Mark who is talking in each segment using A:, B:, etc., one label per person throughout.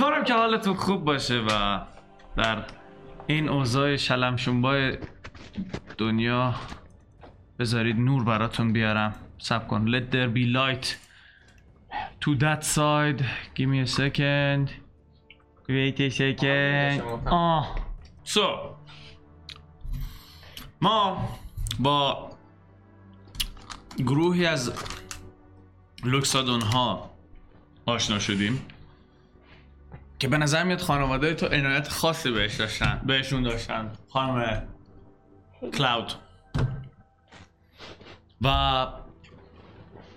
A: حالتون خوب باشه و در این اوضاع شلمشونبای دنیا بذارید نور براتون بیارم سب کن let there be light to that side give me a second wait a second آه so ما با گروهی از لوکسادون ها آشنا شدیم که به نظر میاد خانواده تو عنایت خاصی بهش داشتن بهشون داشتن خانم کلاود و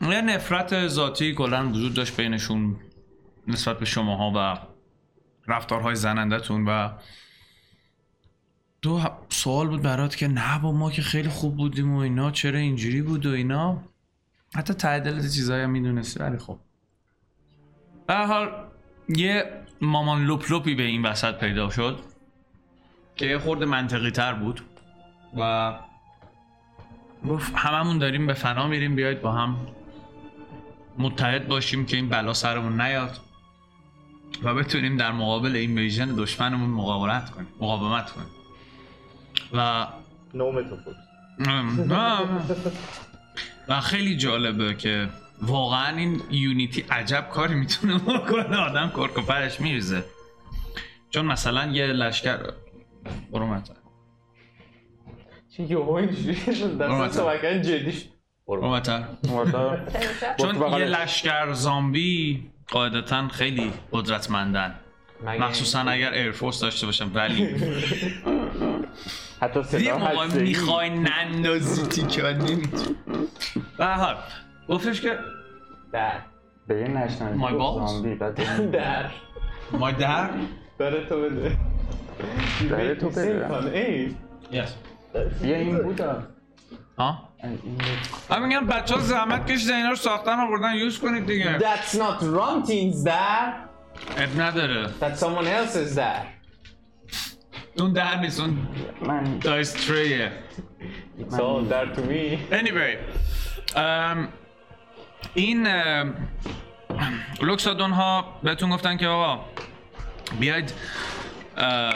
A: یه نفرت ذاتی کلا وجود داشت بینشون نسبت به شماها و رفتارهای زنندتون و دو ه- سوال بود برات که نه با ما که خیلی خوب بودیم و اینا چرا اینجوری بود و اینا حتی تعدل چیزایی هم میدونستی ولی خب به هر حال یه مامان لپ لپی به این وسط پیدا شد که یه خورده منطقی تر بود و گفت هممون داریم به فنا میریم بیاید با هم متحد باشیم که این بلا سرمون نیاد و بتونیم در مقابل این ویژن دشمنمون مقاومت کنیم مقاومت کنیم و
B: نوم تو خود
A: ام، ام. و خیلی جالبه که واقعا این یونیتی عجب کاری میتونه بکنه آدم کرکوپرش میریزه چون مثلا یه لشکر برو مطلع.
B: چی یهو اینجوری شد
A: آره،
B: دست سمکن جدی شد
A: برو مطلع.
B: مادر.
A: چون
B: بغلش.
A: یه لشکر زامبی قاعدتا خیلی قدرتمندن
B: مگه
A: مخصوصا اگر ایرفورس داشته باشن ولی
B: حتی
A: دیدی
B: صدا
A: موقع
B: هستی
A: میخوای نندازی تیکان نمیتونی به هر حال گفتش که
B: در
C: به یه نشنالیتی
A: My balls.
C: زامبی بعد به
B: در
A: ما در
B: داره تو بده
C: داره تو بده.
B: ای
A: یس
C: بیا این بودا
A: ها
C: این
A: من میگم بچه ها زحمت کشیدن اینا رو ساختن آوردن یوز کنید دیگه
B: That's not wrong things there
A: اب نداره
B: That's someone else's there
A: اون در نیست اون
C: من
A: دایس تریه
B: It's all there to me
A: anyway ام، این um, ام، لوکسادون ها بهتون گفتن که آقا بیاید اه،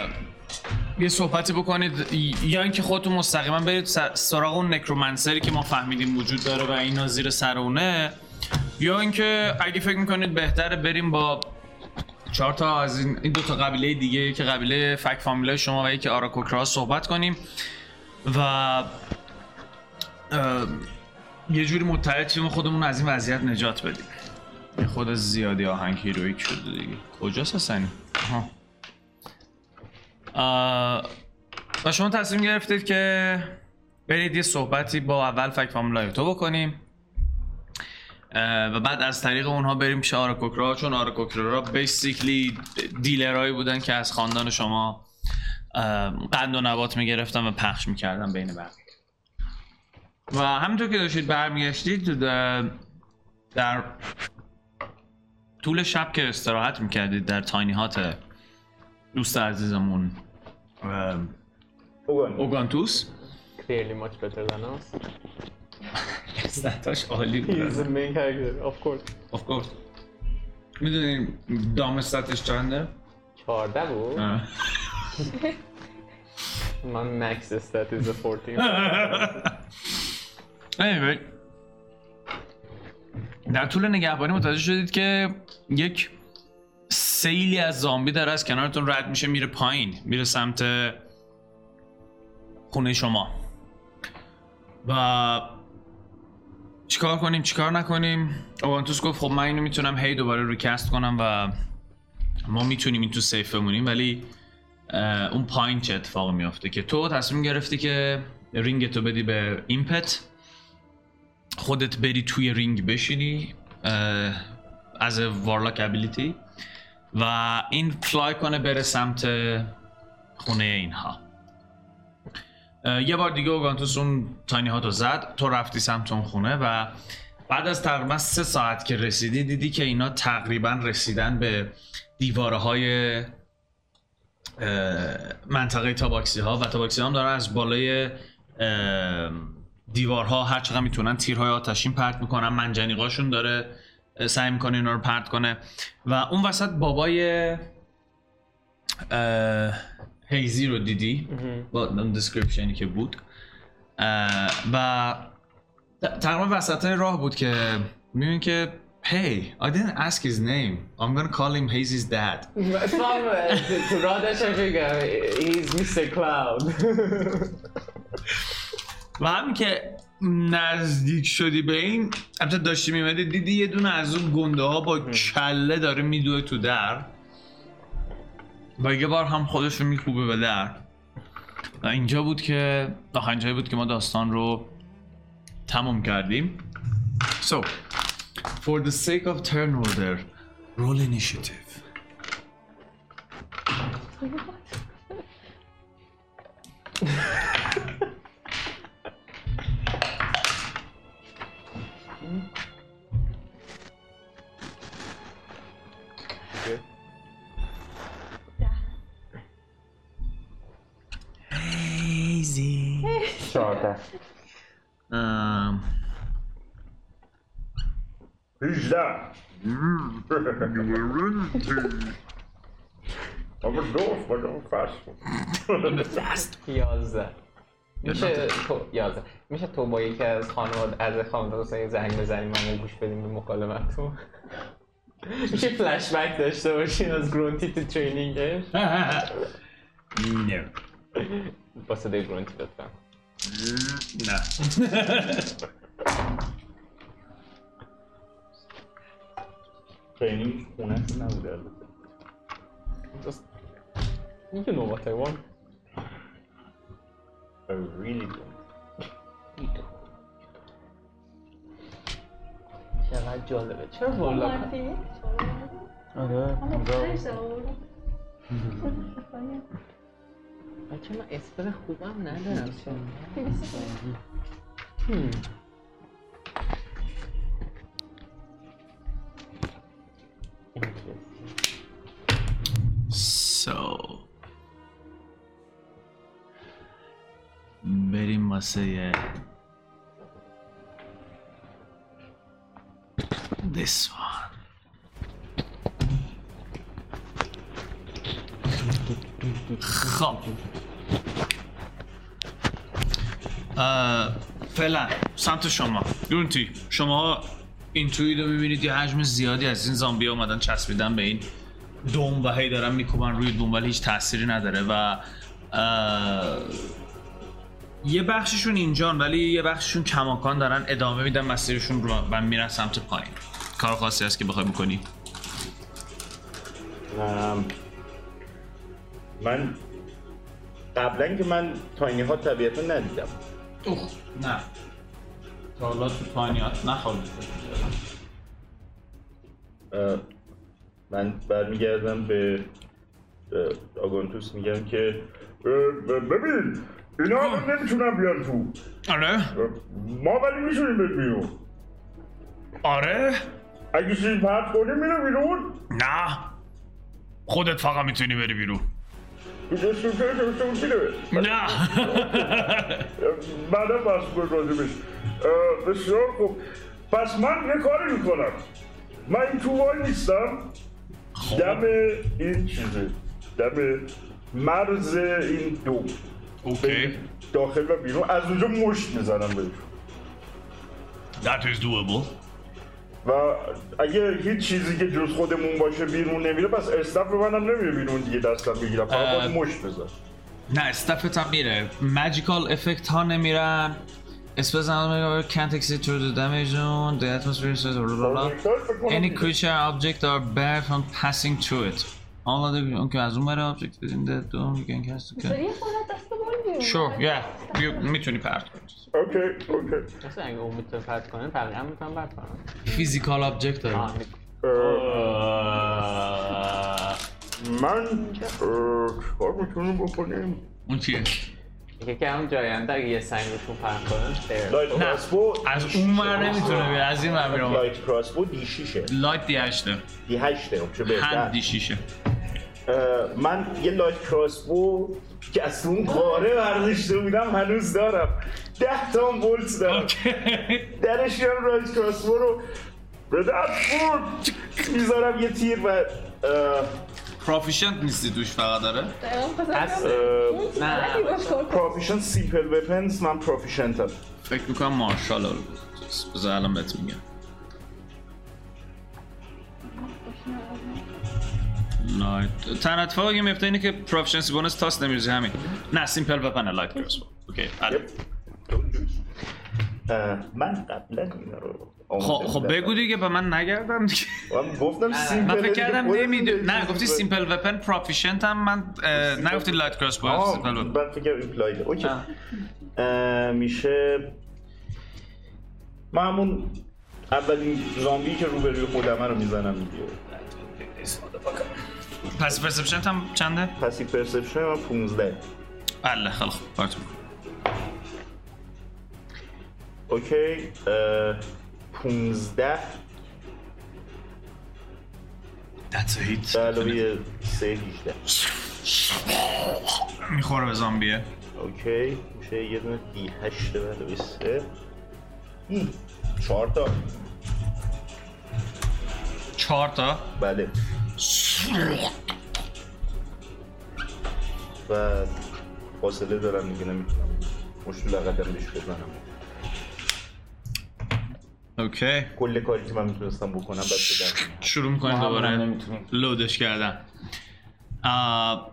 A: یه صحبتی بکنید یا اینکه خودتون مستقیما برید سر- سراغ اون نکرومنسری که ما فهمیدیم وجود داره و اینا زیر سر اونه یا اینکه اگه فکر میکنید بهتره بریم با چهار تا از این, این دو تا قبیله دیگه یکی قبیله فک فامیله شما و یکی آراکوکرا صحبت کنیم و ام، یه جوری متحد شیم و خودمون از این وضعیت نجات بدیم این خود زیادی آهنگ هیرویک شده دیگه کجاست هستن آها. اه، و شما تصمیم گرفتید که برید یه صحبتی با اول فک فامولای تو بکنیم اه، و بعد از طریق اونها بریم پیش آراکوکرا چون آراکوکرا بیسیکلی دیلرهایی بودن که از خاندان شما اه، قند و نبات میگرفتن و پخش میکردن بین بقیه و همینطور که داشتید برمیگشتید در- در طول شب که استراحت میکردید در تاینی هات دوست عزیزمون ام،
B: Ugon
A: اوگانتوس
B: Clearly much better than us
A: لذتاش عالی
B: He's the main character of course
A: of course میدونیم دام سطحش چنده؟
B: 14 بود
A: Ah.
B: من max stat is a 14
A: Anyway. در طول نگهبانی متوجه شدید که یک سیلی از زامبی داره از کنارتون رد میشه میره پایین میره سمت خونه شما و چیکار کنیم چیکار نکنیم اوانتوس گفت خب من اینو میتونم هی دوباره ریکست کنم و ما میتونیم این تو سیف بمونیم ولی اه، اون پایین چه اتفاقی میافته که تو تصمیم گرفتی که رینگتو بدی به ایمپت خودت بری توی رینگ بشینی اه، از وارلاک ابیلیتی و این فلای کنه بره سمت خونه اینها اه، یه بار دیگه اوگانتوس اون تاینی ها تو زد تو رفتی سمت اون خونه و بعد از تقریبا سه ساعت که رسیدی دیدی که اینا تقریبا رسیدن به دیواره های منطقه تاباکسی ها و تاباکسی ها هم دارن از بالای اه، دیوارها هر چقدر میتونن تیرهای آتشین پرت میکنن منجنیقاشون داره اه، سعی میکنه اینا رو پرت کنه و اون وسط بابای اه، هی زیرو دیدی با اون دسکریپشنی که بود اه، و ت- تقریبا وسط راه بود که میبینی که Hey, I didn't ask his name. I'm gonna call him Hazy's dad.
B: From uh, to- to Radesh Africa, he's Mr. Cloud.
A: و هم که نزدیک شدی به این البته داشتی میمدی دیدی یه دونه از اون گنده ها با کله داره میدوه تو در و یه بار هم خودش رو میکوبه به در و اینجا بود که آخرینجایی بود که ما داستان رو تمام کردیم So for the sake of turn order roll initiative Easy
C: چهارده
A: um,
D: 18. Hmm. Aber doof, war doof fast.
B: یازده میشه تو یازده میشه تو با یکی از خانواد از خانواده حسین زنگ بزنیم من گوش بدیم به مکالمتون میشه فلش بک داشته باشین از گرونتی تو ترینینگش
A: no.
B: با صدای گرونتی لطفا
A: نه
D: Training خونه نبوده البته.
B: Just- You know what I want.
D: I really don't.
B: چقدر جالبه چرا والا
E: Martin.
C: آره
E: Sen işte oğlum.
B: بچه من اسپل خوبم ندارم چرا؟
A: So. بریم واسه This one. خب اه، فعلا سمت شما گرونتی شما این تویید رو میبینید یه حجم زیادی از این زامبی اومدن چسبیدن به این دوم و هی دارن میکوبن روی دوم ولی هیچ تاثیری نداره و اه، یه بخششون اینجان ولی یه بخششون کماکان دارن ادامه میدن مسیرشون رو و میرن سمت پایین کار خاصی هست که بخوای بکنی
D: ام، من قبلا که من تاینی ها طبیعتا ندیدم
A: اوه نه تا حالا تو پانیات نخوردی
D: اه، Uh, من برمیگردم به اه، آگانتوس میگم که اه، ب- Uh, ببین اینا هم نمیتونن بیان تو
A: آره
D: اه، ما ولی میتونیم بهت بیرون
A: آره
D: اگه چیزی پرد کنی میره بیرون
A: نه خودت فقط میتونی بری بیرون
D: تو جست تو جست تو جست تو میره
A: نه
D: بعدا بحث کنیم راجبش اه، بسیار خوب پس من یه کاری میکنم من این تو وای نیستم دم این چیزه دم مرز این دو
A: اوکی
D: داخل و بیرون از اونجا مشت میزنم بهش
A: That is doable
D: و اگه هیچ چیزی که جز خودمون باشه بیرون نمیره پس استف رو منم نمیره بیرون دیگه دستم بگیرم فقط
A: اه.
D: باید مشت بزن
A: نه استفت هم میره ماجیکال افکت ها نمیرن اسپس هم can't exceed through the damage zone the atmosphere is blah blah blah
D: فکر کنم
A: any
D: میره.
A: creature or object are barred from passing through it all other اون که از اون برای object within the dome you can cast you can
E: Senin sonra dasta olmuyor.
A: sure yeah you میتونی پرت کنی
D: اوکی اوکی
B: مثلا اگه اون میتونه پرد کنه بقیه هم میتونم پرد کنم
A: فیزیکال object داره
B: آه، می-
D: اه، من اه، کار میتونیم بکنیم
A: اون چیه
B: میگه که هم جاینده اگه یه سنگ روشون پرد کنن خیر.
D: لایت کراسبو
A: از اون ور نمیتونه بیاد از این ور میره
D: لایت کراسبو دی شیشه
A: لایت دی هشته
D: دی هشته اون چه
A: هند
D: بهتر
A: دی شیشه
D: اه، من یه لایت کراسبو که از اون قاره برداشته بودم هنوز دارم ده تا هم بولت دارم درش میارم لایت äh, کراسبو رو به درد برد میذارم یه تیر و اه،
A: پروفیشنت نیستی توش فقط آره؟ داره
E: دقیقا
C: هست.
E: پس
D: äh,
C: نه.
D: پروفیشن سیپل وپنز من پروفیشنتم
A: فکر میکنم مارشال رو بذار الان بهت میگم نه تنها اتفاقی که میفته اینه که پروفیشنسی بونس تاس نمیریزی همین نه سیمپل وپن لایت کرسپو اوکی الان.
D: اه، من قبلا اینا رو
A: خب
D: آموزش
A: خب
D: دادم.
A: بگو دیگه به من نگردم دیگه
D: من گفتم سیمپل
A: من فکر کردم نمیدو نه گفتی
D: سیمپل
A: سیمپل وپن پروفیشنت هم من اه، نگفتی لایت کرسپو
D: آه
A: سیمپل وپن
D: من فکر کردم ایمپلایده اوکی
C: آه.
D: اه، میشه من همون اولین زامبی که روبروی خودمه رو میزنم دیگه
A: پس پرسپشنت هم چنده؟
D: پسیو پرسپشن من 15
A: بله خیلی خوب پارت بکن.
D: اوکی اه، 15
A: That's a hit.
D: به علاوه 3 18
A: میخوره به زامبیه
D: اوکی میشه یه دونه دی 8 به علاوه 3 4 تا
A: چهار تا
D: بله و فاصله دارم دیگه نمیتونم مشکل لقدم بهش بزنم
A: اوکی
D: کل کاری که من میتونستم بکنم بس بدم
A: شروع میکنیم دوباره لودش کردن آه،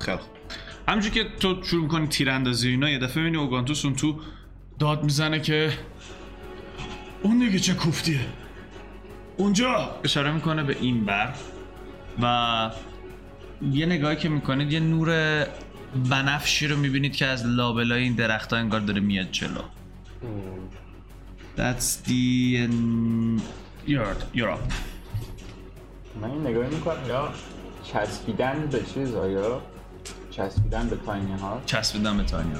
A: خیلی خوب. همینجور که تو شروع میکنی تیراندازی اینا یه دفعه میبینی اوگانتوس اون تو داد میزنه که اون دیگه چه کوفتیه اونجا اشاره میکنه به این بر و یه نگاهی که میکنید یه نور بنفشی رو میبینید که از لابلای این درخت ها انگار داره میاد جلو That's the um, Europe. Europe.
C: من این نگاه میکنم یا چسبیدن به چیز آیا چسبیدن به تاینی ها
A: چسبیدم به تانیا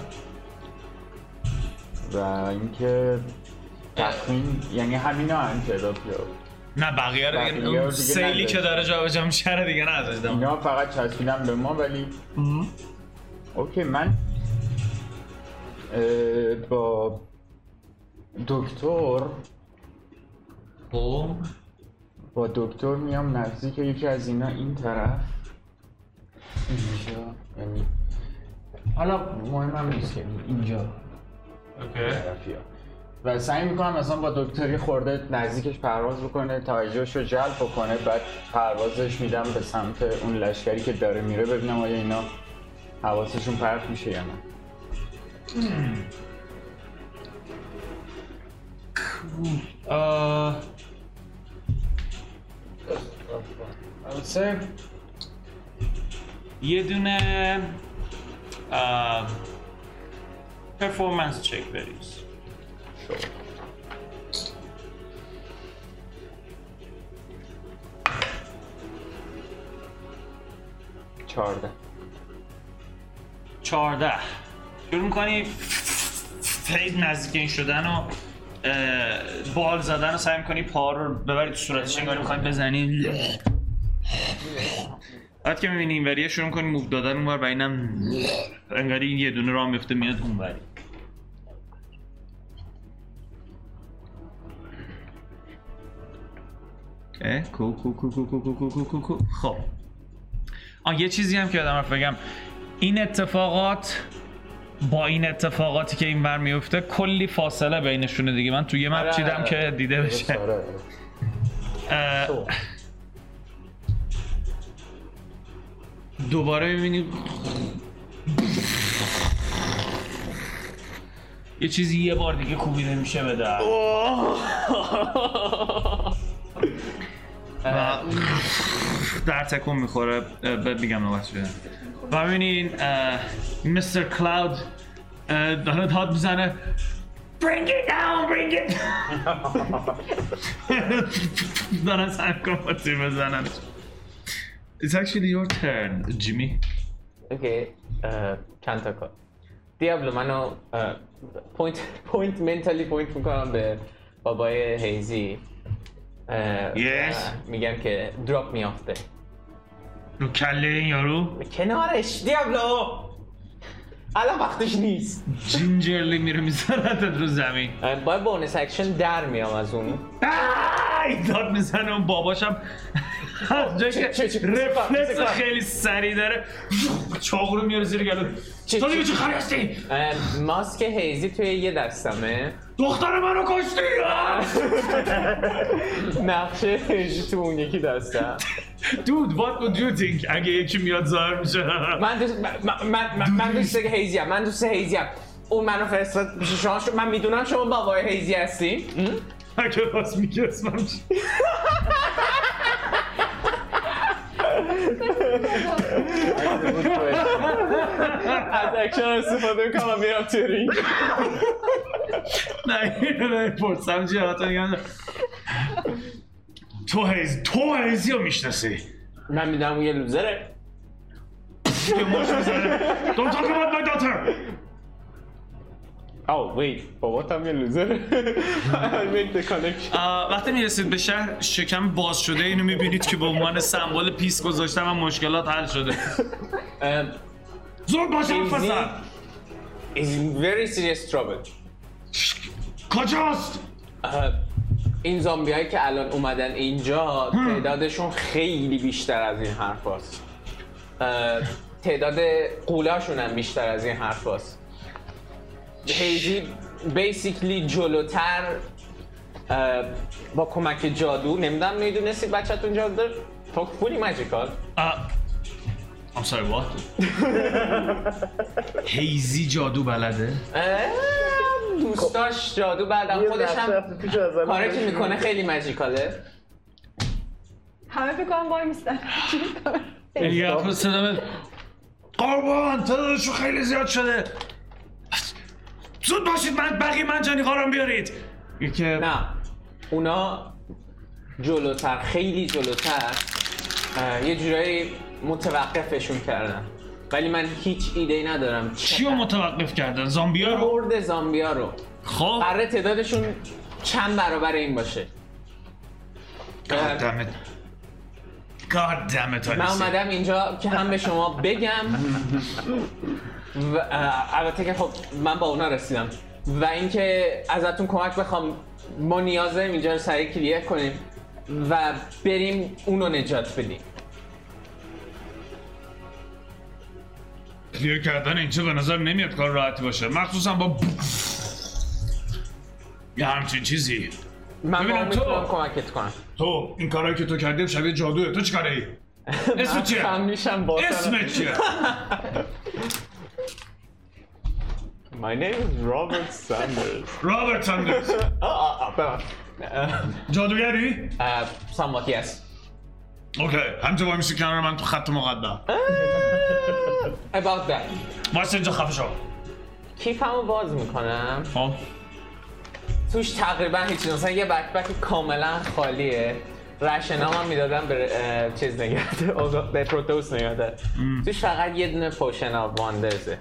C: و اینکه تخمین یعنی همینا هم تعداد یا
A: نه بقیه رو
C: بقیه
A: دیگه
C: رو دیگه
A: اون سیلی
C: نداری.
A: که داره جابجا میشه رو دیگه نذاشتم
C: اینا فقط چسبیدن به ما ولی اوکی من اه، با دکتر با دکتر میام نزدیک یکی از اینا این طرف اینجا یعنی حالا مهمم نیست که اینجا طرفی ها. و سعی میکنم مثلا با دکتری خورده نزدیکش پرواز بکنه توجهش رو جلب بکنه بعد پروازش میدم به سمت اون لشکری که داره میره ببینم آیا اینا حواسشون پرت میشه یا نه
A: سه یه دونه پرفورمنس چک بریز
C: چارده
A: چارده شروع میکنی خیلی نزدیک این شدن و اه، بال زدن و سعی میکنی پا رو ببری تو صورتش انگار میخوای بزنی بعد که میبینی اینوریه شروع میکنی موو دادن اونور و اینم انگاری یه دونه راه میفته میاد اونوری اوکی، کو کو کو کو کو کو کو کو کو کو. خب آه یه چیزی هم که آدم رفت بگم این اتفاقات با این اتفاقاتی که این ور میفته کلی فاصله بینشونه دیگه من توی یه مپ
C: آره،
A: چیدم
C: آره.
A: که دیده بشه
C: آره.
A: اه، دوباره میبینی یه چیزی یه بار دیگه کوبیده میشه به در و در تکون میخوره اه، ب- بگم نوبت شده و میبینین مستر کلاود اه، داره داد میزنه Bring it down, bring it down. دارن سعی می‌کنن با تیر بزنن It's actually your turn, Jimmy.
C: اوکی اه، چند تا کار دیابلو منو اه، پوینت پوینت منتالی پوینت میکنم به بابای هیزی اه،
A: Yes.
C: و میگم که دراپ میافته
A: رو کله این یارو
C: کنارش دیابلو
B: الان وقتش نیست
A: جینجرلی میره میذارتت رو زمین
B: باید بونس اکشن در میام از اون
A: آی! داد میزنه اون باباشم از جایی که
B: چه- چه- چه-
A: رفلکس
B: چه- چه-
A: خیلی سریع داره چاقو رو میاره زیر گلو
B: چه-
A: تو دیگه
B: چه-
A: چه خری هستی
B: اه، ماسک هیزی توی یه دستمه
A: دختر منو کشتی آه!
B: نقشه هیزی تو اون یکی دستم
A: دود what would you think اگه یکی میاد ظاهر میشه
B: من دوست من- من من من دوست هیزی من دوست هیزی اون منو فرستاد پیش شما شد من میدونم شما بابای هیزی هستی
A: اگه باز میگه اسمم چی؟
B: از اکشن استفاده میکنم میرم توی رینگ
A: نه اینو نمیپرسم چی حتی میگم تو هیز تو هیزی رو میشناسی
B: من میدونم اون یه لوزره
A: که مش میزنه Don't talk about my daughter
B: او ویت بابات هم Oh, یه لوزره I make the connection
A: آه، وقتی میرسید به شهر شکم باز شده اینو میبینید که به عنوان سمبل پیس گذاشتم و مشکلات حل شده
B: ام،
A: زور باش حرف
B: هیزی
A: بزن.
B: is in very serious trouble
A: کجاست
B: اه، این زامبی هایی که الان اومدن اینجا تعدادشون خیلی بیشتر از این حرف هست. تعداد قولاشون هم بیشتر از این حرف هست. هیزی بیسیکلی جلوتر اه، با کمک جادو نمیدونم میدونستید بچهتون جادو داره فوق فولی ماجیکال
A: آه، I'm sorry what هیزی جادو بلده
B: دوستاش جادو بعدم خودش هم کاری که میکنه خیلی ماجیکاله
E: همه فکر کنم وای میستن
A: یه حرف صدا بده. قربان تعدادشون خیلی زیاد شده زود باشید من بقیه من جانیقارم بیارید یکی
B: نه اونا جلوتر خیلی جلوتر اه، یه جورایی متوقفشون کردن ولی من هیچ ایده ای ندارم
A: کیو متوقف کردن زامبیا رو
B: برد زامبیا رو
A: خب
B: قراره تعدادشون چند برابر این باشه
A: God damn it. God damn it,
B: من
A: Alice.
B: اومدم اینجا که هم به شما بگم و اه، البته که خب من با اونا رسیدم و اینکه ازتون کمک بخوام ما نیاز داریم اینجا رو سریع کلیر کنیم و بریم اونو نجات بدیم
A: کلیر کردن اینجا به نظر نمیاد کار راحتی باشه مخصوصا با یه همچین چیزی
B: من
A: ببینم
B: با
A: تو.
B: میتونم کمکت کنم
A: تو این کارهایی که تو کردی شبیه جادوه تو چیکاره ای؟ اسم چیه؟
B: خم میشم با
A: اسم چیه؟
B: My name is Robert Sanders
A: رابرت ساندرز جادوگری؟
B: Somewhat yes
A: اوکی همینجا وای میسی کنار من تو خط مقدم
B: About that
A: واسه اینجا خفه شو
B: کیفمو باز میکنم
A: خب
B: توش تقریبا هیچی مثلا یه بکبک کاملا خالیه رشنام هم میدادم به اه، چیز نگرده اوزا- به پروتوس نگرده توش فقط یه دونه پوشن آف واندرزه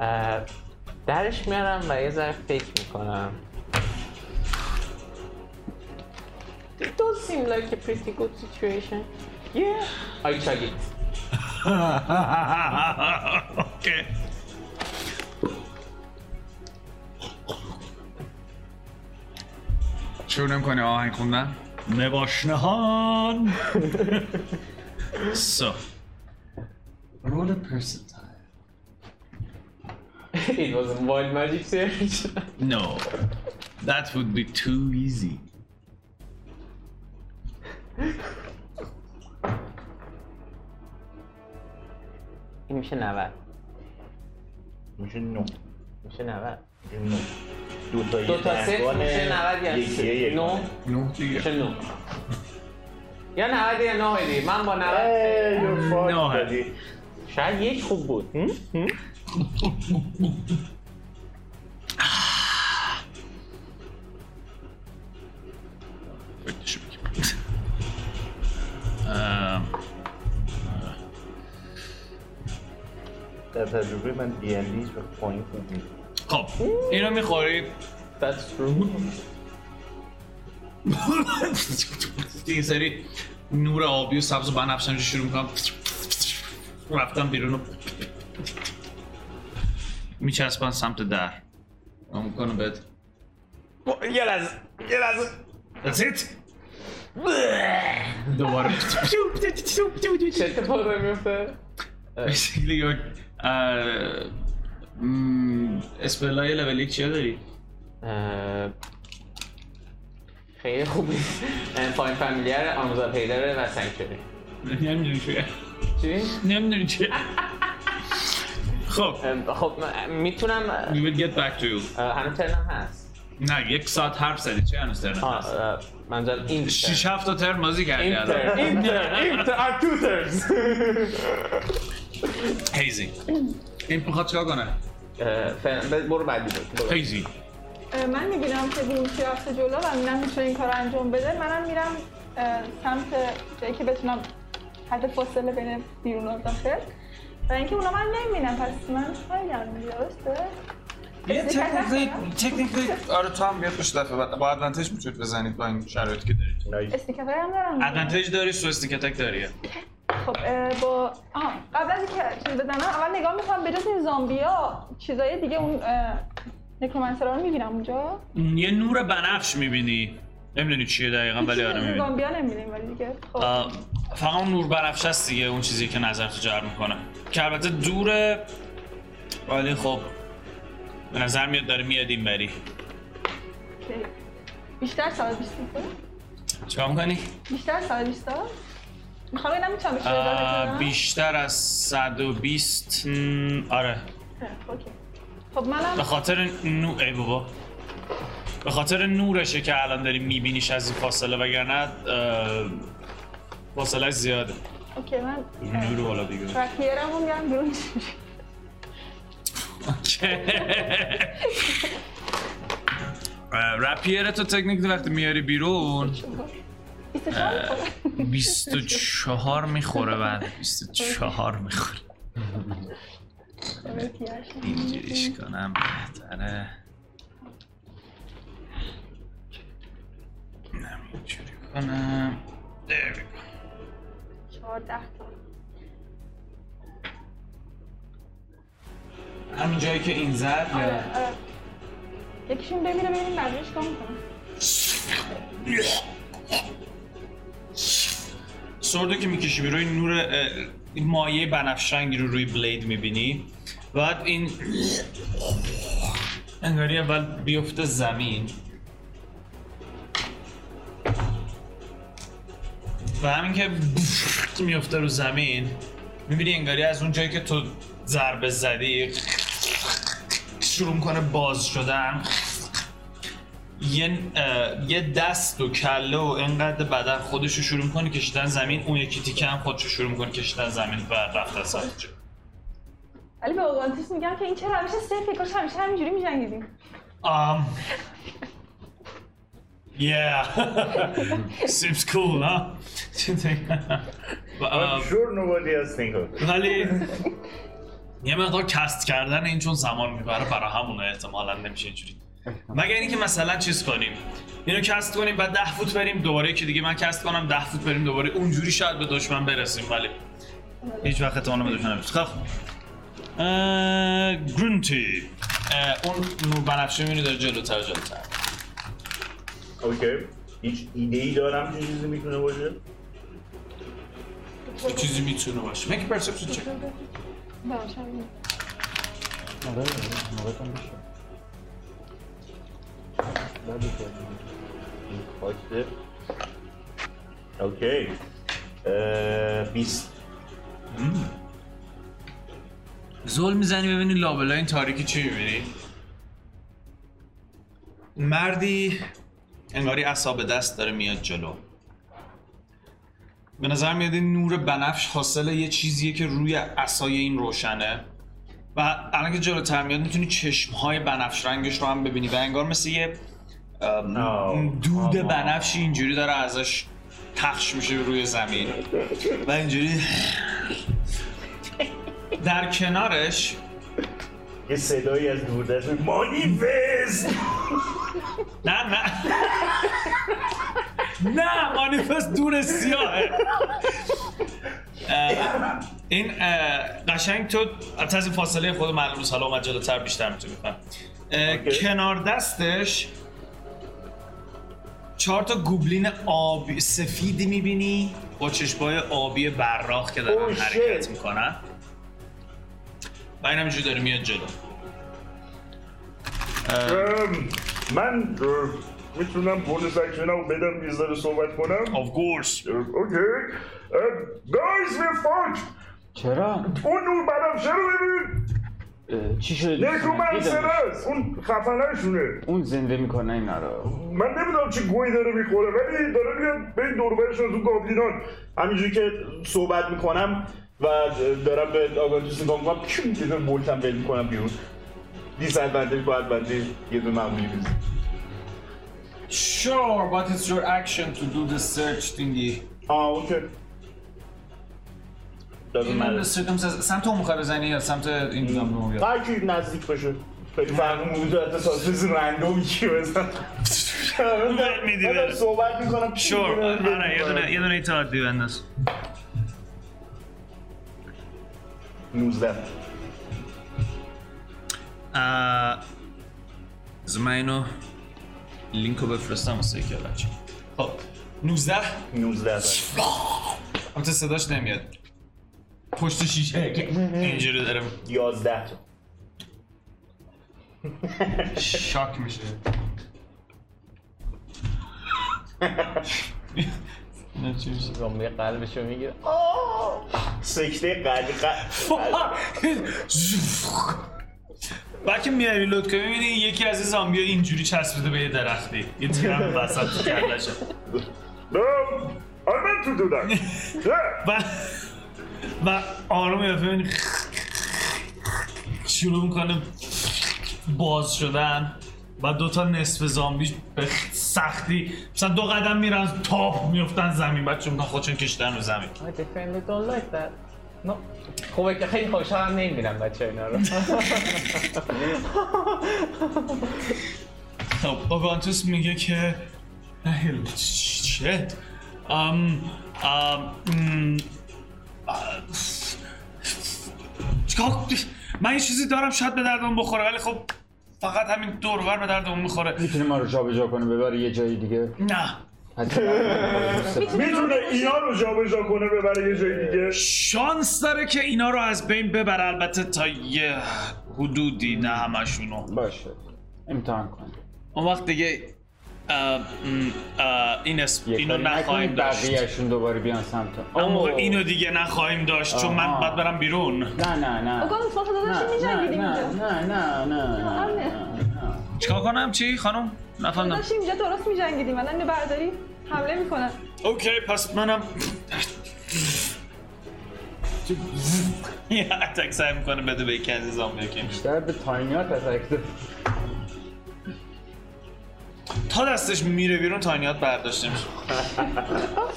B: اه، درش میارم و یه ذره فکر میکنم It does seem like a pretty good situation. Yeah. I chug it.
A: اوکی شروع نمیکنی آهنگ خوندن؟ نباشنهان سو رول پرسنتایل
B: It was a wild magic search.
A: No, that would be too easy.
B: این میشه 90.
D: میشه نو
B: میشه 90.
D: این نو دو تا
B: دو تا سه
D: یگانه،
B: میشه 90 یعنی
D: یکیه
B: سه.
D: یگانه.
B: نه.
A: نه دیگه
B: میشه نو یا 90 یا 9 دی من با 90
D: ای، یه فاک
A: نه.
D: دادی.
B: شاید یک خوب بود
A: بکشو بگیم. ام،
D: در تجربه من دی به پایین خوب می‌ره.
A: خب اینو میخورید
B: That's true
A: این سری نور آبی و سبز و بنفش همینجوری شروع میکنم رفتم بیرون و میچسبن سمت در ما میکنه بهت
B: یه لحظه یه لحظه
A: That's it
B: دوباره چه اتفاقی میفته
A: Basically you're uh, mm, اسپلای لول یک چیه داری؟
B: اه، خیلی خوب نیست اه، پایین فامیلیار آموزا پیداره و سنکچوری
A: نمیدونی چیه
B: چی؟
A: نمیدونی چیه خب
B: اه، خب من- میتونم
A: We will get back to you
B: اه، همه ترنم هست
A: نه یک ساعت حرف زدی چه هنوز ترنت
B: آه،
A: هست
B: اه، منظورم این ترن.
A: شیش هفت تا ترن بازی کردی
B: این ترن،
A: الان
B: این ترن، این ترن، آه، two turns.
A: هیزی این میخواد چیکار کنه
B: اه، فعلا- ب- برو بعدی برو. برو.
A: هیزی
E: اه، من میبینم که گروهی رفته جلو و میبینم میتونه این کار انجام بده منم میرم اه، سمت جایی که بتونم حد فاصله بین بیرون و داخل و اینکه اونا من نمیبینم پس من خیلی درسته
F: یه
E: کسی
F: تکنیکلی
E: هست؟
F: تکنیکلی آره تو هم بیا پشت دفعه بعد با ادوانتج میتونید بزنید با این شرایطی که دارید
E: استیکرهای هم دارم
A: ادوانتج داری سو استیکتک داریه
E: خب اه، با آها قبل از اینکه چیز بزنم اول نگاه میکنم به جز این زامبیا چیزای دیگه اون نکرومنسرا رو میبینم اونجا
A: یه نور بنفش میبینی نمیدونی چیه دقیقا ولی آره
E: هیچی از
A: میبینی
E: زامبیا نمیبینیم ولی دیگه خب
A: آه، فقط اون نور بنفش هست دیگه اون چیزی که نظر تو جلب میکنه که البته دوره ولی خب به نظر میاد داره میاد این بری
E: اوکی. بیشتر سوال بیست می‌کنی؟
A: چیکار میکنی؟
E: بیشتر سوال بیست میخوام ببینم میتونم بهش اجازه بدم؟
A: بیشتر از 120 م، آره
E: نه، اوکی. خب منم
A: به خاطر نو ای بابا به خاطر نورشه که الان داری میبینیش از این فاصله وگرنه فاصله زیاده
E: اوکی من
A: نور بالا دیگه
E: رکیرم رو میگم بیرون چی؟
A: رپیر تو تکنیک وقتی میاری بیرون
E: بیست و چهار
A: 24
E: خب.
A: میخوره بعد 24 میخوره اینجوریش کنم بهتره اینم اینجوری کنم There we go.
E: چهارده تا.
F: همین جایی که این زد یا
E: آره، آره. یکیشون بمیره ببینیم بقیه‌اش کام کنم
A: سردو که میکشی بیرون این نور اه، این مایه بنفش رنگی رو روی بلید میبینی بعد این انگاری اول بیفته زمین و همین که میفته رو زمین میبینی انگاری از اون جایی که تو ضربه زدی شروع میکنه باز شدن یه, اه، یه دست و کله و اینقدر بدن خودش رو شروع میکنه کشیدن زمین اون یکی تیکه هم خودش رو شروع میکنه کشیدن زمین و رفتن سمت جلو.
E: ولی به اوگانتیس میگم که این چه روش سیفی کاش همیشه همینجوری میجنگیدیم
A: Um. Yeah. Seems cool, huh?
D: I'm sure nobody else think of it.
A: ولی یه مقدار کست کردن این چون زمان میبره برای همونه احتمالا نمیشه اینجوری مگر اینکه مثلا چیز کنیم اینو کست کنیم بعد ده فوت بریم دوباره که دیگه من کست کنم ده فوت بریم دوباره اونجوری شاید به دشمن برسیم ولی هیچ وقت احتمالا به دشمن نمیشه خب اه، گرونتی اه، اون نور بنفشه میره داره جلوتر جلوتر
D: اوکی هیچ ایده ای دارم که چیزی میتونه باشه
A: یه چیزی میتونه باشه میک پرسپشن چک
E: باشه، ببینیم.
G: آره موقعتم بشه
D: باشه اوکی اه، بیست
A: زل میزنی ببینی لابلا این تاریکی چی میبینی مردی انگاری عصا به دست داره میاد جلو به نظر میاد این نور بنفش حاصل یه چیزیه که روی عصای این روشنه و الان که جلوتر میاد میتونی چشمهای بنفش رنگش رو هم ببینی و انگار مثل یه ام،
D: آه.
A: دود بنفشی اینجوری داره ازش پخش میشه روی زمین و اینجوری در کنارش
D: یه صدایی از دوردست مانیفست
A: نه نه نه مانیفست دور سیاهه اه، این اه، قشنگ تو البته از این فاصله خود معلوم نیست حالا اومد جلوتر بیشتر میتونی بفهم اه، کنار دستش چهار تا گوبلین آبی سفیدی میبینی با چشمای آبی براق که دارن
D: Oh,
A: حرکت
D: shit.
A: میکنن و این همینجور داره میاد جلو
D: ام، من اه، میتونم بونس اکشنم بدم یه ذره صحبت کنم
A: Of course
D: اه، اوکی گایز وی فاک
C: چرا؟
D: اون نور بدفشه رو ببین
C: اه، چی شده؟
D: نکرومنسر
C: دیدمش.
D: است اون خفنشونه
C: اون زنده میکنه اینا رو
D: من نمیدونم چه گویی داره میخوره ولی داره میاد به این دوربرش رو تو گابلینان همینجوری که صحبت میکنم و دارم به آگانتوس نگاه میکنم پیو میکنم بولتم بل میکنم بیرون دیس ادوانتج با ادوانتج یه دو معمولی بیزن
H: Sure, but it's your action to do the search thingy.
D: آه اوکی لازم
H: Even the
D: نداره.
H: circumstances. سمت اون میخوای بزنی یا سمت این دام رو بیاد؟
D: هر کی نزدیک بشه خیلی فرق موضوع حتی ساسپیس رندومی که بزن
A: میدی
D: من دارم
A: بره.
D: صحبت میکنم
A: Sure آره یه دونه یه دونه ایتاد بیبنداز
D: 19
A: از من اینو لینک رو بفرستم واسه یکی بچه
H: Oh,
A: خب 19
D: 19
H: البته صداش نمیاد. پشت شیشه.
A: اینجوری داره
D: 11 تا
H: شاک میشه.
B: زامبی خب، قلبشو میگیره
D: سکته قلبی قلب
A: بعد که میاری لود کنی میبینی یکی از این زامبیا اینجوری چسبیده به یه درختی یه تیرم وسط تو کلشه
D: No, I meant to do that. yeah.
A: و و آروم یافه میبینی شروع میکنه باز شدن و دو تا نصف زامبی به سختی مثلا دو قدم میرن تاپ میفتن زمین بعد چون خودشون کشتن رو زمین
B: I definitely don't like that no. خوبه که خیلی خوشحالم نمیبینم بچه اینا رو
A: خب اوگانتوس میگه که هل شت ام ام ام، آه، چیکار من یه چیزی دارم شاید به دردم بخوره ولی خب فقط همین دورور به دردم میخوره
C: میتونه ما رو جابجا کنه ببره یه جای دیگه
A: نه
D: میتونه اینا رو جابجا کنه ببره یه جای دیگه
A: شانس داره که اینا رو از بین ببره البته تا یه حدودی نه همشونو
C: باشه امتحان کن
A: اون وقت دیگه اه، م، اه، این اسم اینو نخواهیم داشت
C: بقیهشون دوباره بیان سمت
A: اون موقع
C: آه.
A: اینو دیگه نخواهیم داشت چون من
C: آها.
A: باید برم بیرون
C: نه نه نه
E: اوگانوس ما تو داداشی
C: نه
E: میجنگیدیم
C: نه
E: اینجا
C: نه نه نه نه
A: چیکار کنم چی خانم نفهمیدم
E: داداشی اینجا درست میجنگیدیم الان اینو برداری حمله میکنن
A: اوکی پس منم یه اتک سعی میکنه بده به یکی از این زامبی که میشه.
C: در به تاینیات اتک ده.
A: تا دستش میره بیرون تاینیات برداشته میشه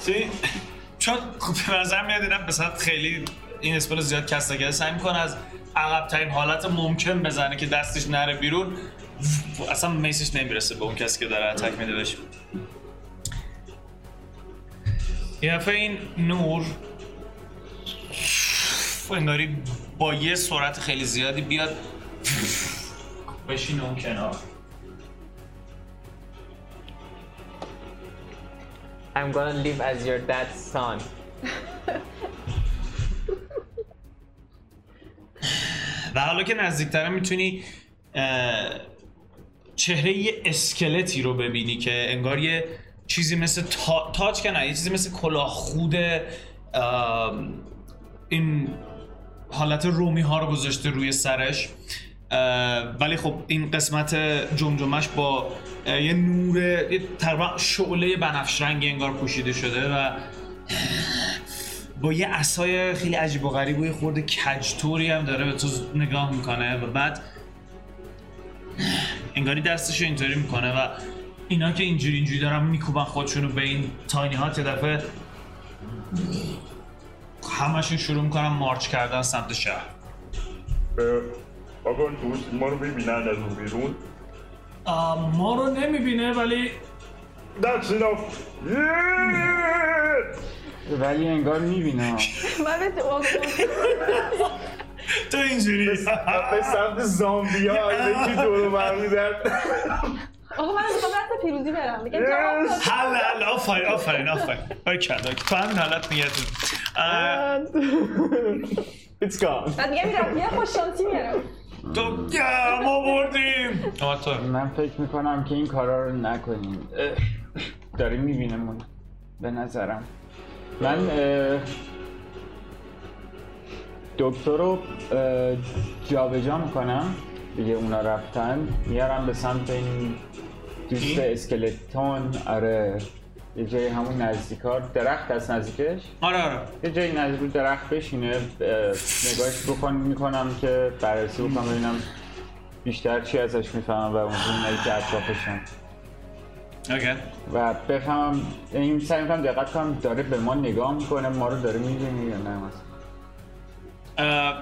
A: چی؟ چون خب به نظر میاد اینم مثلا خیلی این اسپل رو زیاد کسته کرده سعی میکنه از عقب ترین حالت ممکن بزنه که دستش نره بیرون اصلا میسش نمیرسه به اون کسی که داره اتک میده بهش یه دفعه این نور انگاری با یه سرعت خیلی زیادی بیاد بشین اون کنار
B: I'm gonna live as your dad's son
A: و حالا که نزدیکتره میتونی اه، چهره یه اسکلتی رو ببینی که انگار یه چیزی مثل تا... تاج که نه یه چیزی مثل کلاه خود ام، این حالت رومی ها رو گذاشته روی سرش اه، ولی خب این قسمت جمجمش با اه، یه نور یه تقریبا شعله بنفش رنگی انگار پوشیده شده و با یه عصای خیلی عجیب و غریب و یه خورده کجتوری هم داره به تو نگاه میکنه و بعد انگاری دستش رو اینطوری میکنه و اینا که اینجوری اینجوری دارن میکوبن خودشونو به این تاینی ها یه دفعه همشون شروع میکنن مارچ کردن سمت شهر
D: آقا دوست ما رو ببینن از اون بیرون
A: آه، ما رو نمیبینه ولی
D: That's enough. Yeah!
C: ولی انگار میبینه
E: من به اون-
A: تو اینجوری
D: به سمت زامبیا یکی دور برمی درد
E: آقا من میخوام دست پیروزی برم میگم جواب داد.
A: حل حل آفرین آفرین آفرین اوکی اوکی. تو همین حالت نگهتون
D: It's gone
E: بعد میگم میرم یه خوش شانسی میارم
A: تو یا، ما بردیم اما تو
C: من فکر میکنم که این کارا رو نکنیم اه، داره میبینمون به نظرم من اه، دکتر رو اه، جابجا میکنم دیگه اونا رفتن میارم به سمت این دوست اسکلتون آره یه جای همون نزدیکار درخت از نزدیکش
A: آره آره
C: یه جایی نزدیک رو درخت بشینه اه، نگاهش بکن میکنم که بررسی بکنم ببینم بیشتر چی ازش میفهمم و اون اونایی که اطرافشن
A: اوکی
C: و بفهمم این سعی میکنم دقت کنم داره به ما نگاه میکنه ما رو داره میبینه یا نه مثلا
A: اه،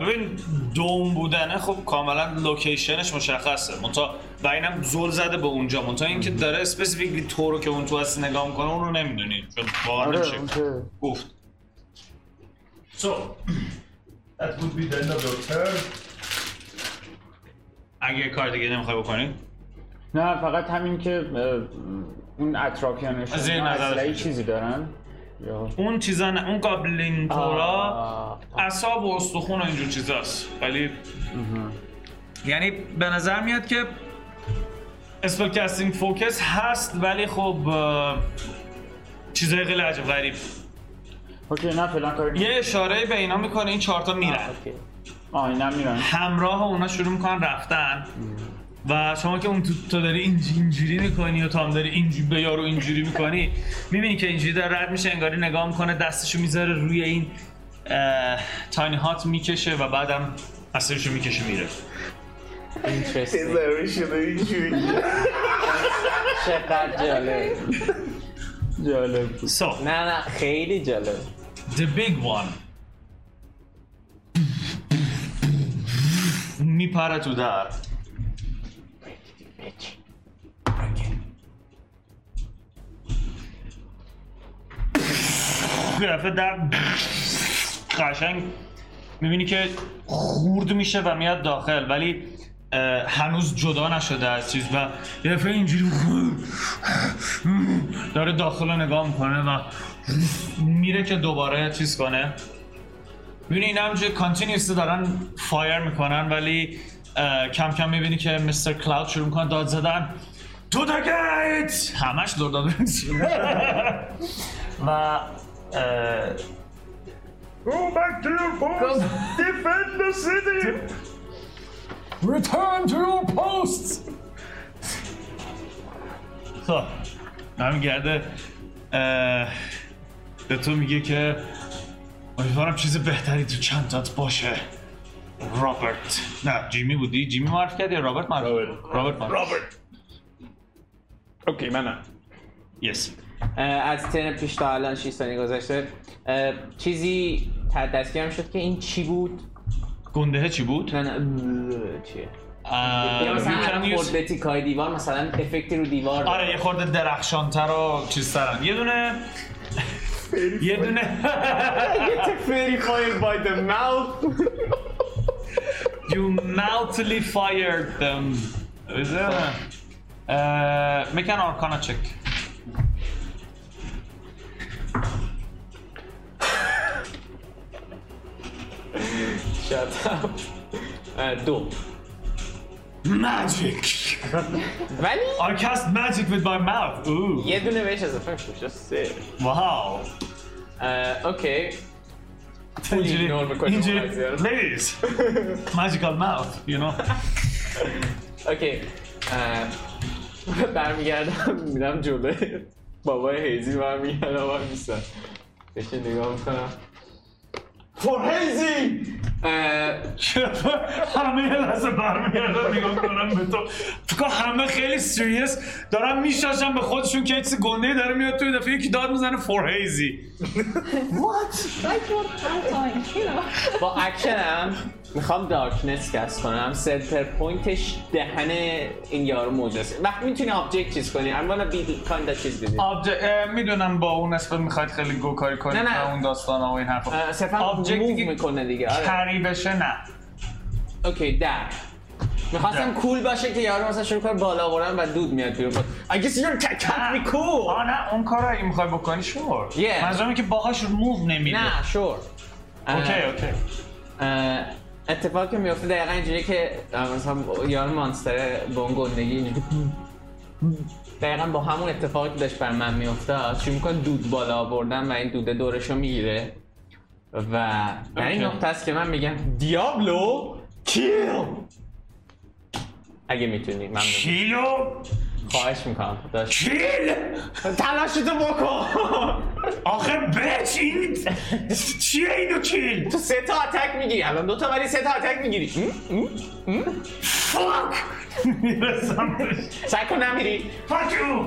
A: Uh, ببین دوم بودنه خب کاملا لوکیشنش مشخصه منتها و اینم زل زده به اونجا منتها اینکه داره اسپسیفیکلی تو رو که اون تو هست نگاه میکنه اون رو نمیدونی چون باور
C: آره
A: نمیشه
C: اون که
A: گفت
D: So That would be the end of your turn
A: اگه کار دیگه نمیخوای بکنی
C: نه فقط همین که اه، اون اطرافیانش
A: از زیر
C: اینا
A: نظرش
C: اسلحه
A: میشه.
C: چیزی دارن یا
A: اون چیزا نه اون گابلین تورا اعصاب و استخون و اینجور چیزاست ولی یعنی به نظر میاد که اسپلکستینگ فوکس هست ولی خب اه، چیزای خیلی عجب غریب
C: اوکی نه فعلا کاری نیست.
A: یه اشاره به اینا میکنه این چهارتا میرن
C: آه اینا میرن
A: همراه اونا شروع میکنن رفتن و شما که اون تو, تو داری اینج- اینجوری میکنی و تو هم داری اینجوری به یارو اینجوری میکنی میبینی که اینجوری داره رد میشه انگاری نگاه میکنه دستشو میذاره روی این اه، تاینی هات میکشه و بعدم مسیرشو میکشه میره
D: چیزایی شده اینجوری
B: چقدر جالب
C: جالب بود
A: So,
B: نه نه خیلی جالب
A: the big one میپره تو در گرفه در قشنگ میبینی که خورد میشه و میاد داخل ولی اه، هنوز جدا نشده از چیز و یه دفعه اینجوری داره داخل رو نگاه میکنه و میره که دوباره چیز کنه میبینی این همجوری کانتینیوس دارن فایر میکنن ولی اه، کم کم میبینی که مستر کلاود شروع میکنه داد زدن تو the گیت همش دور داد و اه،
I: Go back to your post! Defend the city!
A: خب برمیگرده اه، به تو E, میگه که امیدوارم چیز بهتری تو چندتات باشه رابرت نه جیمی بودی جیمی معرف کردی یا رابرت معرف رابرت رابرت معرف رابرت
D: اوکی منم
A: یس
B: اه، Uh, از ترن پیش تا الان 6 ثانیه گذشته اه، چیزی دستگیرم شد که این چی بود
A: گندهه چی بود
B: نه نه اه، چیه
A: اه،
B: یا مثلا
A: آره. you can
B: الان
A: use-
B: خورد به تیکای دیوار مثلا افکتی رو دیوار داره.
A: آره یه خورده درخشانتر و چیزترن یه دونه یه دونه
D: Very fire by the mouth
A: You mildly fired them. Is it?
B: خب.
A: Uh, make an arcana check.
B: شاید هم. اه، دو
A: Magic!
B: ولی
A: I cast magic with my mouth. Ooh.
B: یه دونه بهش اضافه میشه سه
A: Wow.
B: اه، اوکی
A: اینجوری
B: ایگنور می‌کنی
A: اینجوری
B: اون قضیه رو.
A: Please. Magical mouth, you know.
B: اوکی اه، Uh, برمیگردم میرم جلوی بابای هیزی برمیگردم و میسن بشه نگاه میکنم
D: For Hazy
B: Uh,
A: همه یه لحظه برمیگردن نگاه کنم به تو فکر کنم همه خیلی سیریس دارن میشاشن به خودشون که یه چیز گنده داره میاد توی دفعه یکی داد میزنه فور هیزی
E: Like your time, you know.
B: با اکشنم میخوام دارکنس کس کنم سنتر پوینتش دهن این یارو موجاست وقتی میتونی آبجکت چیز کنی I'm gonna be kind of چیز دیدی
A: میدونم با اون نسبت میخواید خیلی گوکاری کنید
B: نه، نه.
A: و اون داستان ها و این حرفا
B: صرفا
A: آبجکت
B: موو
A: دیگه-
B: میکنه دیگه آره.
A: کری بشه نه
B: اوکی ده میخواستم کول باشه که یارو مثلا شروع کنه بالا آوردن و دود میاد بیرون I guess you're ca-
A: Ah.
B: can't be cool
A: آه نه اون کار اگه میخوای بکنی شور
B: Yeah.
A: منظورم که باهاش موو نمیده
B: نه شور
A: اوکی اوکی
B: اه، اتفاق Uh, که میفته دقیقا اینجوری که اه، مثلا یار مانستر با اون گندگی اینجوری دقیقا با همون اتفاقی که داشت بر من میافتاد شروع میکنه دود بالا آوردن و این دوده دورش رو میگیره و در این
A: اوکی.
B: نقطه است که من میگم دیابلو کیل اگه میتونی من
A: کیلو
B: خواهش میکنم داشت
A: کیل
B: تلاشتو بکن
A: آخه بچ این چیه اینو کیل
B: تو سه تا اتک میگیری الان دو تا ولی سه تا اتک میگیری
A: فاک میرسم بهش.
B: سعی کن نمیری
A: فاک یو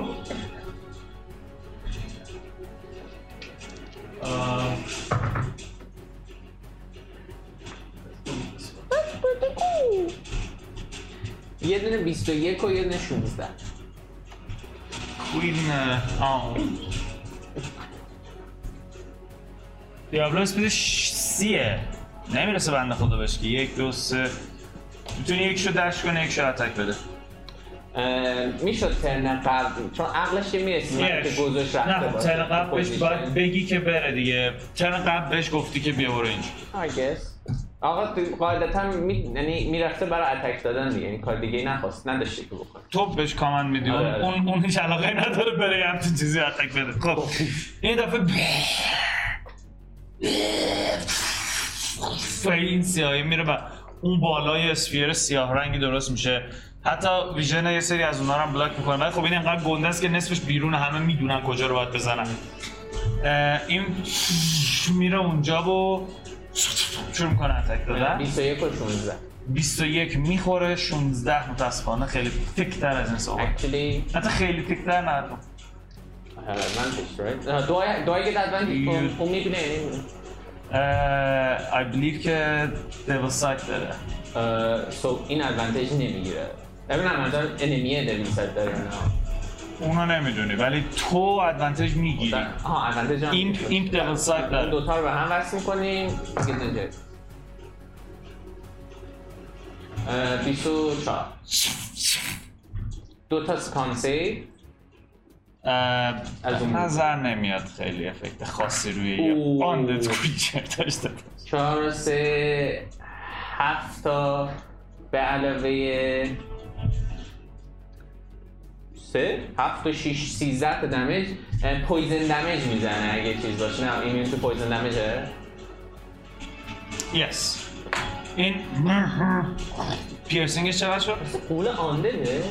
B: یه دونه 21 و یه دونه 16
F: کوین آه دیابلو اسپیدش سیه نمیرسه بنده خدا بهش که یک دو سه
A: میتونی یک شو دش کنه یک شو اتک بده
B: اه، میشد ترن قبل چون عقلش یه میرسی که
F: یش.
B: گذاشت رفته
F: نه خب
B: باشه. یعنی.
F: ترن قبل بهش
B: پوزیشن.
F: باید بگی که بره دیگه ترن قبل بهش گفتی که بیا برو اینجا
B: I guess. آقا تو قاعدتا می... یعنی میرفته برای اتک دادن دیگه این کار دیگه نخواست نداشته که بکنه
A: تو بهش کامند میدی
B: آره،
A: اون
B: آره.
A: اون اون هیچ علاقه نداره بره یه همچین چیزی اتک بده خب این دفعه ب- این سیاهی میره و اون بالای اسفیر سیاه رنگی درست میشه حتی ویژن یه سری از اونا رو هم بلاک میکنه ولی خب این انقدر گنده است که نصفش بیرون همه میدونن کجا رو باید بزنن اه، این میره اونجا و شروع میکنه اتک دادن
B: 21 و 16
A: 21 میخوره 16 متاسفانه خیلی تکتر از این صحبت
B: Actually
A: حتی خیلی تکتر نه
B: I have advantage right آه، دو آی- دو آی get advantage
A: You-
B: اون- اون میبینه یعنی
A: اه، I believe که devil sight داره
B: اه، so این advantage نمیگیره ببینم من دارم انمیه داریم سد داره نه
A: اونو نمیدونی ولی تو ادوانتج میگیری
B: ها advantage هم
A: ایمپ ایمپ devil sight
B: اون
A: داره
B: دوتا رو به هم وصل میکنیم دیگه اینجا 24 دو تا سکان سیو
A: اه،
B: از
A: به
B: اون.
A: نظر نمیاد خیلی افکت خاصی روی یه
B: اوه.
A: باندت creature داشته باشه.
B: 4 سه هفت تا به علاوه سه هفت و شیش سیزده تا دمیج اه، پویزن دمیج میزنه اگه چیز باشه نه این تو پویزن دمیجه
A: yes این پیرسینگش چقدر شد؟
B: قول آنده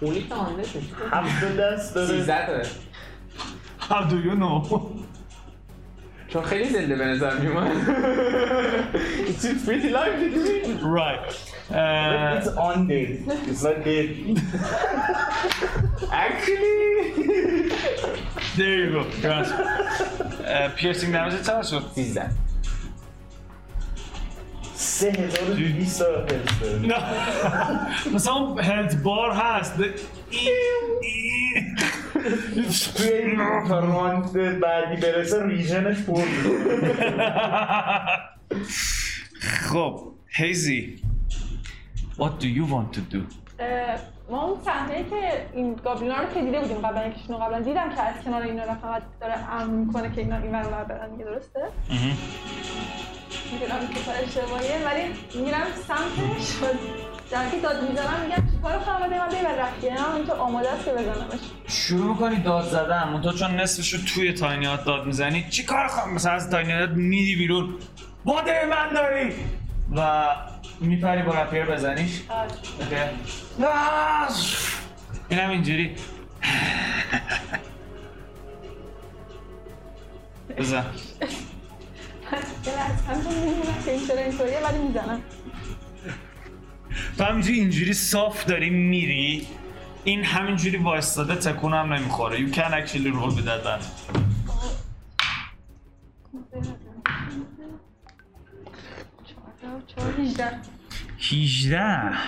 B: قولی که آنده شد
D: هفت دست داره
B: سیزده تا
A: How do you know?
B: چون خیلی زنده به نظر میومد It seems pretty lively to me
A: right اه،
D: It's on dead. It's not dead.
B: Actually
A: There you go. Grasp. اه، پیرسینگ دمیج چقدر شد؟
B: 13
D: سه هزار و دویست تا هلس داره.
A: نه مثلا اون هلت بار هست E,
D: توی این راند بعدی برسه ریژنش پر می‌کنه.
A: خب هیزی What do you want to do?
E: اه، ما اون صحنه که این گابلینا رو که دیده بودیم قبلا یکیشون رو قبلا دیدم که از کنار اینا رفت فقط داره امن میکنه که اینا این ور اونور برن دیگه درسته میدونم که کار اشتباهیه ولی میرم سمتش و در که داد میزنم میگم چیکار کنم و دیگه ببر رفتی هم اینجا آماده است که بزنمش
A: شروع میکنی داد زدن منتها چون نصفش رو توی تاینیات داد میزنی چی کار خواهم مثلا از تاینیات میدی بیرون باده به من داری و میپری با رفیر بزنیش
E: آره.
A: اوکی. آه! اینم اینجوری بزن
E: یه لحظه همچون میدونم که این چرا اینطوریه ولی میزنم
A: تو همینجوری اینجوری صاف داری میری این همینجوری وایستاده تکون هم نمیخوره You can actually roll with that damage.
E: چهار چهار هیجده
J: 18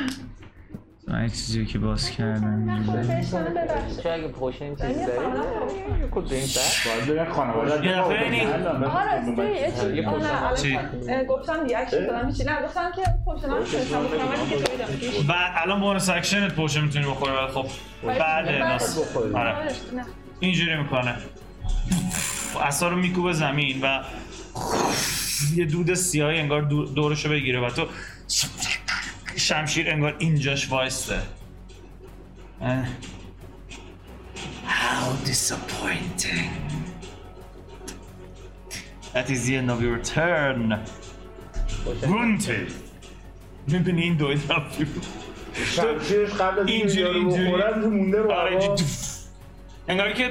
J: من یه چیزی که باز کردم
E: من خود بهشتم ببخشید
B: چون اگه پوشن
E: یه
B: چیز داری
E: فهمم.
B: یه کد drink دار.
C: باید بگم خانواده
A: یه دفعه اینی.
E: آها راستی آره، یه چیز
B: یه
E: آه،
B: پشت
E: نه الان
A: چی؟
E: آره. اه، گفتم دیگه اکشن دادم هیچی نه گفتم که پشتم هم شدم گفتم ولی که جویدم هیچ.
A: بعد الان بونس اکشنت پوشه میتونی بخوری ولی خب بعد ناس آره
E: آره، نه.
A: اینجوری میکنه اصلا رو میکوبه زمین و یه دود سیاهی انگار دو- دورشو بگیره و تو شمشیر انگار اینجاش وایسته اه. How disappointing That is the end of your turn Grunty میبینی این دوید رفتی بود
K: شمشیرش قبل از اینکه
A: اینجوری-
K: یارو
A: اینجوری.
K: بخورن تو مونده رو
A: آره
K: هوا.
A: اینجا دوف. انگار که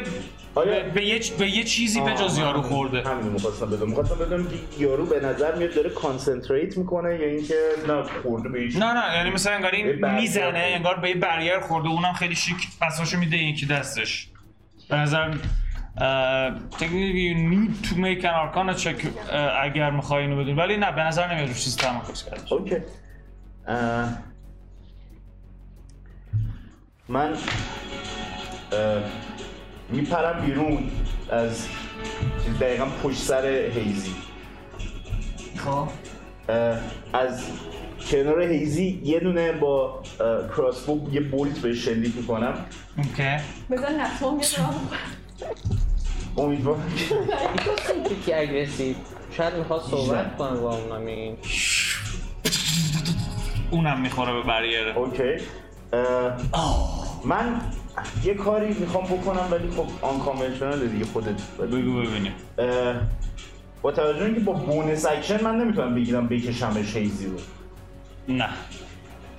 D: آیا-
A: به- به یه, به یه چیزی به جز یارو خورده
D: همین می‌خواستم بدم می‌خواستم بدم که یارو به نظر میاد داره کانسنتریت میکنه یا اینکه نه خورده به هیچ
A: نه نه یعنی مثلا انگار
D: یه
A: این
D: برگر
A: میزنه
D: خورده.
A: انگار به یه بریر خورده اونم خیلی شیک پساشو میده یکی دستش به نظر تکنیکی you need to make an arcana check اه، اگر میخوای اینو بدون ولی نه به نظر نمیاد روش چیز تمرکز کرده باشه.
D: اوکی اه، من میپرم بیرون از چیز دقیقا پشت سر هیزی اه، از کنار هیزی یه دونه با اه، کراسبو یه بولت به شلیک میکنم
A: اوکی
E: بزن نتوم یه جواب
D: امیدوارم که
B: یکی اگرسیو شاید میخواد صحبت کنه با اونم این
A: اونم میخوره به بریر
D: اوکی اه، من یه کاری میخوام بکنم ولی خب آنکامنشنال دیگه خودت ولی،
A: بگو ببینیم
D: اه، با توجه اینکه با بونس اکشن من نمیتونم بگیرم بکشمش هیزی رو
A: نه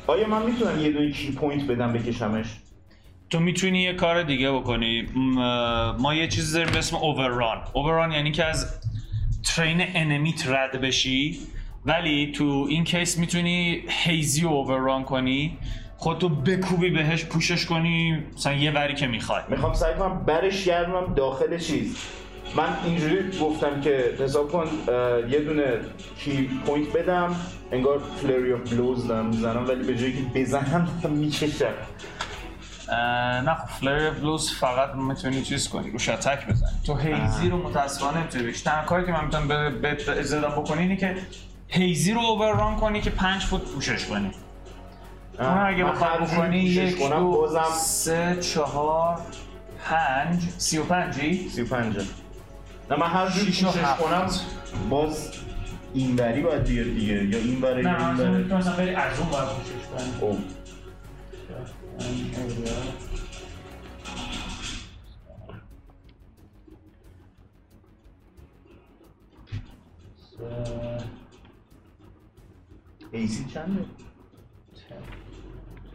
D: آیا من میتونم یه دونه کی پوینت بدم بکشمش
A: تو میتونی یه کار دیگه بکنی م، اه، ما یه چیزی داریم به اسم اوورران اوورران یعنی که از ترین انمیت رد بشی ولی تو این کیس میتونی هیزی رو اوورران کنی خودتو بکوبی بهش پوشش کنی مثلا یه وری که میخوای
D: میخوام سعی کنم برش گردونم داخل چیز من اینجوری گفتم که حساب کن اه، یه دونه کی پوینت بدم انگار فلری آف بلوز دارم میزنم ولی به جایی که بزنم میکشم
A: اه، نه خب فلر بلوز فقط میتونی چیز کنی روش اتک بزنی تو هیزی رو متاسفانه نمیتونی بکشی تنها کاری که من میتونم به به اضافه بکنی اینه که هیزی رو اوورران کنی که پنج فوت پوشش کنی اون اگه
D: من
A: بخوای
D: هر جوری
A: بکنی
D: پوشش
A: یک
D: کنم،
A: دو
D: بازم-
A: سه چهار پنج سی و پنجی
D: سی و پنجه نه من هر جوری
A: شیش و
D: کوشش
A: هفت.
D: کنم باز این وری باید بیاد دیگه یا این وری
A: نه
D: یا این
A: من
D: وری
A: میتونستم بری از اون باید پوشش کنی
D: او. ایسی چنده؟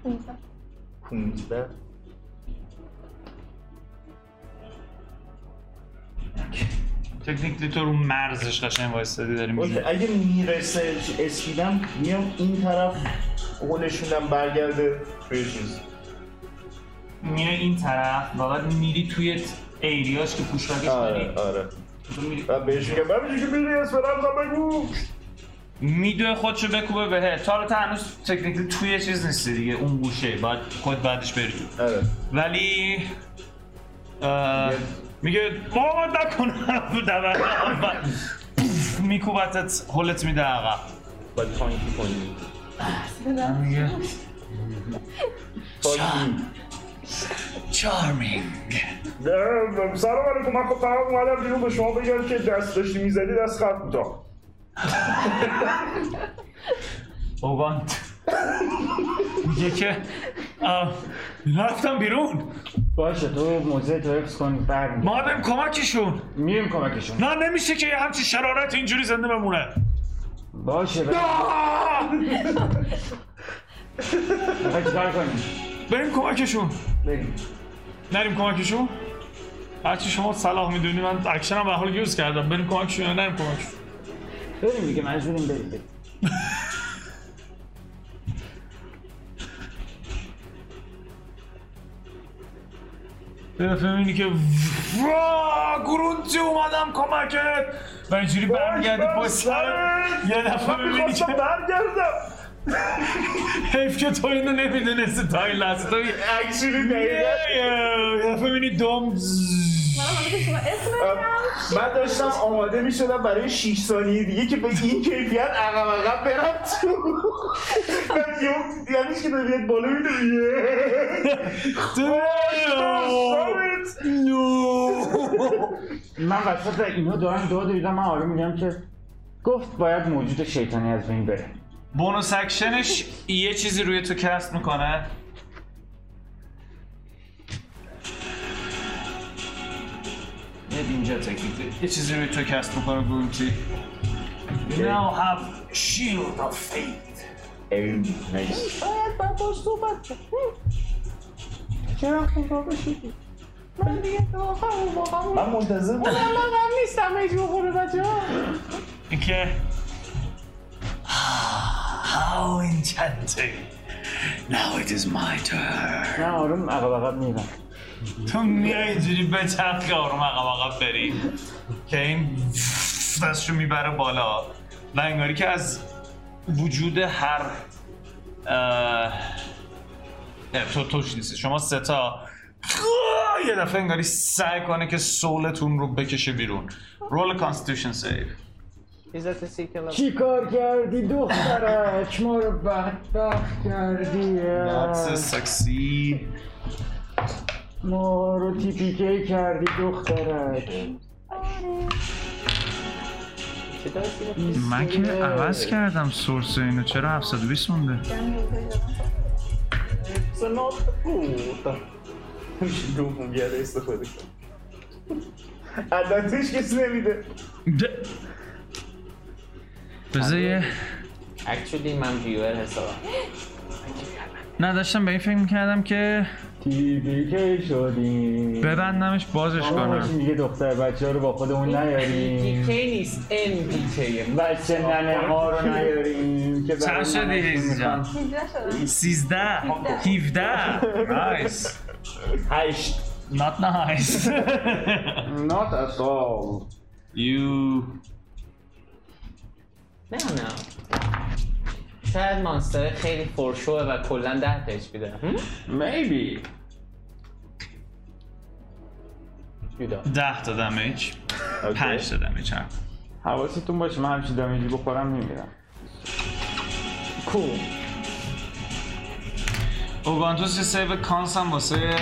E: 15.
D: 15
A: تکنیکلی تو رو مرزش قشنگ وایستادی داری
D: اوکی،
A: میزنی
D: اگه میرسه اسکیدم میام این طرف قولش میدم برگرده توی چیز
A: میای این طرف و بعد میری توی ایریاش که پوشاکش کنی
D: آره آره
A: تو میری-
D: و بهش میگم
K: من میشه که میری اسم رمزم بگو
A: میدوه خودشو بکوبه بهت تا حالا تو هنوز تکنیکلی توی چیز نیستی دیگه اون گوشه باید خود بعدش بری تو.
D: آره
A: ولی اه، میگه بابا نکن دبر میکوبتت هولت میده عقب
D: باید تانکی کنی
E: بزن.
A: میگه
D: تانکی
A: چارمینگ
K: نه، سلام علیکم من خب فقط اومدم بیرون به شما بگم که دست داشتی میزدی دست خط بودم
A: اوگانت میگه که اه، رفتم بیرون
C: باشه تو موزه تو حفظ کن برمی
A: ما بریم کمکشون
C: میریم کمکشون
A: نه نمیشه که یه همچین شرارت اینجوری زنده بمونه
C: باشه بریم. میخوای چیکار کنیم
A: بریم کمکشون
C: بریم
A: نریم کمکشون هرچی شما صلاح میدونی من اکشنم به حال یوز کردم بریم کمکشون یا نریم کمکشون
C: بریم دیگه مجبوریم بریم بریم.
A: یه دفعه میبینی که وا گرونتی اومدم کمکت و اینجوری برمیگردی
L: باش،
A: پشت سر یه دفعه
L: من
A: میبینی که
L: میخواستم برگردم
A: حیف که تو اینو نمیدونستی تا این لحظه تو میگی،
D: اکشنی دقیقا
A: "ای، ای". یه دفعه میبینی دوم زز.
E: من حالا که شما اسم بگم
D: من داشتم آماده میشدم برای 6 ثانیه دیگه که به این کیفیت عقب عقب برم تو بعد یهو- یعنی که داری بیاد بالا میدونی
C: من وسط اینا دارم داد دیدم من آروم میگم که گفت باید موجود شیطانی از بین بره
A: بونوس اکشنش یه چیزی روی تو کست میکنه یه اینجا تکلیفه یه چیزی روی تو کست میکنه گرومتی You now have shield of faith
E: باید باید باش صحبت کنم. چرا خدا بشید من دیگه واقعا اون موقع اون
D: من منتظر بودم
E: من من نیستم اجبا خوره بچه ها
A: اینکه Ah, How enchanting Now it is my turn
C: نه آروم عقب عقب میرم
A: تو میای اینجوری به چرخ که آروم عقب عقب بری که این دستشو میبره بالا و انگاری که از وجود هر اه، نه، تو توش نیست شما سه تا یه دفعه انگاری سعی کنه که سولتون رو بکشه بیرون رول کانستیتوشن سیو
B: Is that a sequel of-
C: چی کار کردی دخترک ما رو بدبخت کردی
A: سکسی
C: ما رو تیپیکی کردی دخترک
B: چه دستی رو-
M: من که عوض کردم سورس اینو چرا 720 مونده
B: It's not good.
D: میشه دوم بیاد استفاده کنم عددش کسی نمیده
M: ده. بذار یه
B: Actually من ویور حسابم
M: نه داشتم به این فکر میکردم که
C: تیپیکی شدیم
M: ببندمش بازش
C: آماش
M: کنم
C: میگه دختر بچه ها رو با خودمون
B: PK
C: نیاریم
B: نیست NPK
C: بچه ننه ها رو نیاریم که
M: چند شدی، عزیز جان؟
E: هیجده شده
M: 13 17 نایس
D: هشت
A: Not nice
C: Not at all
A: You
B: نه نه شاید مانستر خیلی پرشوه و کلا ده تش میده هم؟
C: Maybe
B: جدا
A: 10 تا دمیج 5 تا دمیج هم
C: حواستون باشه من همچین دمیجی بخورم میمیرم
B: cool
A: اوگانتوس یه سیو کانس هم واسه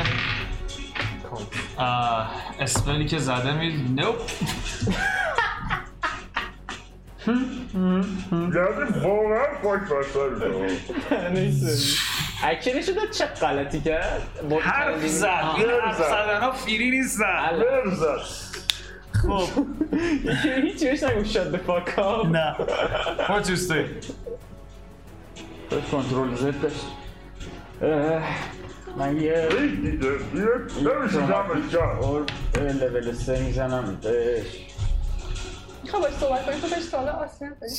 A: آه، اسپلی که زده می نوپ
L: یعنی واقعا پاک بستن
B: اکشنش شده چه غلطی کرد با-
A: حرف زد این حرف زدن ها فیری نیستن
L: برزد
A: خب
B: هیچی بهش نگو شد فاک آپ
A: نه What you say?
C: داشت کنترل زد داشت اه، من یه
L: دیگه نمیشه دمش کرد
C: اور لول سه میزنم بهش
E: خب باش صحبت کنیم تو بهش ساله آسیان داری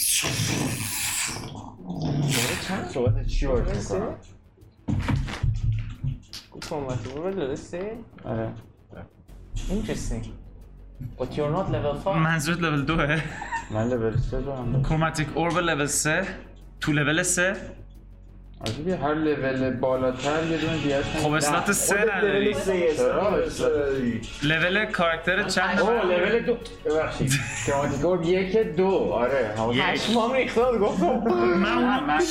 C: صحبت چی باید میکنم آره
B: Interesting. But you're not level 5.
A: منظورت لول دوه
C: من لول سه دارم
A: کروماتیک اورب لول 3 تو لول 3
C: آجی بیا هر لول بالاتر یه دونه دیگه
A: خب اسلات 3 نداری
D: Ah,
A: لول کاراکتر چند
C: او لول دو ببخشید شما گفت یک دو آره حواس-
B: پشمام ریخته گفتم
A: من اونو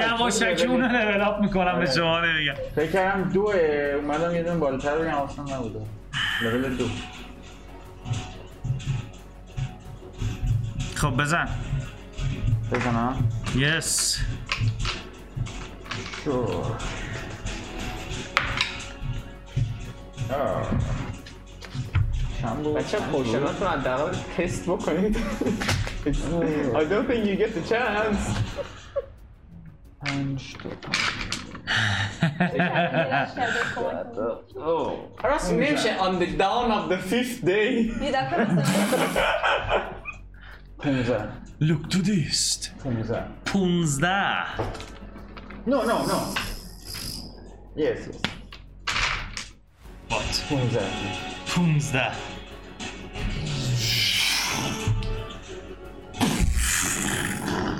A: یواشکی اونو لول اپ میکنم به شما نمیگم
C: فکر کردم دوه اومدم یه دونه بالاتر بگم اصلا نبوده لول دو
A: خب بزن
C: بزنم
A: یس
C: Sure. 아. چند بود؟
B: بچه پوشناتون از دقیقا تست بکنید I don't think you get the chance
C: پنج تا
B: راست نمیشه on the down of the fifth day
E: یه دفعه مثلا
C: پونزه
A: لوک تو دیست
C: پونزه
A: 15
C: نو نو نو یس یس
A: بات
C: پونزه
A: 15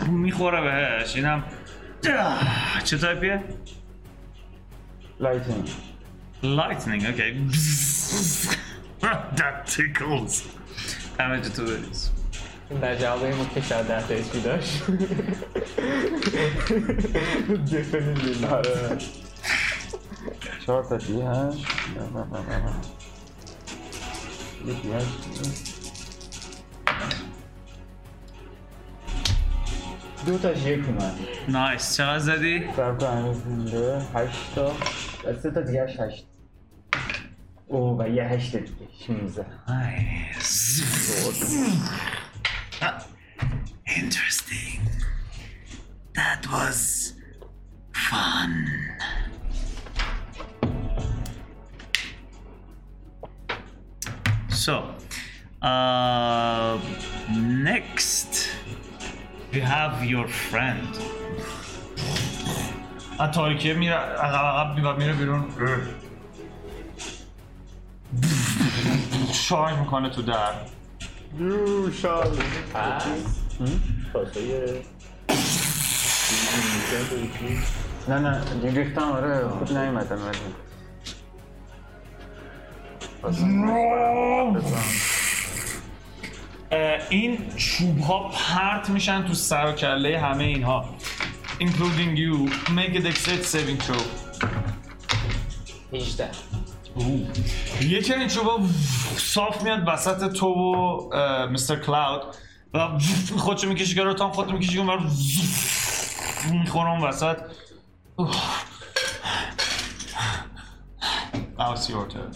A: میخوره بهش اینم چه تایپیه؟
C: لایتنینگ
A: Lightning, okay. That tickles. Damage to this.
B: در جواب این بود که شاید ده تا HP داشت Definitely not.
C: چهار تا دیگه هشت نه، نه، نه، نه، نه. یه دیگه هشت. دو تاش یک اومد
A: Nice. چقدر زدی؟
C: سر کن هنوز مونده هشت تا و سه تا دیگه هشت او و یه هشت دیگه شونزه
A: Ah, Interesting. That was fun. So, uh, next we have your friend. آ، تاریکیه میره عقب عقب و میره بیرون شارژ میکنه تو در
C: نه نه ریختم آره خود نیومدم ولی
A: این چوب ها پرت میشن تو سر و کله همه اینها including you make a dexterity saving throw
B: 18
A: یکی این چوبا صاف میاد وسط تو و اه، مستر کلاود و خودشو میکشی که رو تام خودتو میکشی اون بر میخوره اون وسط Now it's your turn.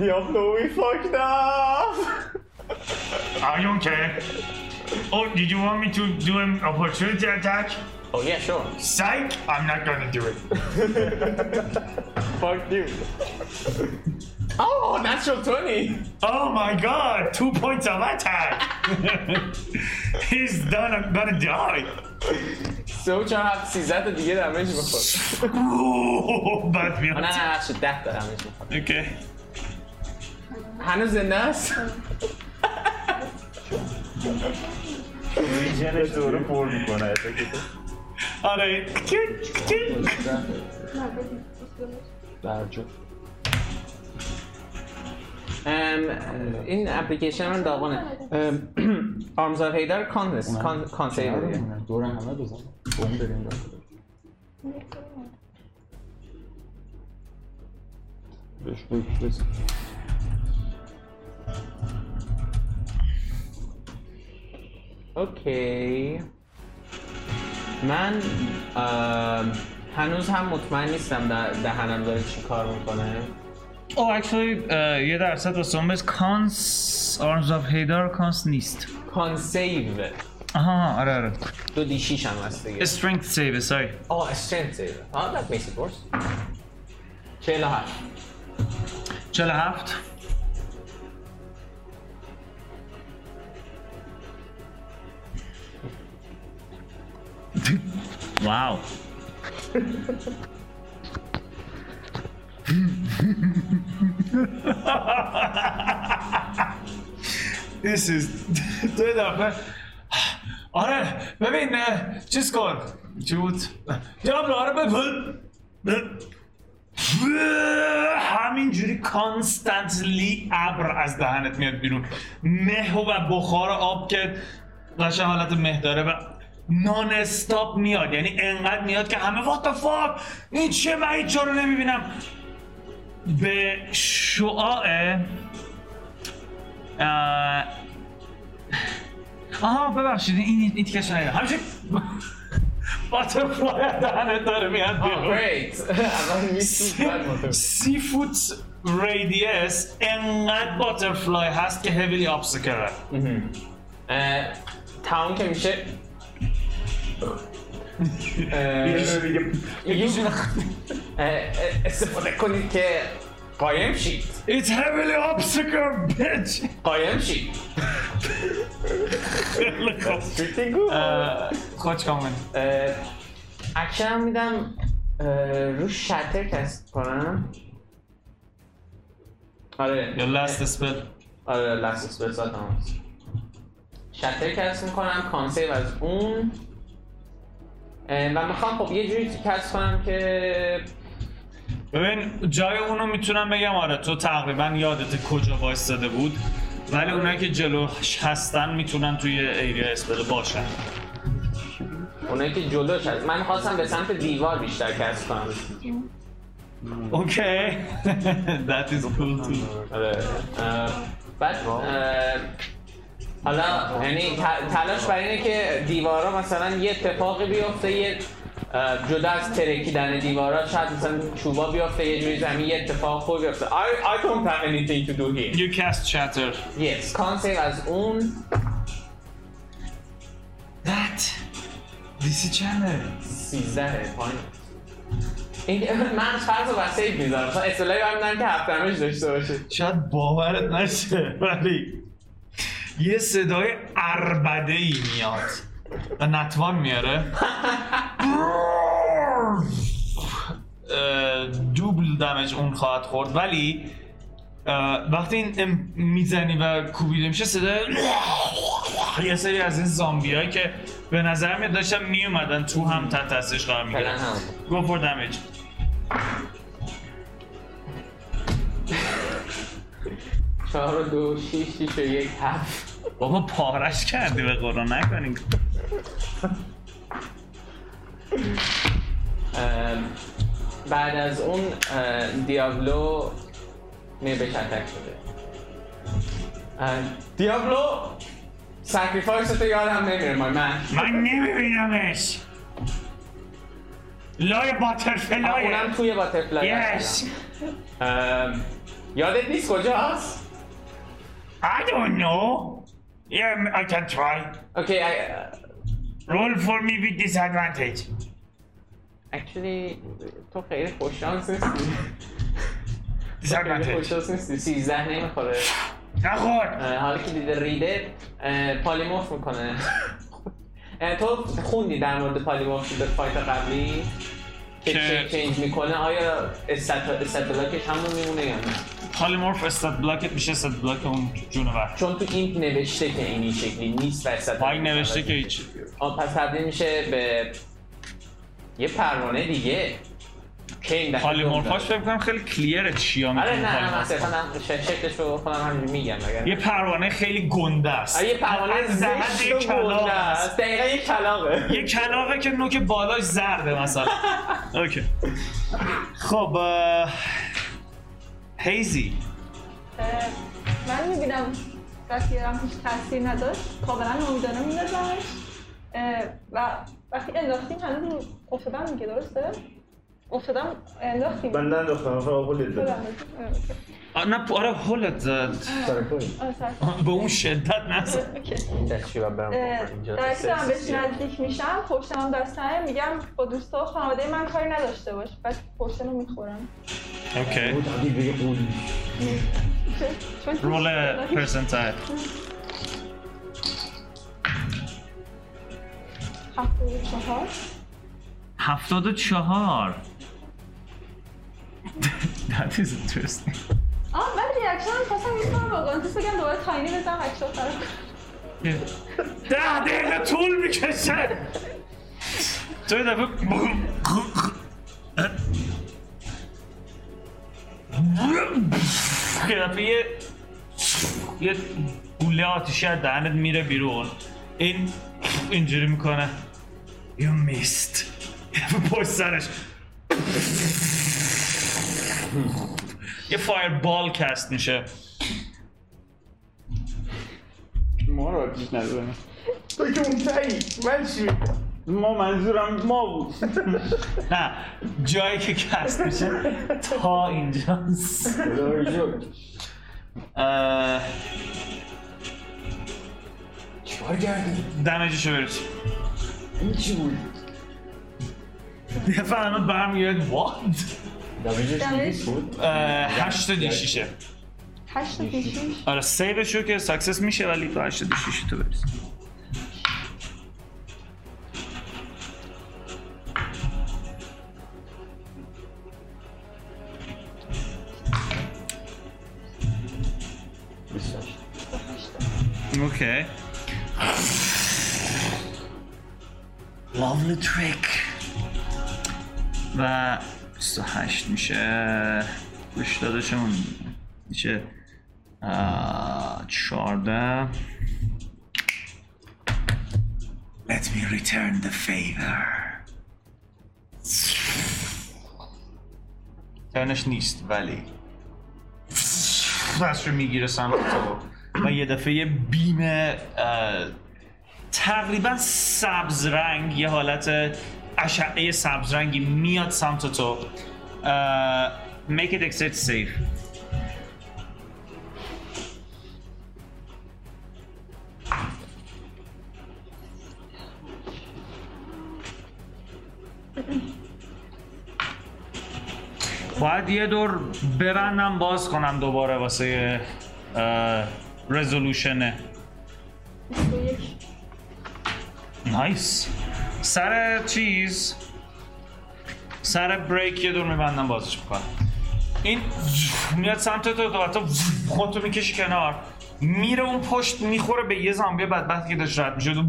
B: دیابلو وی فاکت اپ
A: Are you okay? Oh, did you want me to do an opportunity attack?
B: Oh yeah, sure.
A: Psych! I'm not gonna do it.
B: Fuck you. Oh, natural 20.
A: Oh my god, two points of attack! He's done, I'm gonna die!
B: سه و چهار هفت سیزده تا دیگه دمیج بخور
A: Ooh, بد
B: آه،
A: میاد.
B: نه نه بخشید ده تا دمیج بخور
A: Okay.
B: هنوز زنده است
D: جنش دوره پر میکنه
A: آره.
B: ام، این اپلیکیشن من داغونه آرمزار هیدر کان کان کان سیو دیگه.
C: دور همه بزن به اون بریم داخل. بهش بگو، بزن.
B: اوکی من ام، هنوز هم مطمئن نیستم ده- دهنم داره چی کار میکنه
A: Oh, actually, uh, یه درصد واسه اون بس کانس آرمز آف هیدار کانس نیست.
B: کان سیو
A: آها آره آره.
B: دو دی شیش هم هست دیگه
A: Strength save, sorry.
B: آه استرنت سیو آه that makes it worse 48
A: 47. wow. This is تو یه دفعه آره ببین اه، چیز کن چی بود؟ جناب آره ببین همینجوری کانستنتلی ابر از دهنت میاد بیرون مه و بخار آب که قشن حالت مه داره و نان استاپ میاد یعنی انقدر میاد که همه وات فاک این چه من این رو نمیبینم به شعاع اه، آها ببخشید این این تیکش نیاد همیشه باترفلای از دهنت داره میاد
B: Oh.
A: بیرون
B: great الان میسوزد
A: سی فوت ریدیس انقدر باترفلای هست که هیویلی آبسکره
B: تمام که میشه یه e, استفاده کنید که قایم شید
A: It's heavily obscure, bitch!
B: قایم شید
A: Uh, خوش کامل.
B: اه، اکشن هم میدم اه، رو شتر کسب کنم آره
A: Your last spell.
B: آره لست اسپل سات هم هست شتر کست میکنم کانسیو از اون اه، و میخوام خب یه جوری کست کنم که
A: ببین جای اونو میتونم بگم آره تو تقریبا یادت کجا وایستاده بود ولی اونایی که جلوش هستن میتونن توی ایریا اسپل باشن
B: اونایی که جلوش هست من خواستم به سمت دیوار بیشتر کست کنم
A: اوکی That is cool too
B: آره اه، بعد اه، حالا یعنی ت- تلاش بر اینه که دیوارا مثلا یه اتفاقی بیفته یه اه، جدا از ترکیدن دیوارا شاید مثلا چوبا بیفته یه جوری زمین یه اتفاق خوب بیفته I, I don't have anything to do here
A: You cast shatter
B: Yes, can't save از اون
A: That دیسی چنده
B: 13 پایین این من فرض رو سیف میذارم مثلا اصطلاحی برمیدن که هفت دمج داشته باشه
A: شاید باورت نشه ولی یه صدای اربده ای میاد و نتوان میاره اه، دوبل دمج اون خواهد خورد ولی اه، وقتی این ام- میزنی و کوبیده میشه صدای یه سری از این زامبی که به نظر میاد داشتن میومدن تو هم تحت تاثیرش قرار میگیرن
B: فعلا هم
A: Go for damage.
B: چهار و دو شیش شیش و یک هفت
A: بابا پارش کردی به قرآن نکنین
B: ام، بعد از اون اه، دیابلو می بهش اتک شده ام، دیابلو سکریفایس تو یادم نمیره مای من
A: من نمیبینمش لای باترفلای
B: اونم توی باترفلای
A: Yes.
B: ام، یادت نیست کجاست؟
A: I don't know Yeah, I can try
B: Okay, I
A: Roll for me with disadvantage
B: actually تو خیلی خوششانس نیستی خیلی
A: Disadvantage
B: خوششانس نیستی 13 نمیخوره
A: نخور
B: اه، حالا که دیده ریده اه، پالیمورف میکنه اه، تو خوندی در مورد پالیمورف در فایت قبلی که
A: که-
B: چه چینج میکنه آیا استت- استدلاکش همون میمونه یا نه
A: پالیمورف استاد بلاکت میشه استاد بلاک اون جونور
B: چون تو این نوشته که این این شکلی نیست و استدلاکش
A: پای نوشته که هیچ
B: آه، پس تبدیل میشه به یه پرمانه دیگه کین دفعه
A: پالیمورفاش
B: دوم داره.
A: فکر کنم خیلی کلیره چیا
B: آره نه نه من
A: میکنه
B: صرفا هم ش- شکلش رو خودم همینجوری میگم اگر
A: یه پروانه خیلی گنده است
B: آره یه پروانه
A: از زحمت
B: زشت
A: یه
B: و
A: کلاغ
B: گنده
A: است.
B: است دقیقا یه کلاغه
A: یه کلاقه که نوک بالاش زرده مثلا اوکی خب اه، هیزی
E: اه، من میبینم رفیقم هیچ تاثیر نداشت کاملا امیدانه میندازمش اه، و وقتی انداختیم هنوز رو افتادم میگه درسته افتادم انداختیم
D: من ننداختم آخه آقول دادم
A: آه، نه آره هولت زد
E: آره،
A: به اون شدت نزد
E: درسته هم بهش نزدیک میشم خب، پشتم هم دستنه میگم با دوستا و خانواده من کاری نداشته باش بعد پشتم رو میخورم
A: اوکی
E: چون-
A: رول پرسنتایل
E: هفت و چهار
A: هفتاد و چهار That is interesting
E: آه من ریاکشن هم خواستم یه کنم با گانتیس بگم دوباره تاینی بزنم اکشن فرام
A: ده دقیقه طول میکشه تو یه دفعه یه دفعه یه یه گوله آتیشه از دهنت میره بیرون این اینجوری میکنه You missed پشت سرش یه فایر بال کست میشه
C: ما رو آتیش نزنیم
D: تو که اون تایی من چی؟
C: ما منظورم ما بود
A: نه جایی که کست میشه تا اینجاست اه،
D: چیکار کردی؟
A: دمجشو برسیم
D: این چی بود؟
A: یه فهمت برمیگرد وات
E: دمش
A: هشت دیشیشه
E: هشت و بیشیش
A: آره سیوشو که ساکسس میشه ولی تو هشت دیشیش تو برسیم
C: بیست و هشت.
M: اوکی لاولی تریک و 28 میشه گوش دادشون میشه آه، 14 Let me return the favor
A: ترنش نیست ولی پس رو میگیره سمت تو و یه دفعه یه بیم اه، تقریبا سبز رنگ یه حالت اشعه سبز رنگی میاد سمت تو اه، make it exit safe باید یه دور برنم باز کنم دوباره واسه رزولوشنه نایس سر چیز سر بریک یه دور میبندم بازش میکنم این میاد سمت تو تو حتی خودتو میکشی کنار میره اون پشت میخوره به یه زامبی بدبخت که داشت رد میشد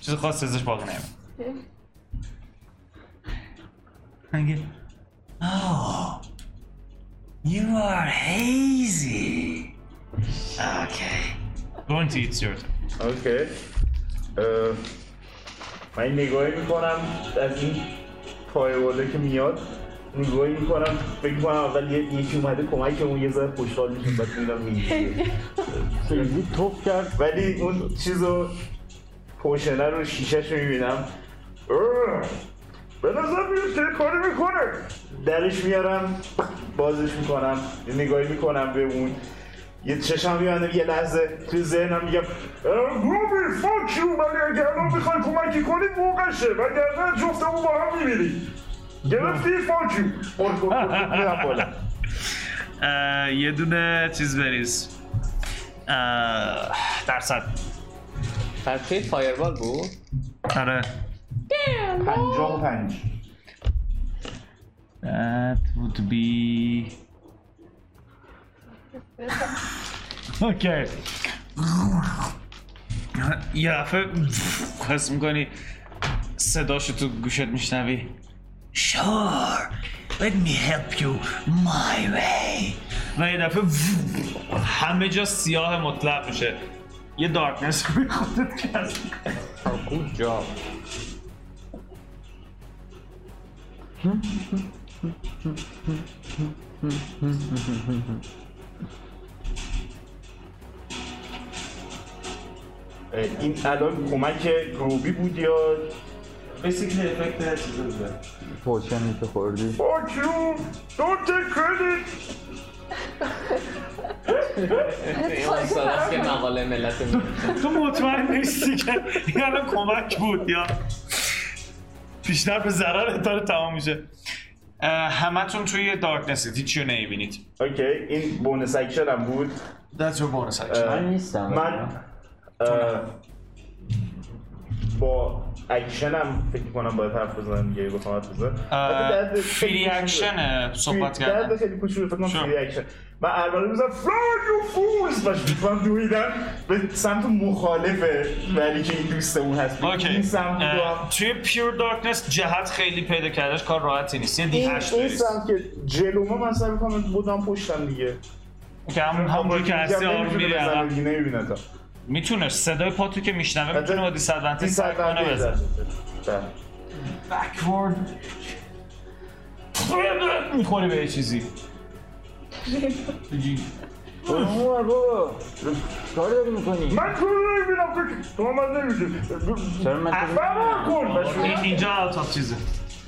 A: چیز خاصی ازش باقی نمیم میگه Oh, you are hazy. Okay. Going to eat your turn.
D: اوکی اه، من این نگاهی میکنم از این پای بالا که میاد نگاهی میکنم فکر کنم اول یه- یکی اومده کمک اون یه ذره خوشحال میشم بعد میرم میگیره
C: خیلی توف کرد
D: ولی اون چیزو پوشنه رو شیشهش رو میبینم
L: اه، به نظر میاد که کاری میکنه
D: درش میارم بازش میکنم یه نگاهی میکنم به اون یه چشم میبندم یه لحظه توی ذهنم میگم
L: روبی فاک یو ولی اگه الان میخوای کمکی کنی موقعشه وگرنه جفتمون با هم میمیری گرفتی فاک یو
D: میرم بالا
A: اه، یه دونه چیز بریز اه، درصد
B: پس توی فایروال بود
A: آره
D: پنجاه و پنج
A: That would be اوکی یه دفعه حس میکنی صداشو تو گوشت میشنوی Sure, let me help you my way و یه دفعه همه جا سیاه مطلق میشه یه دارکنس روی خودت کسب می‌کنی.
B: گود جاب
D: این الان کمک گروبی بود یا
C: پوشنی که خوردی
L: فاک یو دونت کردیت
B: این سال است که مقاله ملت می‌نویسه.
A: تو مطمئن نیستی که این الان کمک بود یا بیشتر به ضرر داره تمام میشه اه، همتون توی دارکنسید هیچی رو نمیبینید
D: اوکی این بونس اکشن هم بود
A: That's your bonus action.
C: من نیستم
D: من اه، با اکشنم فکر کنم باید حرف بزنم دیگه بخوام حرف بزنم البته درد
A: فری
D: خیلی کوچولو-
A: اکشنه صحبت
D: فری- درد
A: کردن
D: خیلی کوچولو فکر کنم
A: Sure.
D: فری اکشن من الان میزنم فلان یو فولز باش میکنم دویدم به سمت مخالف ولی که این دوستمون هست
A: اوکی.
D: این سمت رو هم
A: اه، توی پیور دارکنس جهت خیلی پیدا کردش کار راحتی نیست یه
D: این
A: دیهش
D: این
A: بریز
D: سمت که جلو ما من سعی میکنم بودم پشتم دیگه
A: که همون
D: خب،
A: همونجور که هستی آروم میری عقب
D: نمیبینه
A: میتونه صدای پاتو که میشنوه میتونه
D: خب،
A: با دیسادونتیج
D: این بله.
A: سعی کنه بزنه backward میخوری به یه چیزی
C: برو بابا کار داری میکنی
L: من تو رو نمیبینم تو که- تو من نمیدونی
C: چرا من تو رو-
L: فرار کن بس
A: این- اینجا out of چیزه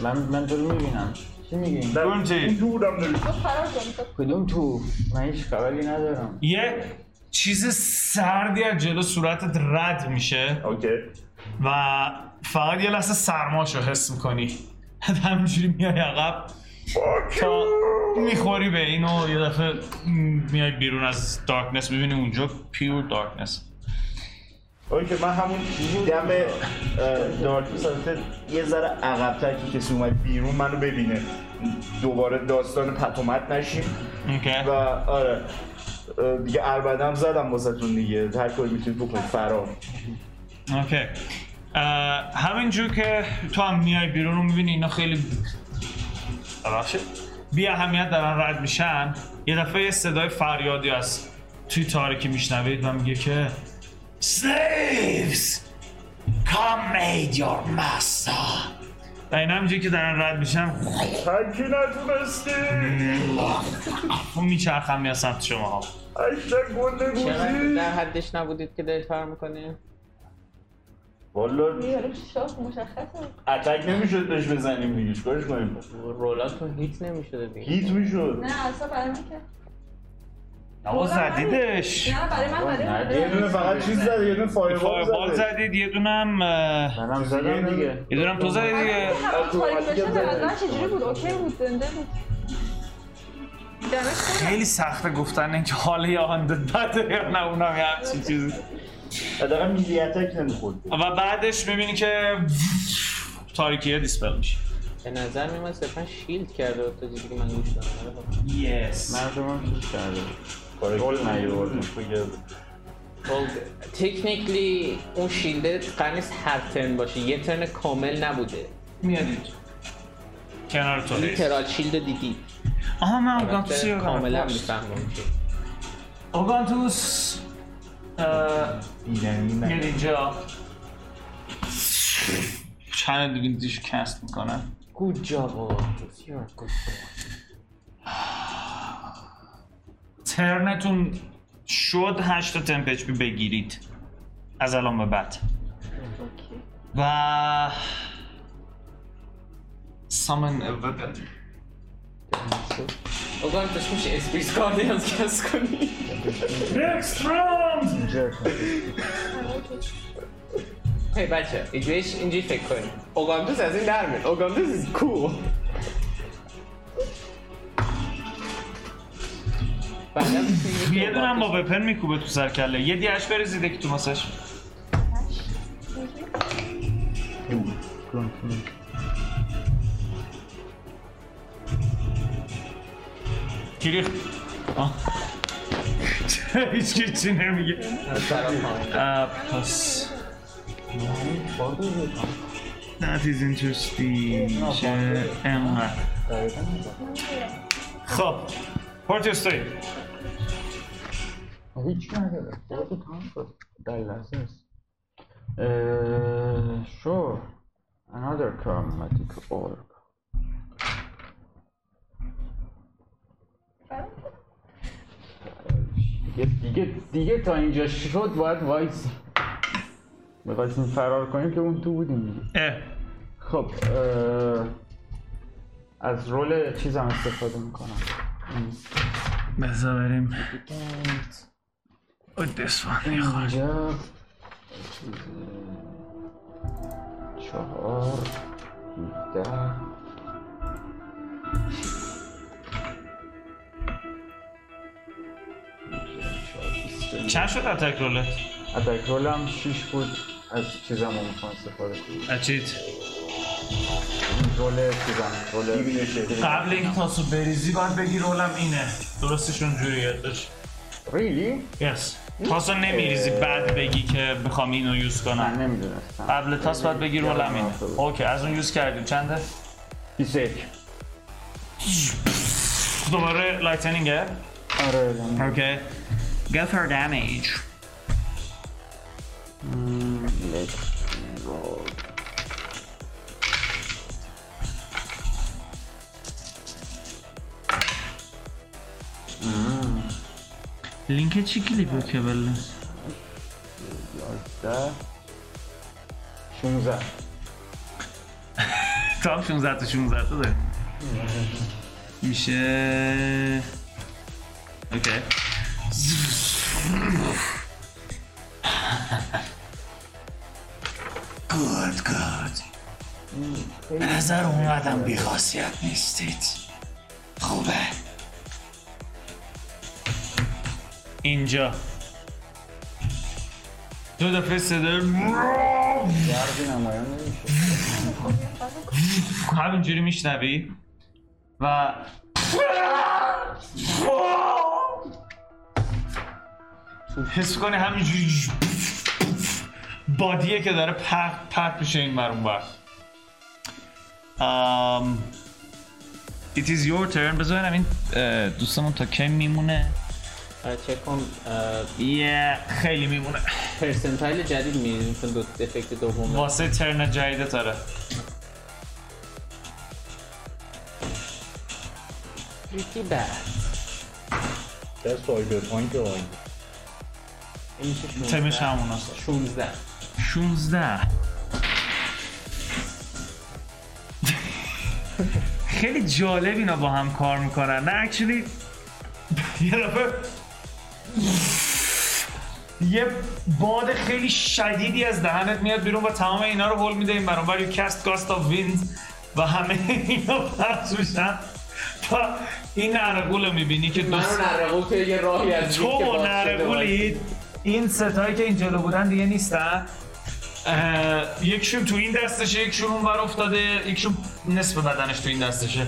C: من من تو رو میبینم چی میگی
L: اون دورم نمی‌بینم.
E: فرار کن
C: کدوم تو من هیچ خبری ندارم
A: یه چیز سردی از جلو صورتت رد میشه
D: اوکی
A: و فقط یه لحظه سرماشو حس میکنی همینجوری میای عقب تا میخوری به این و یه دفعه میای بیرون از دارکنس میبینی اونجا پیور دارکنس
D: اوکی من همون دم اه، دارک سانتر یه ذره عقبتر که کسی اومد بیرون منو ببینه دوباره داستان پتومت نشیم
A: اوکی
D: و آره اه، دیگه اربدم زدم واسهتون دیگه هر کاری میتونید بکنید فرار
A: اوکی اه، همینجور که تو هم میای بیرون رو میبینی اینا خیلی ببخشید بی اهمیت دارن رد میشن یه دفعه یه صدای فریادی از توی تاریکی میشنوید و میگه که Slaves! Come aid your master! و اینا همینجوری که دارن رد میشن
L: تکی نتونستی
A: میچرخم خب میاد سمت شما ها
L: عشق گنده
B: چرا
L: گوزی
B: در حدش نبودید که دارید فرار میکنید
D: والا
E: یارو شاخ مشخصه
D: اتک نمیشد بهش بزنیم دیگه چیکارش کنیم
B: رولاتون هیت نمیشده دیگه
D: هیت میشد
E: نه اصلا برای من که
A: آقا زدیدش
E: نه برای من برای من
D: یه دونه فقط چیز زد یه دونه فایربال
A: فایربال
D: زد
A: زدید یه دونم اه،
C: منم زدم دیگه
A: یه دونم تو زدی دیگه
E: همه تاریک بشه به نظر چجوری بود اوکی بود زنده بود دمش گرم.
A: خیلی سخته گفتن اینکه حال یا آندت بده یا نه اونم یه همچین چیزی
D: حداقل میلی اتک نمیخورد
A: و بعدش میبینی که تاریکیه دیسپل میشه
B: به نظر میومد صرفا شیلد کرده بود تا چیزی که من گوش دادم آره
A: یس
C: من شما چیز کرده
D: رول
C: نیاوردم.
B: خب، تکنیکلی اون شیلده قرار نیست هر ترن باشه یه ترن کامل نبوده
A: کنار تو
B: لیترال شیلد دیدی
A: آها من اوگانتوس
B: ترن کاملا
A: یادم
B: میفهمم که
A: اوگانتوس اه، میاد اینجا چند دیگه دیشو کست میکنه
B: Good job, Augustus. You're a good boy.
A: ترنتون شد 8 تا تمپ اچ پی بگیرید از الان به بعد و سامن وپن
B: Augustus میشه اسپریس گاردینز کس کنی؟
L: نیکست راند
B: هی بچه اینجوریش اینجوری فکر کنی اوگاندوس از این در میاد اوگاندوس is cool بعدم می‌تونی
A: یه دونه هم با وپن میکوبه تو سر کله یه دیش بریزیده که تو ماسش کریخ آه. هیچ کی چی نمیگه آه، پس That is interesting. چه انقدر. خب پورتیو استوی
C: هیچ نداره خودت تمام شد در لحظه است اه، sure another chromatic orb دیگه دیگه دیگه تا اینجا شد باید وایس میخواستیم فرار کنیم که اون تو بودیم دیگه
A: اه.
C: خب اه، از رول چیزم استفاده میکنم
A: بذار بریم With this one میخواد
C: اینجا چهار ده
A: چند شد اتک رولت؟
C: اتک رولم 6 بود از چیزم رو میخوام استفاده کنم
A: اچیت
C: رول چیزم رول
A: قبل اینکه تاسو بریزی باید بگی رولم اینه درستش اونجوریه داشت
C: ریلی؟
A: یس تاسو نمیریزی بعد بگی که بخوام اینو یوز
C: من
A: کنم
C: نمیدونستم
A: قبل تاس باید بگی رولم اینه اوکی از اون یوز کردیم چنده؟
C: 21
A: دوباره لایتنینگه؟
C: آره لعنت.
A: اوکی Go for damage لینک چی کلی بود که بله
C: 16
A: تو هم 16 تا 16 تا داری میشه اوکی گود گود به نظر اومدم بیخاصیت نیستید خوبه اینجا دو دفعه صدای
C: دردی نمایان نمیشه
A: همینجوری میشنوی و حس کنی همینجوری بادیه که داره پرت پرت میشه این بر اون بر
M: Um, it is your turn. بذار ببینم این اه، دوستمون تا کی میمونه
B: آره، چک کن
M: یه خیلی میمونه
B: پرسنتایل جدید میدیم چون دو افکت دوم
A: واسه ترن جدیده داره
B: ریتی بعد
D: در سایبر پوینت آین
B: این میشه 16.
A: تمش همون است
B: 16
M: 16 خیلی جالب اینا با هم کار میکنن نه اکچولی
A: یه دفعه یه باد خیلی شدیدی از دهنت میاد بیرون و تمام اینا رو هول میده این برون بر کست گاست آف ویند و همه اینا پس میشن و این نرگول رو میبینی که
B: من
A: دوست
B: اون عرقو که یه راهی از
A: تو
B: دید که
A: و
B: باز شده
A: نرگولید این ستایی که این جلو بودن دیگه نیستن اه، یکشون تو این دستشه یکشون اون بر افتاده یکشون نصف بدنش تو این دستشه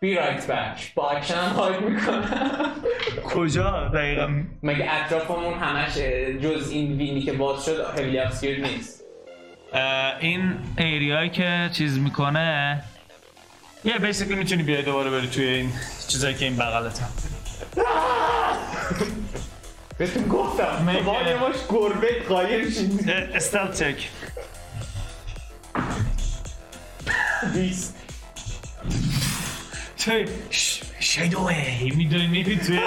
B: بی رایت بک با اکشنم هاید میکنم
A: کجا دقیقا
B: مگه اطرافمون همش اه، جز این وینی که باز شد هیولی افسیر نیست
M: اه، این ایریایی که چیز میکنه
A: یه بیسیکلی میتونی بیای دوباره بری توی این چیزایی که این بغلت هم
D: بهتون گفتم
A: میگه.
D: ما یه ماش گربه قایم شید
A: استل چک
D: 20
A: توی ش- شیدوه میدونی میری توی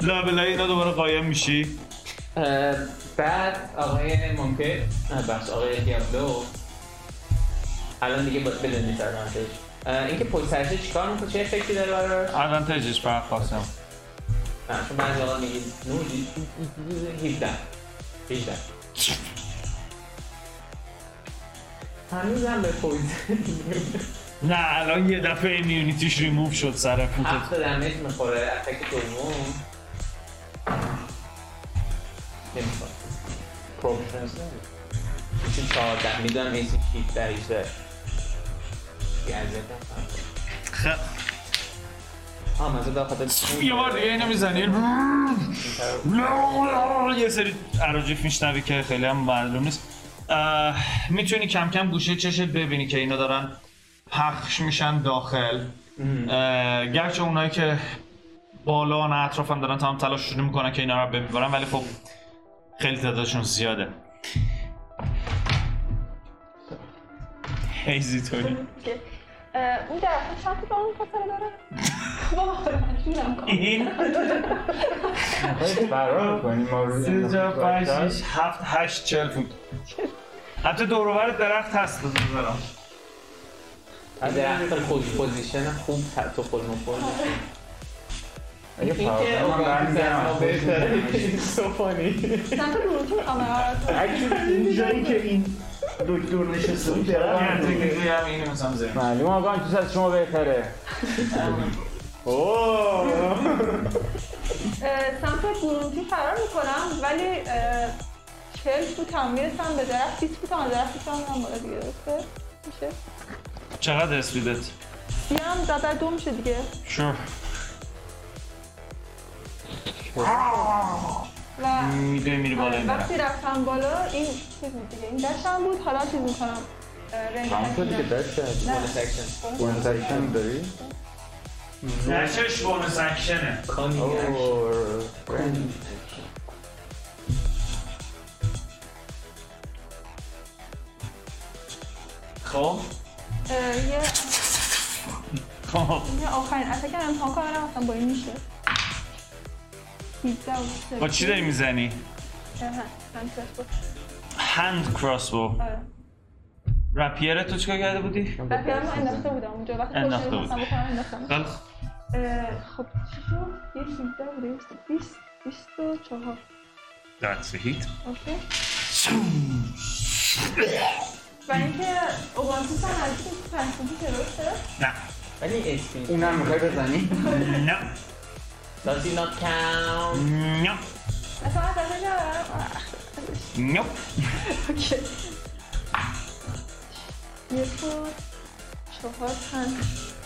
A: لابلای اینا دوباره قایم میشی
B: اه، بعد آقای ممکن بخش آقای دیابلو الان دیگه باید بدونید ادوانتج اینکه پشت چیکار میکنه چه افکتی داره براش
A: ادوانتیجش برخواستم
B: نه چون بعضی آقا میگید نوجی 17 18 هنوزم به پویزن
A: نه الان یه دفعه ایمیونیتیش ریموو شد سر فوتت
B: هفت دمیج میخوره اتک دوم نمیخوره پروفیشنس نمیشه چهارده میدونم ایسی کیت در ایزده یه اذیت نکنم.
A: خب.
B: آه مزه به خاطر
A: یه بار دیگه اینو میزنی یه سری عراجیف میشنوی که خیلی هم معلوم نیست اه، میتونی کم کم گوشه چشت ببینی که اینا دارن پخش میشن داخل اه، گرچه اونایی که بالا نه اطراف هم دارن تمام تلاششون میکنن که اینا رو ببرن ولی خب خیلی تعدادشون زیاده هیزی توری
E: که، اه، اون درخت چند تا با اون فاصله داره؟ وای، جونم کام.
A: این
C: فرار کنیم ما رو
A: سه چهار پنج شیش هفت هشت چل فوت حتی دوروبر درخت هست بزن برام
B: از درخت خود پوزیشن خوب تو خود مخور
C: اگه فرار
B: اینکه
C: کنم، من برمیگردم.
B: اوگانیزم بهتره سوفانی
E: چند تا دور تو کامرا رو تو.
D: اینجایی که این دکتر نشسته بود درم
A: تکنیکلی هم اینو مثلا زیر
C: معلوم آقا این چیز از شما بهتره
E: اه، سمت برونتی فرار میکنم ولی اه، چهل فوت هم میرسم به درخت 20 فوت هم از درخت می‌تونم برم بالا دیگه درسته؟ میشه؟
A: چقدر اسپیدت؟
E: بیام زبر دو میشه دیگه
A: شور
E: و
A: میدوی میری بالا این درخت
E: وقتی رفتم بالا این چیز بود دیگه این دشتم بود حالا چیز میکنم رنج
C: همونطور که داشت بونس اکشن داری؟
A: نشش بونس اکشنه
C: اور-
A: خب
E: یه
A: خب
E: یه آخرین اتکم امتحان کنم برم اصلا با این میشه 17 بود.
A: با چی داری میزنی؟
E: اه، ها، هم تست بود.
A: هند کراسبو
E: آره.
A: رپیره تو چیکار کرده بودی؟
E: بعد یادم انداخته بودم اونجا وقتی
A: انداخته
E: پشت
A: بود.
E: می‌خواستم بکنم انداختم
A: خیلی خوب.
E: اه، خب چی شد؟ یه 17 بوده 20 24
A: That's a hit.
E: اوکی و اینکه اوگانتوس هم از این پنسیدی درسته
A: نه
B: ولی اسپی
C: اونم میخوای بزنی؟
A: نه
B: Does it not count?
A: نه
E: اصلا از این نبرم آه،
A: نه
E: اوکی یه تو چهار پنج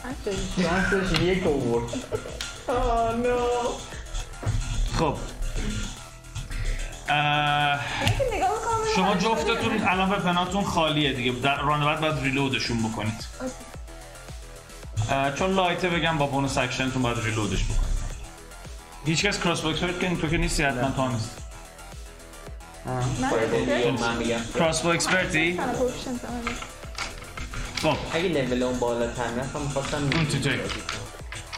E: پنج تا دیگه.
B: شانسش یک آورد
E: آه، نه.
A: خب اه،
E: یکی نگاه می‌کنم ببینم
A: شما
E: همینطوریه.
A: جفتتون الان به پناتون خالیه دیگه در راندوت باید ریلودشون بکنید
E: اوکی.
A: اه، چون لایته بگم با بونوس اکشنتون باید ریلودش بکنید هیچکس کراس باکسر که تو که نیستی حتما تا نیست
E: من
B: یا من میگم
A: کراس اکسپرتی
E: تنها پروفیشنت هم
A: خب
E: هست.
B: اگه لول اون بالاتر نرفت من میخواستم
A: اون تو جایی.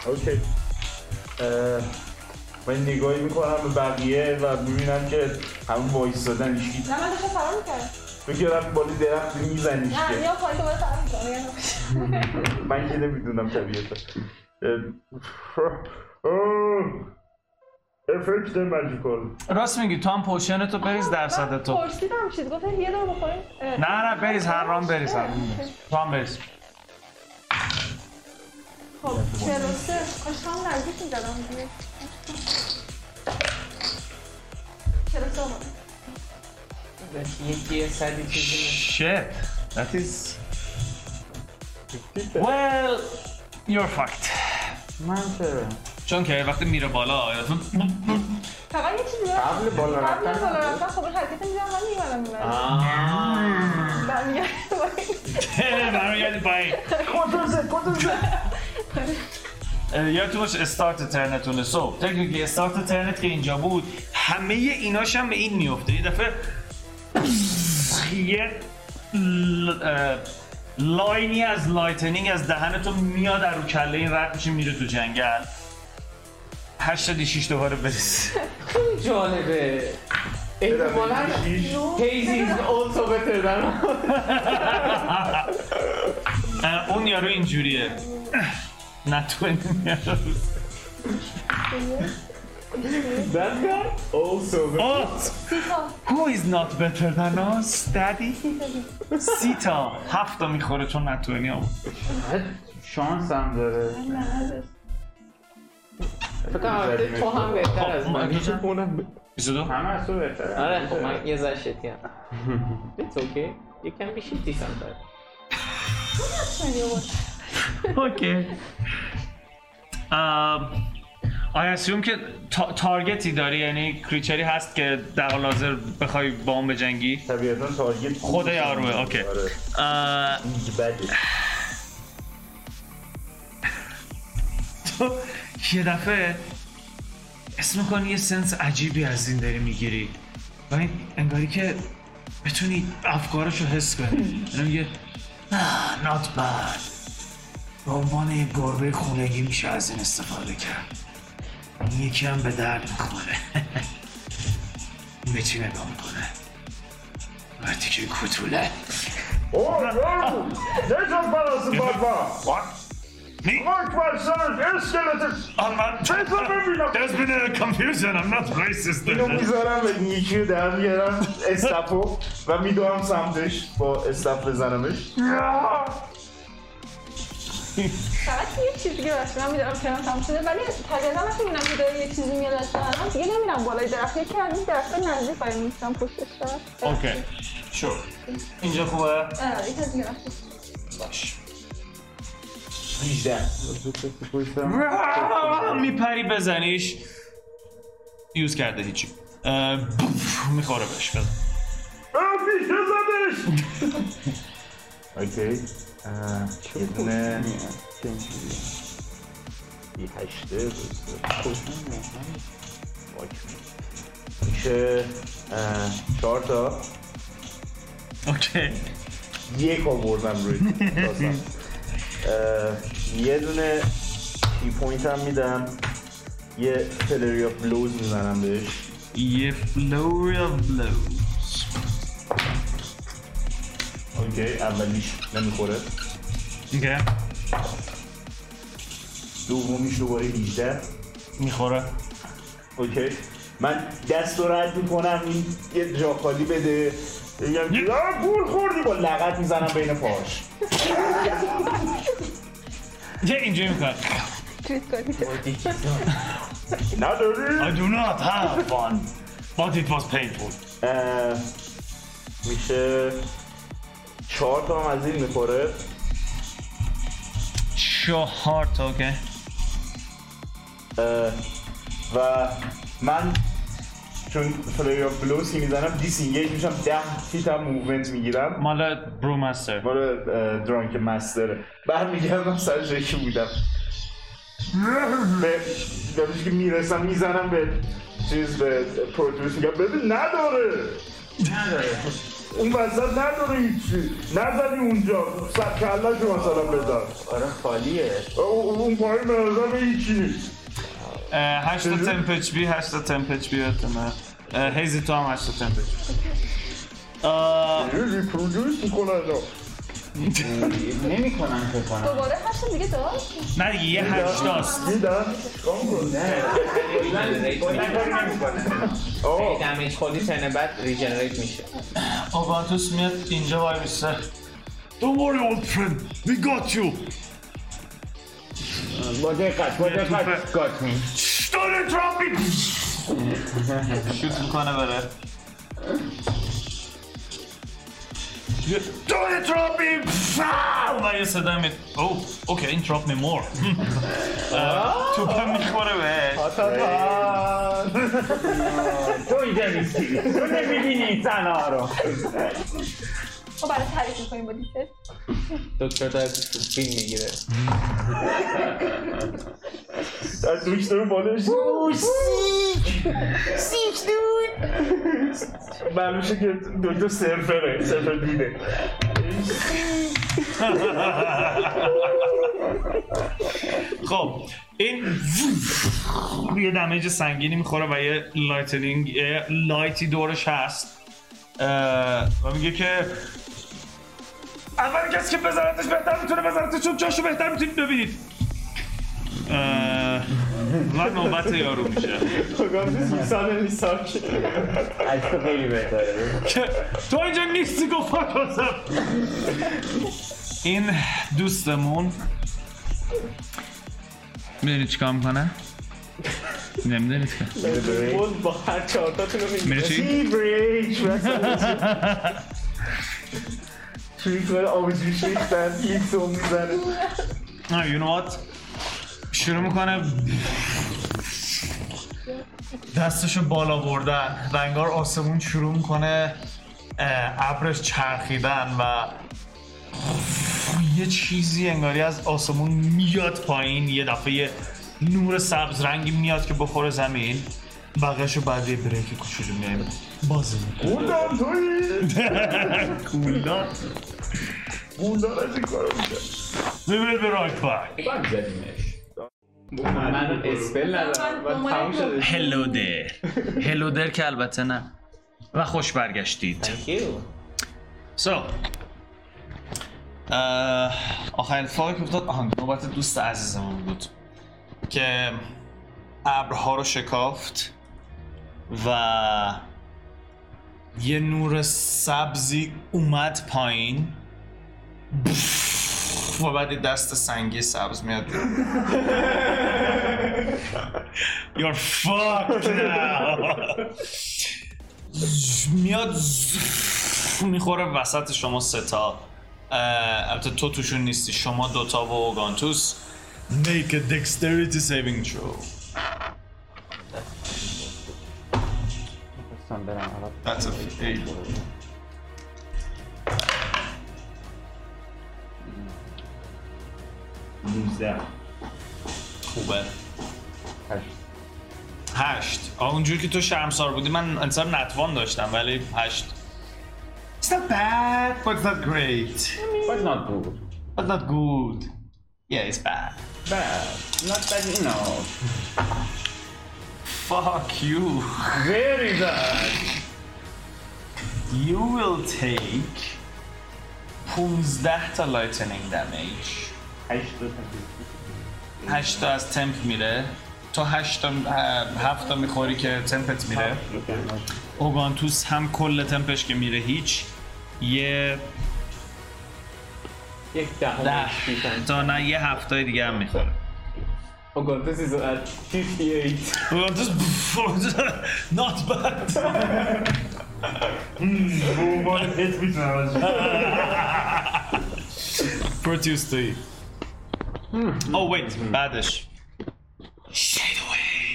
D: اوکی اه، من نگاهی میکنم به بقیه و میبینم که همون وایستادن هیچکی
E: نه من داشتم فرار می‌کردم.
D: بگیرم بالا درخت میزنیش
E: نه
D: که
E: یا پایین دوباره فرار می‌کردم، یا نه.
D: من که نمیدونم طبیعتا
L: آه، افکت مجیکال
A: راست میگی تو هم پوشن تو بریز درصد تو
E: من پرسیدم چیز گفت یه دور بخوریم اه،
A: نه نه بریز هر رام بریز هر رام بریز. تو هم بریز
E: خب 43 کاش هم نزدیک می‌زدم دیگه 43 اومد.
B: یکی یه صدی چیزی
A: Shit, that is. Well, you're fucked.
C: من چرا؟
A: چون که وقتی میره بالا یادتون
E: فقط یه چیزی دارم.
B: قبل بالا
E: قبل از
B: رفتن
E: بالا رفتن خب اون حرکت می‌زدم من می‌مدم می‌مدم برمیگردم بالا.
A: برمیگردی پایین اه، یادتون باشه استارت ترنتونه سو تکنیکلی استارت ترنت که اینجا بود همه ایناش هم به این میفته یه دفعه یه uh, ل- اه، لاینی از لایتنینگ از دهنتون میاد در رو کله این رد میشه میره تو جنگل 86 دوباره برس
B: خیلی جالبه احتمالاً هیزی از also better than
A: اه، اون یارو اینجوریه نه تو این یارو.
D: That guy also
A: Oh, who is not better than us, daddy? سیتا هفت تا میخوره چون نتوانی آورد
C: شانس هم داره
B: فکر کنم البته تو هم بهتر از من
D: اونم
A: 22
C: همه از تو بهتره
B: آره خب من یه ذره شتی هم It's okay یکم بیشی دیسم داره
A: اوکی آیا اسیوم که تا- تارگتی داری یعنی کریچری هست که در حال حاضر بخوای با اون بجنگی
D: طبیعتا تارگت
A: خود یاروه، اوکی.
D: آره.
A: اه،
D: بده
A: تو یه دفعه اسم میکنی یه سنس عجیبی از این داری میگیری و این انگاری که بتونی افکارش رو حس کنی یعنی میگه نه not bad به عنوان یه گربه خونگی میشه از این استفاده کرد این یکی هم به درد میخوره این به چی نگاه میکنه وقتی که این کتوله
L: Oh, no! This is Balance Papa!
A: Me?
L: Look, my son, it's skeleton!
A: I'm not-
L: Take them every now!
A: There's been a confusion. I'm not racist.
D: اینو میذارم به نیکی رو در میارم استپو و میدوام سمتش با استپ بزنمش
E: فقط یه چیز دیگه واسه من میدارم پیام تموم شده ولی طبیعتا وقتی میبینم که داره یه چیزی میاد از دهنم دیگه نمیرم بالای درخت یکی از این درخت نزدیک وای میستم پشتش طرف
A: اوکی شور اینجا خوبه
E: آره، یکی از دیگه درخت.
D: 18
A: میپری بزنیش یوز کرده هیچی اه، بوف، میخوره بهش بزن
L: Elfie, this is
D: اوکی اه، یه دونه یه هشته درسته. واک. میشه اه، چهار تا
A: اوکی
D: یک آوردم روی داستان. اه، یه دونه تی پوینت هم میدم یه فلری آف بلوز میزنم بهش
A: یه فلوری آف بلوز
D: اوکی اولیش نمیخوره
A: اوکی
D: دومیش دوباره 18
A: میخوره
D: اوکی من دست رو رد میکنم این یه جا خالی بده میگم که، آه، گول خوردی با لغت میزنم بین پاش
A: یه اینجوری میکنه
E: چیز کنی.
D: نداری
A: I do not have one But it was painful
D: اه، میشه چهار تا هم از این میخوره
A: چهار تا اوکی
D: اه، و من چون فلیر آف بلوز که میزنم دیسینگیج میشم ده فیت هم موومنت میگیرم
A: مال برومستر
D: مال درانک مستره برمیگردم سر شکی بودم به دانش که میرسم میزنم به چیز به پروتوس میگم
N: ببین نداره اون وسط نداره هیچی نزدی اونجا سر کلش رو مثلا بزن
C: آره خالیه
N: او- اون پایین به نظر هیچی نیست
A: هشت تا تمپچ بی هشت تا تمپچ بی بتونه اه، هیزی تو هم هشت تا تمپچ اه،
N: یه ریپرودیوس میکنه اینا
F: نمیکنن فکر کنم
E: دوباره هشت دیگه داشت
A: نه دیگه یه هشت تاست
N: دیدن چیکار میکنه
C: اگه دمیج خودی سنه بعد ریجنریت میشه
A: آبانتوس میاد اینجا وای میسته
O: Don't worry old friend, we got you.
F: با دقت با دقت گات می
O: Stone trumpet.
A: شوت میکنه بره
O: Stone trumpet.
A: و یه صدا می او اوکی این تراپ می مور توپم میخوره به
F: تو اینجا نیستی تو نمیبینی تنها رو
E: ما برای تعریف میکنیم با دیگه
C: دکتر داره تو فیلم میگیره
N: از دکتر بالش
D: معلوم شد که دکتر سرفره سرفر دیده
A: خب این یه دمیج سنگینی میخوره و یه لایتنینگ یه لایتی دورش هست اه، و میگه که اول کسی که بزنتش بهتر میتونه بزنتش چون جاشو بهتر میتونید ببینید اه، و نوبت یارو میشه
F: از تو خیلی بهتره
A: که تو اینجا نیستی گفت فاک yourself. این دوستمون میدونی چیکار میکنه؟ نمیدونی چیکار
C: بود با هر چهارتاتون رو میگیره
A: میره چی؟
D: شویی کنه آبجوش ریختن یک سوم میزنه
A: نه you know what شروع میکنه دستشو بالا بردن و انگار آسمون شروع میکنه ابرش چرخیدن و یه چیزی انگاری از آسمون میاد پایین یه دفعه یه نور سبز رنگی میاد که بخوره زمین بقیهشو بعد یه بریک کوچولو میایم بازی می‌کنیم.
N: بودم توی
A: کولدان
N: بودم از این کارا میکنه
A: میبینید به راک بک
C: من اسپل ندارم
E: من
C: من تموم شده
O: Hello there. Hello there که البته نه. و خوش برگشتید.
C: کیو
A: So اه، آخرین اتفاقی که افتاد آهان نوبت دوست عزیزمون بود که ابرها رو شکافت و یه نور سبزی اومد پایین و بعد یه دست سنگی سبز میاد بیرون. You're fucked now میاد میخوره وسط شما سه تا اه، البته تو توشون نیستی شما دوتا و گانتوس Make a dexterity saving throw
F: دوستان برم آقا.
A: That's a fail. خوبه
F: هشت.
A: هشت آه، اونجور که تو شرمسار بودی من انصار نتوان داشتم ولی هشت It's not bad, but it's not great.
F: But not good.
A: But not good. Yeah, it's bad.
F: Bad. Not bad enough.
A: Fuck you.
F: Very bad.
A: You will take 15 تا lightning damage. 8 تا از تمپ میره. تو 8 تا 7 تا میخوری که تمپت میره. اوگانتوس هم کل تمپش که میره هیچ یه
C: یک دهم
A: ده
C: شیشن
A: تا نه یه هفتای دیگه هم میخوره خب،
C: اوگانتو سیزو ات 58
A: اوگانتوس not bad
N: عنوان هیت میتونم از
A: پروتیوس توی Oh wait, بعدش Shade away.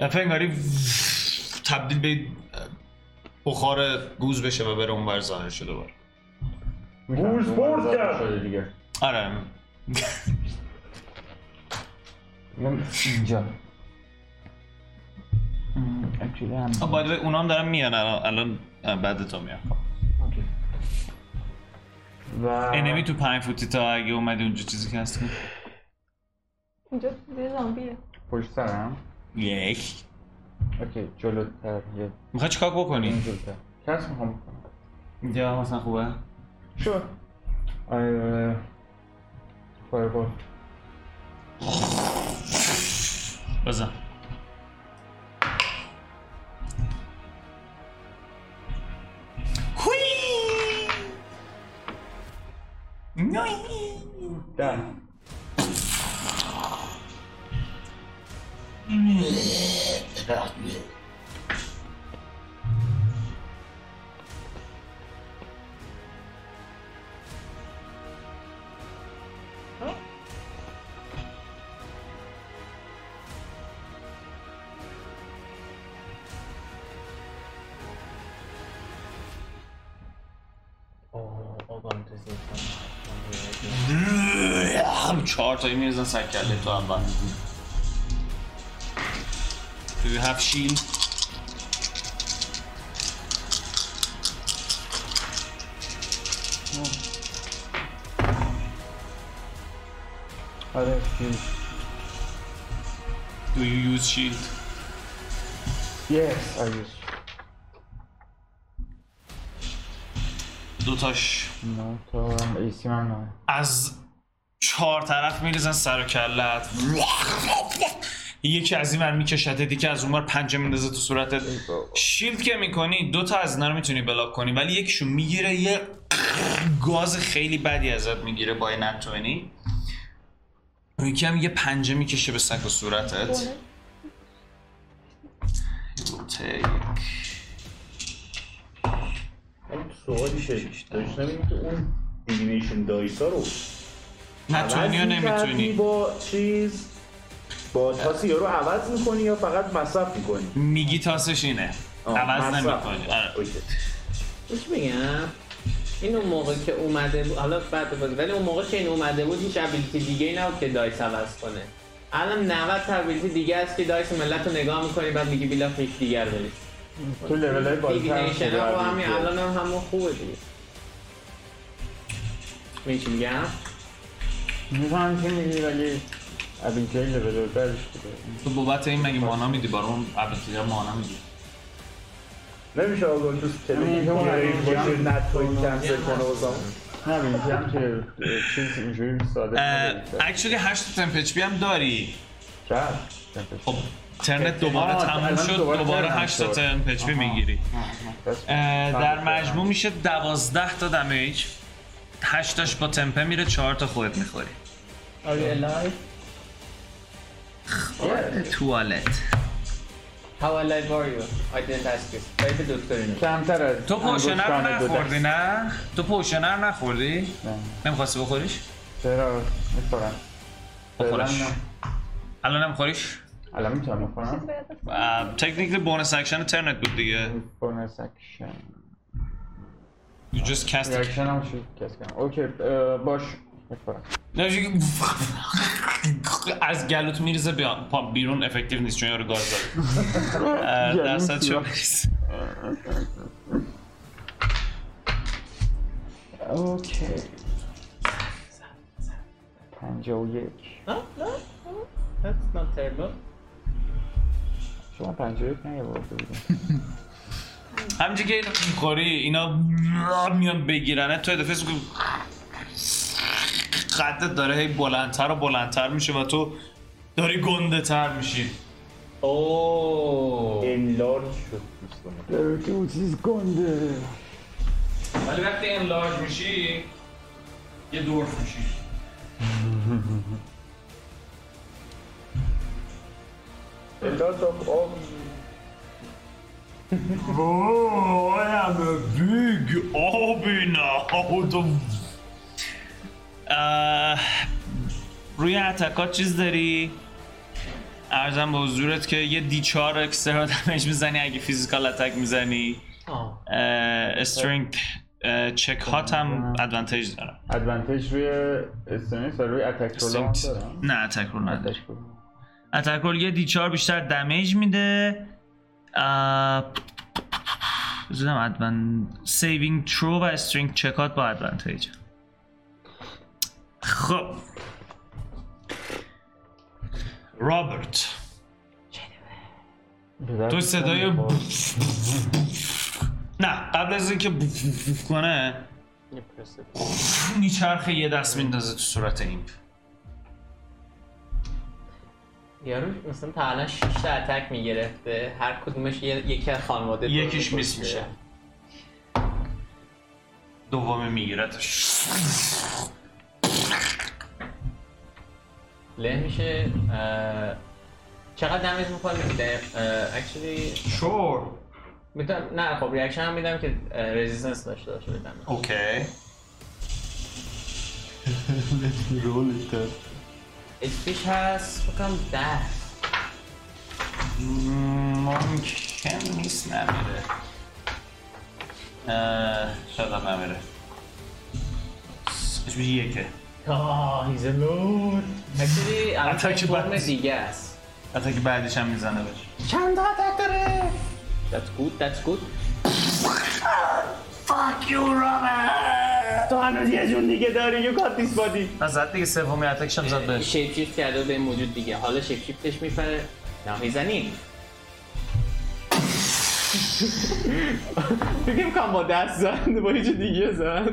A: دفعه انگاری تبدیل به بخار گوز بشه و بره اونور ظاهر شده دوباره
F: گوز برد کرد
C: شده دیگه
A: آره
C: میگم اینجا مم، اکچولی هم
A: باید اونا هم دارن میان الان الان بعد تو میان
C: و
A: انمی تو پنج فوتی تا اگه اومدی اونجا چیزی که هست کن.
E: اینجا زیر زامبیه
C: پشت سرم
A: یک
C: اوکی جلوتر یه
A: میخوای چیکار بکنی؟
C: جلوتر کس میخوام بکنم
A: اینجا مثلا خوبه
C: شو فایربال
A: بزن
C: ده
A: هم چهار تایی میرزن سر کرده تو اول Do you have shield?
C: آره شیل
A: Do you use shield?
C: یس آیوز
A: دوتاش
C: نه تو هم ایسی من نه
A: از چهار طرف میریزن سر و کلت یکی از این ور میکشد دیگه از اونور پنجه میندازه تو صورتت شیلد که میکنی دو تا از اینا رو میتونی بلاک کنی ولی یکیشو میگیره یه گاز خیلی بدی ازت میگیره با نتونی اون یکی هم یه پنجه میکشه به سک و صورتت Take.
D: من سوالی شدیش داشتم این که اون دیوینیشن دایسا رو
A: نتونی یا
D: عوض می‌کردی
A: نمیتونی
D: با چیز با تاس یارو عوض میکنی یا فقط مصرف میکنی
A: میگی تاسش اینه عوض نمیکنی آره.
L: چی بگم این اون موقع که اومده بود حالا بعد بود ولی اون موقع که این اومده بود هیچ ابیلیتی دیگه ای نبود که دایس عوض کنه الان 90 تا ابیلیتی دیگه است که دایس ملت رو نگاه میکنی بعد میگی بیلا فیک دیگر برید
C: تو لیول های بالتر هم
L: دیوینیشن
C: شده
L: ها با همین
C: عزیز.
L: الان هم همون خوبه دیگه می‌دونی چی میگم
C: میفهم چی میگی ولی ابیلیتی لیول بالترش بوده
A: تو بابت این مگه مانا میدی بارون اون ابلیتی مانا میدی
F: نمیشه آزاد تو
C: همین که
F: تلفن
C: اون
F: گریم
C: الان
F: باشه
C: میگم.
F: نتوی کنسل کنه بازم
C: نه ابیلیتی هم که چیز اینجوری ساده نبوده.
A: اکچولی 8 تمپ اچ هم داری
C: چرا؟
A: خب ترنت دوباره
C: آه،
A: تموم
C: الان
A: شد
C: دوباره
A: دوباره
C: ترنم
A: 8 تا
C: شد.
A: تمپ اچ میگیری اه، در مجموع میشه 12 تا دمیج 8 تاش با تمپه میره 4 تا خودت میخوری
L: Are you alive?
A: خب، توالت
L: How alive are you? I didn't ask you. باید به دکتر اینو.
C: کمتر از
A: تو پوشنر رو
C: انگشتان دو دست.
A: نخوردی نه؟ تو پوشنر نخوردی؟
C: نه.
A: نمیخواستی بخوریش؟
C: چرا میخورم بله،
A: بخورش. الان نمیخوریش؟
C: الان میتونم بخورم
A: تکنیکلی بونس اکشن ترنت بود دیگه
C: بونس اکشن
A: You just cast a
C: ریاکشن هم شد کس کنم اوکی اه، باش بخورم
A: نمیشه که از گلوت میریزه بیان پا بیرون افکتیو نیست چون یارو گاز داره اه، درصد شو نیست
C: اوکی پنجا و یک
L: No, no, no. That's not terrible.
C: شما پنجا و یک نیورده بودیم
A: همینجور که میخوری اینا میان بگیرنه تو دفعه که قدت داره هی بلندتر و بلندتر میشه و تو داری گنده تر میشی
L: اوه.
D: انلارج شد دوستان
C: درکی اون چیز گنده
A: ولی وقتی انلارج میشی یه دورف میشی
F: A lot of all
A: Oh, I am a آهود و- اه، روی اتکات چیز داری ارزم به حضورت که یه دی 4 اکسترا دمیج میزنی اگه فیزیکال اتک میزنی
L: آه.
A: استرینگ چک هات هم ادوانتیج دارم
C: ادوانتج روی استنس و روی اتک رول هم دارم
A: نه اتک رو نداری
C: اتک رول.
A: اتکل یه دی 4 بیشتر دمیج میده اه، بذارم ادون سیوینگ ترو و استرینگ چکات با ادوانتیج خب رابرت تو صدای نه قبل از اینکه کنه میچرخه یه دست میندازه تو صورت این
L: یارو مثلا تا الان 6 تا اتک میگرفته هر کدومش یه- یکی از خانواده
A: یکیش
L: درست
A: میس میشه دومی میگیرتش
L: له میشه اه، چقدر دمیج میکنه میده اکچولی
A: شور
L: میتونم نه خب ریاکشن هم میدم که رزیستنس داشته باشه به دمیج.
A: اوکی
L: HP هست بکنم ده
A: ممکن نیست نمیره اه، شاید هم نمیره اسمش یکه
L: آه هیز لود اکچولی
A: Attack
L: اتاک فرم
A: buttons.
L: دیگه است
A: حتی که بعدش هم میزنه بهش
L: چند تا اتک داره That's good, that's good.
A: نه زد دیگه سومی اتکش هم زد بهش
L: شیپ شیفت کرده به این موجود دیگه حالا شیپ شیفتش میپره نه میزنیم فکر کنم با دست زد با هیچ دیگه زد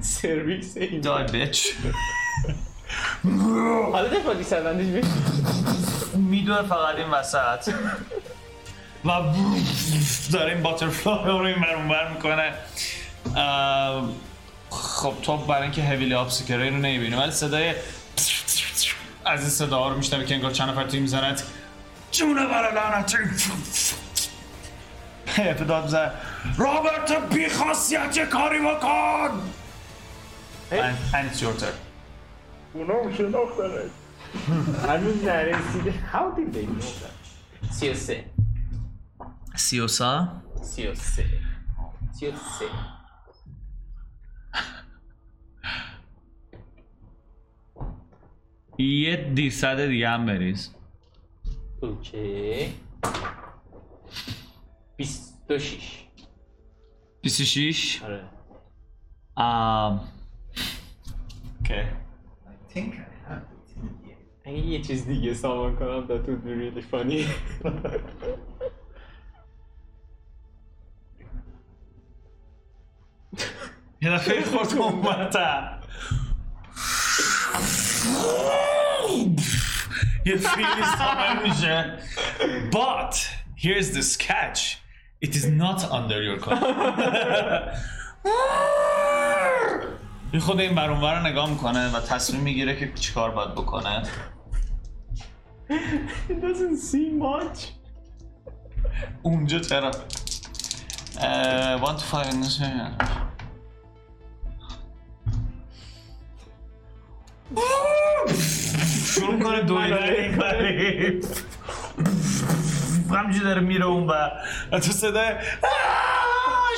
L: سرویس این
A: دای بچ
L: حالا دفعه دیس ادواندیج بگیر
A: میدونه فقط این وسط و داره این باترفلای رو این برون بر میکنه خب تو برای اینکه هیویلی آبسیکره رو نمیبینی ولی صدای از این صدا رو میشنوی که انگار چند نفر توی میزند جونه برای لعنتی ابتداد میزن رابرت بی خاصیت کاری بکن and, and it's your turn
D: اونا هم شناختنه
P: هنوز نرسیده How did they know that?
L: سی و سه
A: سیوسا
L: سی و سه سی و سه
A: یه دیصد دیگه هم بریز
L: اوکی بیست و شیش
A: 26
L: آره
A: Um. Okay.
L: اگه یه چیز دیگه سامان کنم that would be really funny
A: یه دفعه خورد اومدم یه فیلی سامن میشه But here's the sketch It is not under your control یه خود این برونور رو نگاه میکنه و تصمیم میگیره که چیکار باید بکنه
L: doesn't seem much
A: اونجا چرا اه، one to five in this area. شروع کنه
L: بله،
A: دویدن برای همجوری داره میره اون و و تو صدای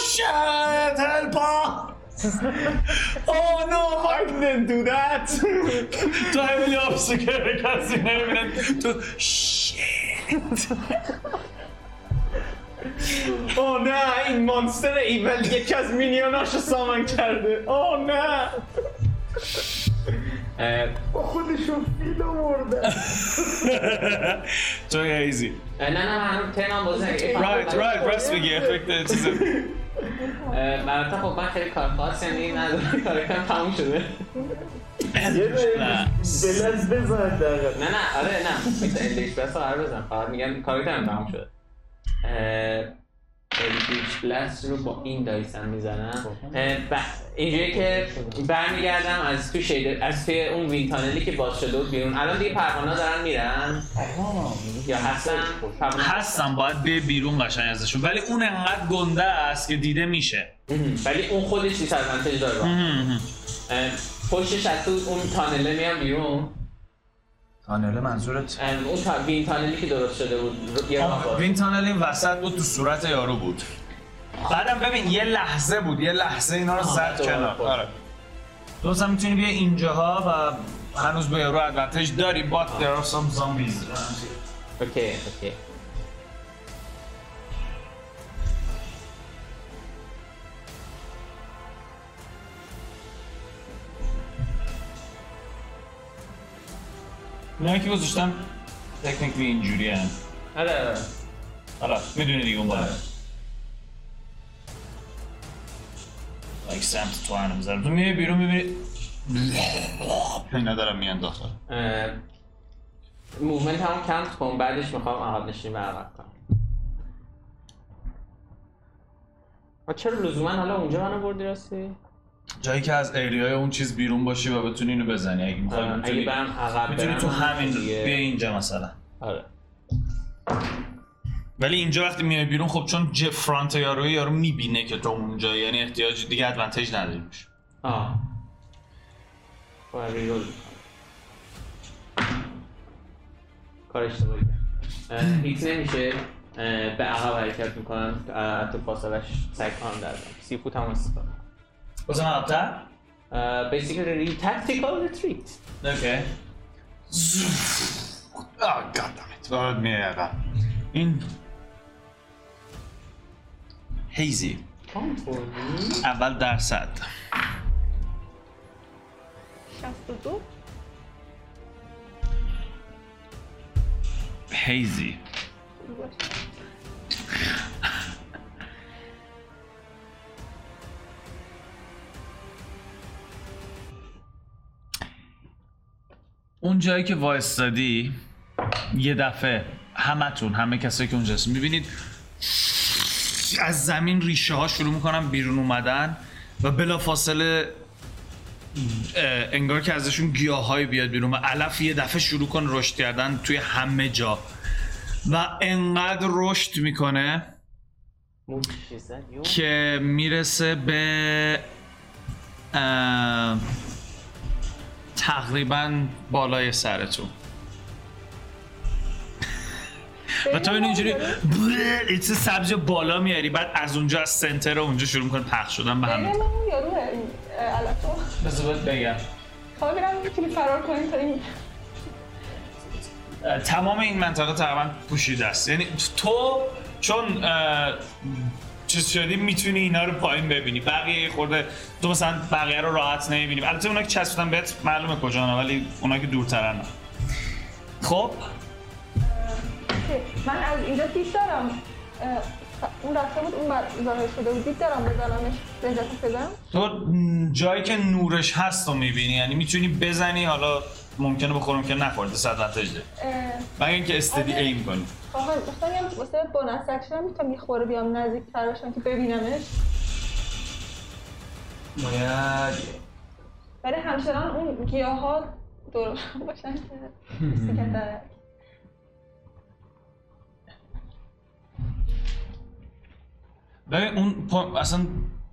A: شاید هلپا Oh no, I didn't do that. تو همین آبسکر کسی نمیبینه تو shit.
L: اوه نه این مانستر ایول یکی از مینیوناشو سامان کرده اوه نه
D: با خودشون فیل آوردن
A: تو ایزی
L: نه نه هنوز تنم بازه
A: رایت رایت راست میگی افکت چیز
L: البته خب من خیلی کار خاص یعنی ندارم کار کارم تموم شده
P: یه دقیقه بلنز بزن دقیقا
L: نه نه آره نه میتونم لیش بس رو بزن فقط میگم کاری تموم تموم شده اه، بیچ بلست رو با این دایس هم میزنم اه، ب... اینجوری که برمیگردم از تو شیده از توی اون وین تانلی که باز شده بود بیرون الان دیگه پروانه دارن میرن یا هستن پروانه
Q: هستم باید به بیرون قشنگ ازشون ولی اون انقدر گنده است که دیده میشه
L: مهم. ولی اون خودش چیز ادوانتج داره با. اه، پشتش از تو اون تانله میام بیرون
A: تانل منظورت
L: اه، اون تا... وین تانلی که درست شده بود رو- یه راه باز.
A: وین تانل این وسط بود تو صورت یارو بود بعدم ببین یه لحظه بود یه لحظه اینا رو زد
L: دوباره
A: کنار
L: خورد.
A: آره دوستم میتونی بیا اینجاها و هنوز به یارو ادوانتج داری but there are some zombies
L: اوکی اوکی
A: اینا که گذاشتم تکنیکلی اینجوری هم
L: آره
A: حالا میدونی دیگه اون بالا لایک سمت تو هنم زرم تو میری بیرون میبینی اینا دارم میان داخل
L: اه، موومنت هم کمپ کن بعدش میخوام عقب نشینی برقرار کنم آ، چرا لزوما حالا اونجا منو بردی راستی؟
A: جایی که از ایریای اون چیز بیرون باشی و بتونی اینو بزنی اگه میخوای
L: آه، اگه
A: میتونی
L: برم عقب
A: میتونی
L: برم
A: تو همین
L: دیگه.
A: بیا اینجا مثلا
L: آره
A: ولی اینجا وقتی میای بیرون خب چون جف فرانت یارو یارو میبینه که تو اونجا یعنی احتیاج دیگه ادوانتج نداری بهش.
L: آه باید ریرول کنم. کار اشتباهی کردم. اه، هیت نمیشه اه، به عقب حرکت میکنم اه، تو فاصلش سگ آن در سی فوت هم استفاده
A: بازم عقب‌تر؟
L: بیسیکلی تکتیکال ریتریت
A: اوکی آه گادامت Oh, باید میره عقب. این هیزی اول درصد
E: 62
A: هیزی اون جایی که وایستادی یه دفعه همتون همه کسایی که اونجاست میبینید از زمین ریشه ها شروع میکنن بیرون اومدن و بلافاصله اه، انگار که ازشون گیاهایی بیاد بیرون و علف یه دفعه شروع کن رشد کردن توی همه جا و انقدر رشد میکنه
L: موشی زد یو
A: که میرسه به اه، تقریبا بالای سرتون و تو اینو اینجوری ایت سبز بالا میاری بعد از اونجا از سنتر اونجا شروع میکنه پخش شدن به
E: بین
A: هم
E: ما اون یاروه این اه، علفو
A: بذار بهت بگم
E: خواهی برم میتونی فرار کنیم تا این
A: اه، تمام این منطقه تقریبا پوشیده است یعنی تو چون اه، چیز شدی میتونی اینا رو پایین ببینی بقیه یه خورده تو مثلا بقیه رو راحت نمیبینی البته اونا که چسبیدن بهت معلومه کجا ولی اونا که دورترن خب
E: من از اینجا پیش دارم اه، اون رفته بود اون بر ظاهر شده بود دید دارم بزنمش بهجت بزنم
A: تو م، جایی که نورش هست رو میبینی یعنی میتونی بزنی حالا ممکنه بخوره ممکنه نخوره دست ادوانتج داری
E: اه،
A: مگر اینکه استدی ایم کنی
E: خواهم میخوام یه واسه بونس اکشن هم میتونم یه خورده بیام نزدیک تر باشم که ببینمش
A: باید
E: ولی همچنان اون گیاه ها دور هم باشن که سیگه داره
A: ببین اون پو... اصلا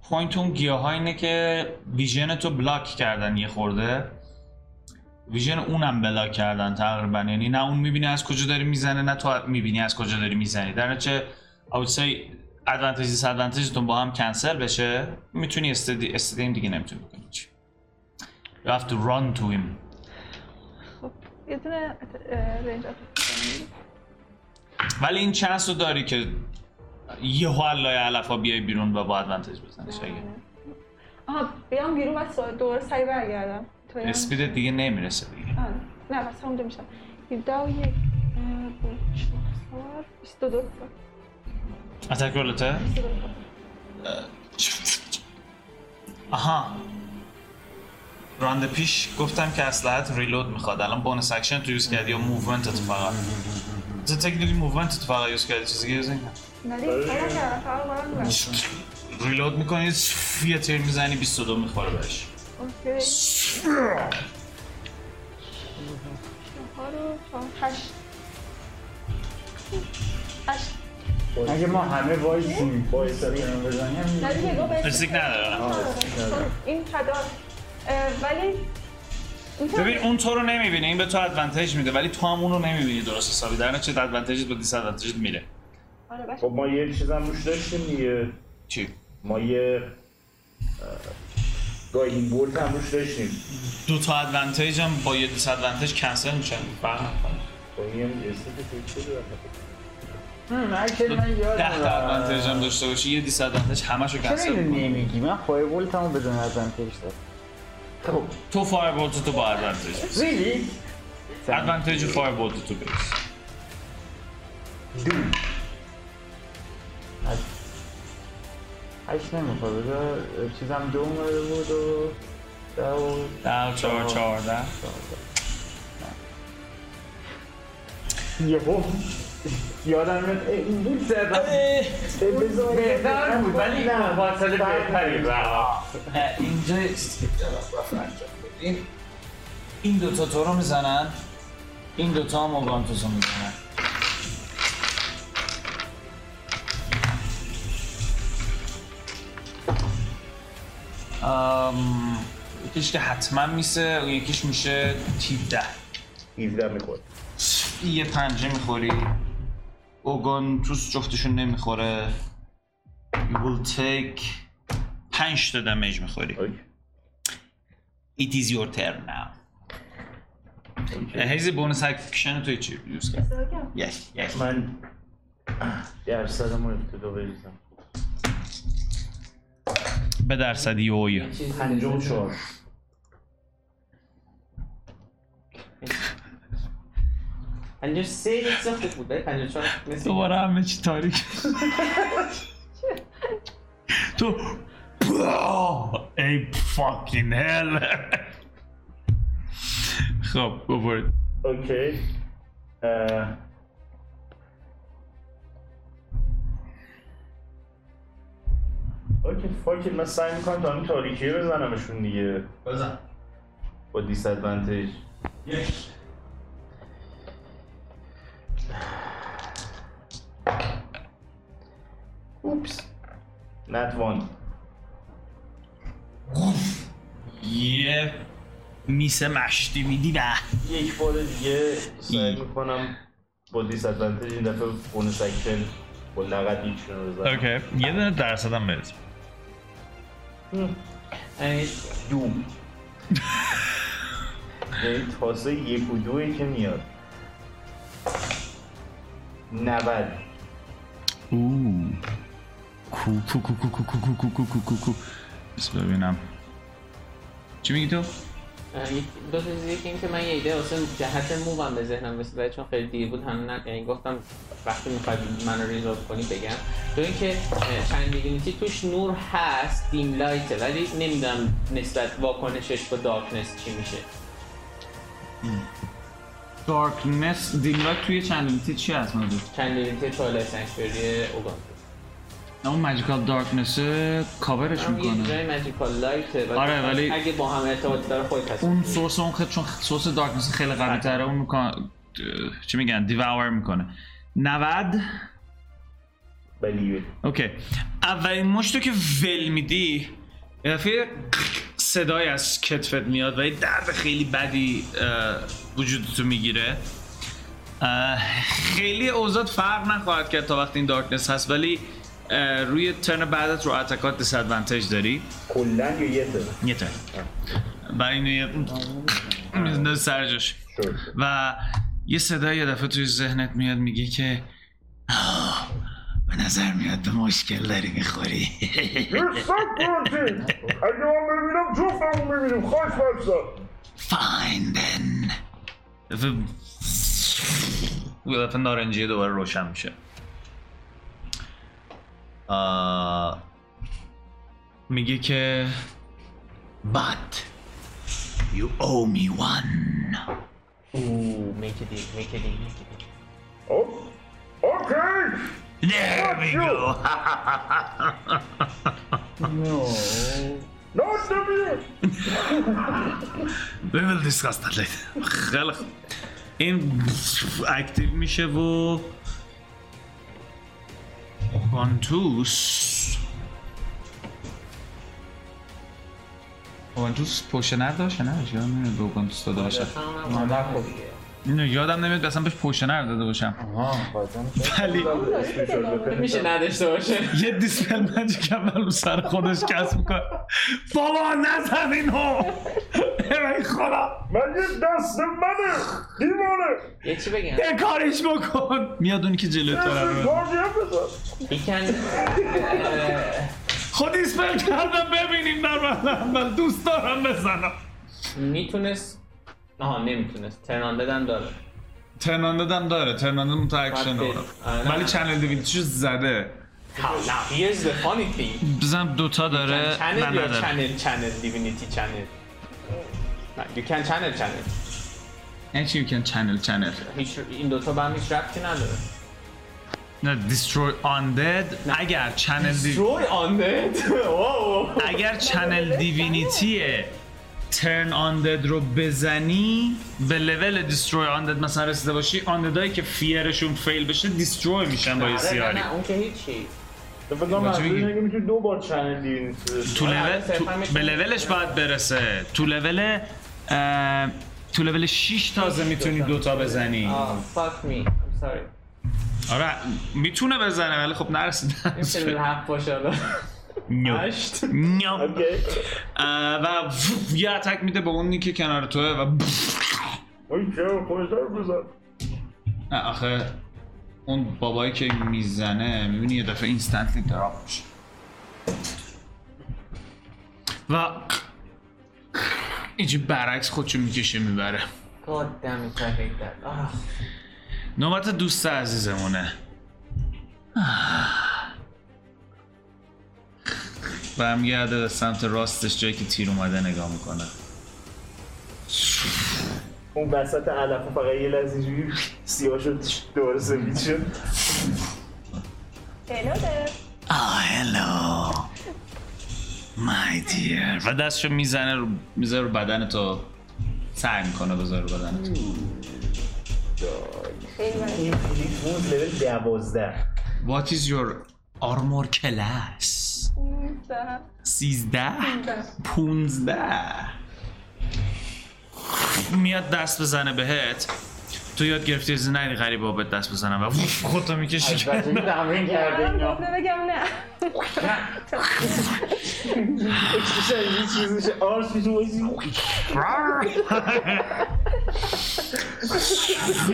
A: پوینت اون گیاه اینه که ویژن تو بلاک کردن یه خورده ویژن اونم بلاک کردن تقریبا یعنی نه اون میبینه از کجا داری میزنه نه تو میبینی از کجا داری میزنی در نتیجه I would say ادوانتج دیس ادوانتجتون با هم کنسل بشه میتونی استدی استدیم دیگه نمیتونی بکنی چی You have to run to him
E: خب یه دونه اه، رنج آف اکشن.
A: ولی این چانس رو داری که یه حلای علف ها بیای بیرون و با ادوانتج بزنش اگه
E: آها بیام بیرون و سا- دور سری برگردم تو این-
A: اسپیدت دیگه نمیرسه دیگه
E: آره. نه پس همونجا میشم 17 و یک اه، دو، چهار، چهار، 22
A: اتک رولته؟ آها راند پیش گفتم که اسلحت ریلود میخواد الان بونس اکشن تو یوز کردی یا موومنتت فقط
F: Is it technically movement فقط یوز کردی چیزی یوز نکردی؟
E: ندید کارم کردم فقط بارم می‌برم.
F: ریلود میکنی یه تیر میزنی 22 میخوره بهش
E: اوکی چهار و چهار هشت هشت
C: اگه ما همه وایسیم وایس کنم بزنیم
E: نه دیگه، نگاه بهش
F: استیک نداره نه.
E: چون این هدار اه، ولی می‌تونم-
F: ببین اون تو رو نمیبینه این به تو ادوانتج میده ولی تو هم اون رو نمیبینی درست حسابی در نتیجه ادوانتجت با دیس ادوانتجت میره
E: آره، باشه.
D: خب ما یه چیزم روش داشتیم دیگه
F: چی
D: ما یه گایدین بولت هم روش داشتیم
F: دو تا ادوانتج هم با یه دیس ادوانتج کنسل میشن فهم
D: با خب این استی که فکر شده رفت.
C: اکشن من یادم
F: 10 تا ادوانتج هم
C: رفت.
F: داشته باشی یه دیس ادوانتج همشو
C: چرا
F: کنسل
C: اینو
F: میکنه
C: نمیگی من فایر بولت همو بدون ادوانتیج دارم خب،
F: تو فایر بولت تو با ادوانتج
C: ریلی
F: ادوانتج فایر بولت تو بریز
C: هشت نمیخواد بذار چیزم دو اومده بود و ده و
F: ده چهار چهارده
C: یهو یادم میاد اه، این بود زدم اه، بذار بهتر بود ولی نه فاصله بهتری
D: بله.
A: نه، اینجا این این دوتا تو رو میزنن این دوتا هم اوگانتوس رو میزنن Um,
F: آم، یکیش که حتما میسه اون یکیش میشه تیب ده
D: 17 میخورد
F: یه پنجه میخوری اوگان توس جفتشون نمیخوره You will take پنج تا دمیج میخوری
D: اوکی.
F: It is your turn now هیزی بونس اکشن توی چی یوز کرد؟ Yes, yes.
D: من درصدم رو ابتدا بریزم
F: به درصدی اوی
D: 54
L: پنجاه سه یک سه خوب بود ولی پنجاه چهار مثل
F: دوباره همه چی تاریک تو ای فاکین هل خب ببرد
D: اوکی اه. اوکی فاکر من سعی میکنم تا همین تاریکیه بزنمشون دیگه
F: بزن
D: با دیس ادوانتج اوپس نت وان
F: یه میسه مشتی میدی ده
D: یک بار دیگه سعی میکنم با دیس ادوانتج این دفعه بونس اکشن با لغت ایچون رو بزنم
F: اوکی یه دونه درصد هم بریز
D: یعنی دو یعنی تاسه یک و دوه که میاد نود
F: اوه کو کو کو کو کو کو کو کو کو کو کو کو بس ببینم چی میگی تو؟
L: اه، یک- دو تا چیز یکی این که من یه ایده واسه جهت مووم به ذهنم رسید ولی چون خیلی دیر بود هنوز نه یعنی گفتم وقتی میخواد منو ریزولو کنی بگم تو اینکه اه، چند دیوینیتی توش نور هست دیم لایته ولی نمیدونم نسبت واکنشش با دارکنس چی میشه
A: دارکنس دیگلاک توی چند لیمیتی چی هست مادر؟
L: چند دیوینیتی چاله سنکچوری اوگان
A: نه اون ماجیکال دارکنس کاورش
L: هم یه
A: میکنه
L: جای مجیکال لایته ولی
A: آره، ولی-
L: اگه با هم ارتباط داره خودت هست
A: اون سورس اون خیلی چون سورس دارکنس خیلی قوی تره اون میکنه چی میگن دیواور میکنه 90
D: بلیوه
A: اوکی اولین مشت رو که ول میدی یه دفعه صدای از کتفت میاد و یه درد خیلی بدی اه، وجودتو میگیره اه، خیلی اوضاع فرق نخواهد کرد تا وقتی این دارکنس هست ولی اه، روی ترن بعدت رو اتکات دیس داری
D: کلن یا یه تر
A: یه ترن برای اینو یه میزنه سر جاش. و یه صدای یه دفعه توی ذهنت میاد میگه که آه، به نظر میاد به مشکل داری میخوری
R: صد بازی اگه من ببینم جفتمون میبینیم خاک برسا
A: فاین دن
F: یه دفعه نارنجی دوباره روشن میشه
A: Uh,
F: آه،
A: میگه که
F: But you owe me one
L: اوه میک دیگ میک دیگ میک دیگ
S: خب اوکی There we go. no. Not the view.
F: We will discuss that later. خیلی خوب. این اکتیو میشه و اوانتوس
A: اوانتوس پوشنر داشت نه یادم نمیاد به اوانتوس داده باشه
L: آره.
C: نه خب
A: اینو یادم نمیاد که اصلا بهش پوشنر داده باشم
C: آها بازم که-
F: ولی
L: میشه نداشته باشه
F: یه دیسپل مجیک اول رو سر خودش کسب میکنه بابا نزن اینو ای خدا
S: من یه دست منه دیوانه
L: یه چی بگم
F: یه کاریش بکن میاد اونی که جلوی تو رو می‌بره.
S: بازیه بزن
L: بیکن
F: خود دیسپل کردم ببینیم در من اول دوست دارم بزنم
L: میتونست آها نمیتونست ترنان دادن داره
A: ترناندد هم داره ترناندد اون تا اکشن
L: آره.
A: داره
L: آره.
A: ولی چنل دیویدیشو زده
B: Oh,
L: How now here's the funny thing
A: بزن دوتا داره
L: channel
A: نه
L: your
A: نداره
L: channel channel divinity channel نه you can channel channel
A: یعنی چی میکن چنل چنل
L: هیچ این دوتا به هم هیچ ربطی نداره
A: نه دیستروی آندد اگر چنل دی-
L: Troy on it Wow.
A: اگر چنل دیوینیتی ترن آندد رو بزنی به لول دیستروی آندد مثلا رسیده باشی آنددایی که فیرشون فیل بشه دیستروی میشن با یه
L: آره، نه
A: سیاری
L: نه اون که هیچی
D: تو فکر کنم
A: بچه
D: منظور
A: بگی.
D: اینه که می‌تونی دو بار چنل دیوینیتی
A: تو
L: آره،
A: لول
L: صرفاً
A: تو-
L: می‌تونی-
A: به لولش باید برسه تو لول اه، تو لول 6 تازه میتونی دوتا بزنی
L: آه Oh, fuck me I'm sorry
A: آره میتونه بزنه ولی خب نرسیدن
L: چه لحب باشه حالا
A: نیو.
L: هشت
A: نیو. اه، و وف، یه اتک میده به اونی که کنار توه و
S: اوی چه خوشتر بزن
A: نه آخه اون بابایی که میزنه میبینی یه دفعه اینستنتلی دراپ میشه و اینجا برعکس خودشو میکشه میبره
L: God damn it I hate that Ah, آه.
A: نوبت دوست عزیزمونه برمیگرده به سمت راستش جایی که تیر اومده نگاه میکنه
D: اون وسط علف فقط یه لحظه اینجوری سیاه شد دوباره سفید شد
E: Hello there.
A: آه هلو مای دیر و دستشو میزنه رو میزنه رو بدن تو سعی میکنه بذاره رو بدن تو
E: خیلی بد.
D: این پلیس بود لول دوازده
A: What is your armor class?
E: ده.
A: 13
E: ده.
A: 15 میاد دست بزنه بهت تو یاد گرفتی از نری غریبا بهت دست بزنم و وف، خودتو میکشی
D: بچه این تمرین کرده
E: منم
D: اینا
E: گفته بگم نه
D: میشه یه چیز میشه آرش میشه بازی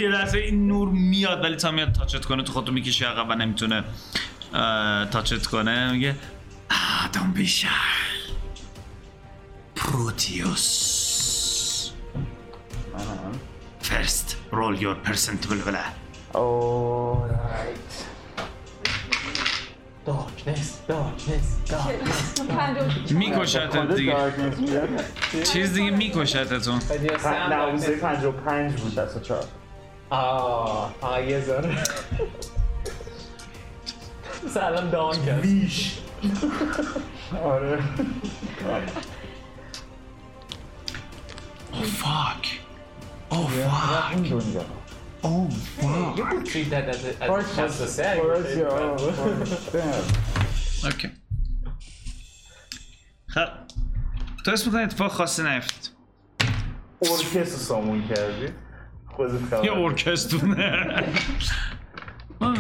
A: یه لحظه این نور میاد ولی تا میاد تاچت کنه تو خودتو میکشی عقب و نمیتونه اه، تاچت کنه میگه آه دون بیشر پروتیوس فرست رول یور پرسنت بلبله
L: Darkness darkness darkness
E: پنجم
A: میکشتت
C: خود
A: دیگه
C: دارکنس بیاد.
A: چیز دیگه میکشتتون
L: بدی سه هم
D: نه اون
L: darkness.
D: سری پنج و پنج بود دست و چهار
L: آه آه یه ذره سلام دان کرد
D: بیش آره
A: فاک او فاک
C: این دنیا.
A: او فاک
L: You could treat that as a, as a chance to say.
C: Where's your- where's them?
A: اوکی خب تو اسم میکنه اتفاق خاصی نیفت
D: ارکست رو سامون کردی خودت خبر
A: یه ارکستونه آه، آه،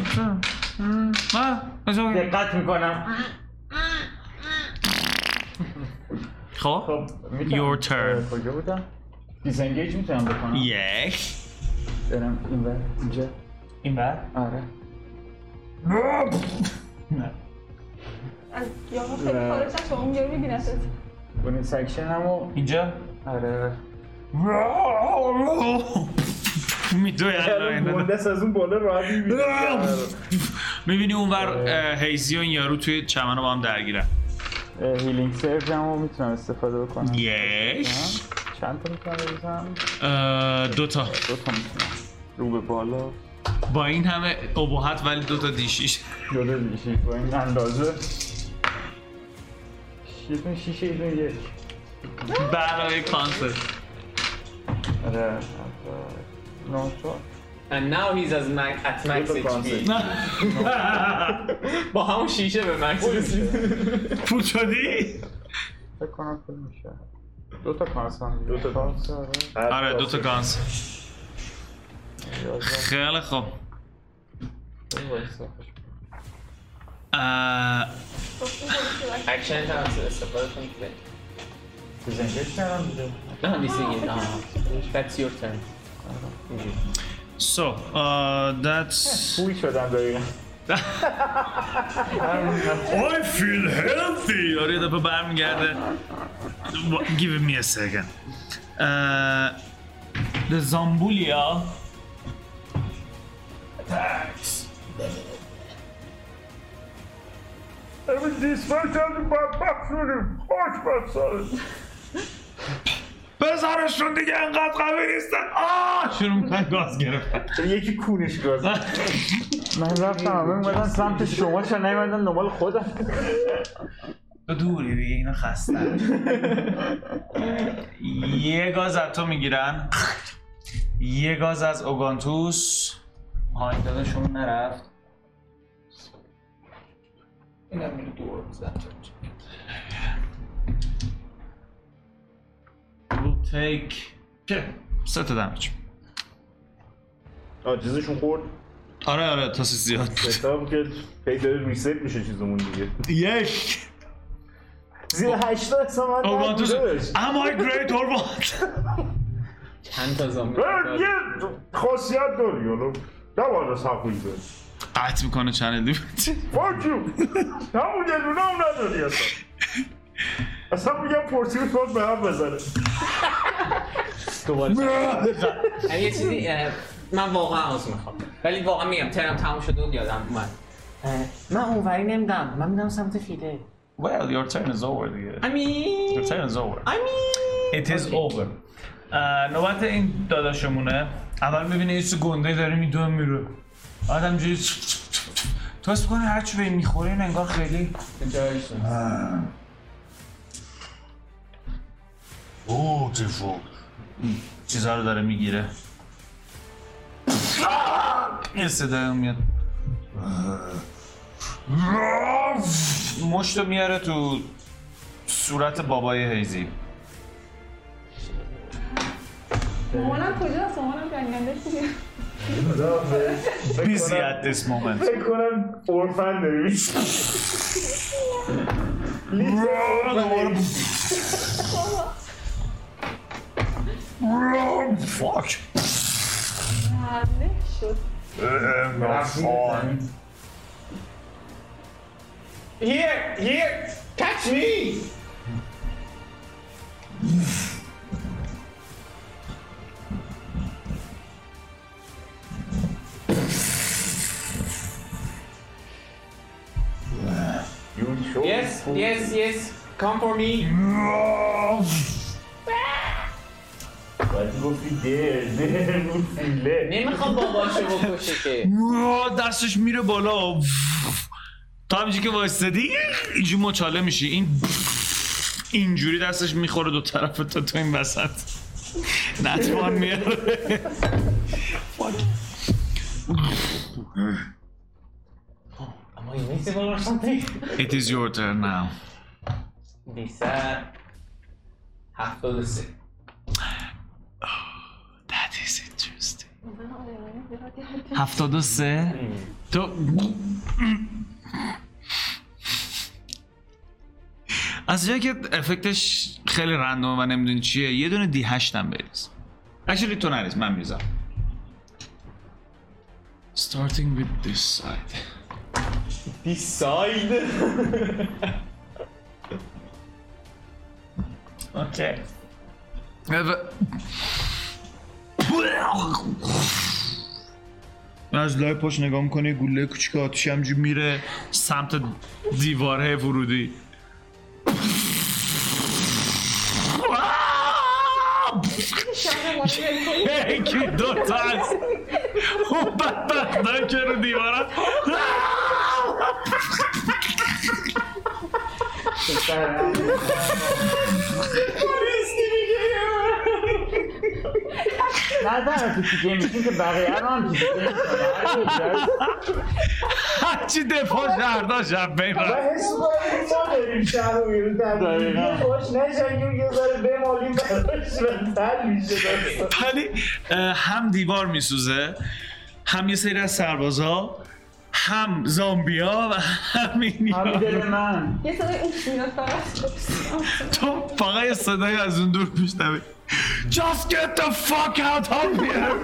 A: آه، آه، آه.
D: دقت میکنم
A: خب
C: خب، می‌تونم-
A: your turn
C: کجا بودم؟ دیسنگیج میتونم بکنم
A: یک
C: برم این ور اینجا
D: این بر
C: آره
E: از یارو خیلی خارج نشو اون یارو میبینست
C: اون سکشن همو
D: اینجا
C: آره
A: میدوی الان
D: دست از اون بالا راحت میبینی
A: میبینی اونور اه، هیزی و این یارو توی چمن رو با هم درگیرن
C: اه، هیلینگ سرج همو میتونم استفاده بکنم
A: یک
C: چند تا میتونم بزنم
A: اه، دوتا
C: دو تا میتونم رو به بالا
A: با این همه ابهت ولی دو تا دیشیش
C: جلو میشید با این اندازه یه دونه شیشه یه دونه یک
A: برای کانسر
C: آره هفت، نه تا
L: And now he's as max, at max HP. با همون شیشه به مکس رسید.
F: پول شدی؟
C: فکر کنم فیلم میشه دو تا کانس هم دو تا کانس آره
A: آره دو تا گانس خیلی خوب اه،
L: اکشن هم استفاده کنید که-
C: زنگش کردم دیگه
L: نه هم دیسینگ That's your turn.
F: So, uh, that's...
C: پول شدم دقیقا
F: I feel healthy! آره یه دفعه برمیگرده Wha- Give me a second Uh, The Zambulia
T: Every this first time با بخش شدیم خوش بسازیم
F: پسرشون دیگه انقدر قوی نیستن آه شروع میکنن گاز گرفتن
D: یعنی یکی کونش گاز
C: من رفتم همه اومدن سمت شما چون نیومدن دنبال خودم
F: تو دوری دیگه اینا خستن یه گاز از تو میگیرن یه گاز از اوگانتوس آها این دادشون نرفت We'll take که سه تا دمج
D: چیزشون خورد
F: آره آره تا زیاد بود
D: حساب که هی داره ریسیت میشه چیزمون دیگه
F: یک
D: زیر 80 حساب من
F: اوگانتوس
D: نداشت.
F: Am I great or what?
L: چند تا زامبی
T: اه، یه خاصیت داری
D: یعنی
T: حالا نباید از حق میزنی
A: قطع میکنه چنل
T: Fuck you! همون یه دونه هم نداری اصلا اصلا میگم پرسیوس باید به هم بزنه
L: یعنی یه چیزی اه، من واقعا عوض میخوام ولی واقعا میگم ترم تموم شد اون یادم اومد اه، من اونوری نمیدم من میدم سمت فیده
F: Well, your turn is over دیگه
L: امین
F: Your turn is over
L: امین
F: It is over. اه، نوبت این داداشمونه اول میبینه یه چیز گنده داره میدوه میره آدم جوری تو اسم کنه هرچی به این میخوره این انگار خیلی اوه تیفو چیزها رو داره میگیره یه صدای میاد مشت میاره تو صورت بابای هیزی
E: مامانم کجاست مامانم جنگنده شدی
F: Busy at this moment.
D: فکر کنم اورفن داری
F: Fuck.
E: حمله شد
D: Here, here, catch me! You show
L: Yes, yes, yes. Come for me.
D: باید گفتی ده ده گفتی
L: نمیخوام باباشو بکشه که
A: دستش میره بالا تا همینجوری که وایستدی اینجوری مچاله میشی این اینجوری دستش میخوره دو طرف تا تو این وسط نتوان میاره
L: اما این نیست بابا something.
A: It is your turn now
L: دیسر هفتاد و سه
A: That is interesting 73 تو از جایی که افکتش خیلی رندوم و نمیدونی چیه یه دونه دی هشت هم بریز اکچولی تو نریز من میریزم Starting with this side
L: دیساید
F: اوکی
A: از لای پشت نگاه میکنه یه گله کوچیک آتیشی همجوری میره سمت دیواره ورودی یکی دو تا از اون بدبخت که رو دیوارا
C: نه در تو چیزی میشین که آره، بقیه رو هم چیزی
A: هرچی دفاع شهردار شب بین
D: و
A: رفت.
D: حس می‌کنم این تا بریم شهر رو بیرون
C: دقیقاً.
D: در خوش نشنگیم یه ذره بمالیم براش و تر میشه داستان.
A: ولی اه، هم دیوار میسوزه هم یه سری از سربازا هم زامبیا و هم این
C: دل من
E: یه صدای اوف میاد فقط
A: تو فقط یه صدای از اون دور میشنوی Just get the fuck out of here!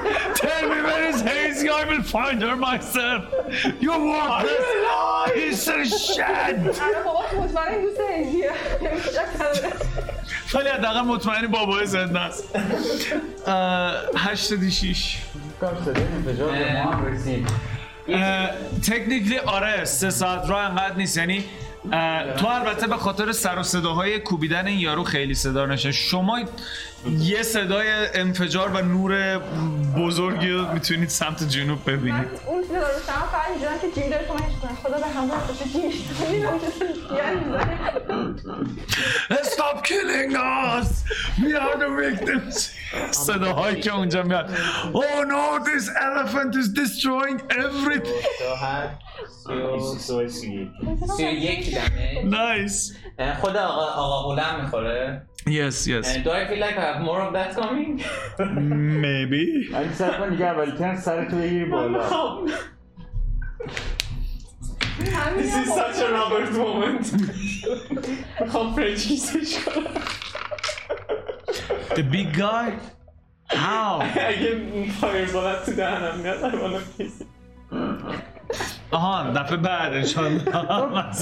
A: Tell me where is Hazy, I will find her myself! You worthless piece of shit!
E: الان باباش مطمئن دوست هیجیه شک نداره
A: ولی حداقل مطمئنی بابای زنده است اه، هشت دی شیش
C: کم صدای انفجار به ما هم رسید
A: تکنیکلی آره سه ساعت راه انقدر نیست یعنی اه، تو البته به خاطر سر و صداهای کوبیدن این یارو خیلی صدا نشه شما یه صدای انفجار و نور بزرگی رو میتونید سمت جنوب
E: من
A: ببینید
E: اون صدا رو شما فقط می‌دونم که جیم داره کمکش کنه خدا به همراه باشه جیمش میدونم که سوسیال می‌زنه.
A: Stop killing us! We are the victims! صداهایی که اونجا میاد Oh no, this elephant is destroying everything!
B: دو هر سی و-
D: سوی سی.
B: سی و یک دمه
A: Nice!
B: اه، خود آقا آقا غلام میخوره
A: Yes, yes.
B: Do I feel like I have more of that coming?
A: Maybe.
C: ولی سر کن دیگه اول ترن سر تو بگیری بالا
E: همین
D: This is
E: هم
D: such an awkward moment. میخوام فرنچ کیسش کنم.
A: The big guy? How?
D: اگه فایربالت تو دهنم میاد I wanna kiss it.
A: آها دفعه بعد انشالله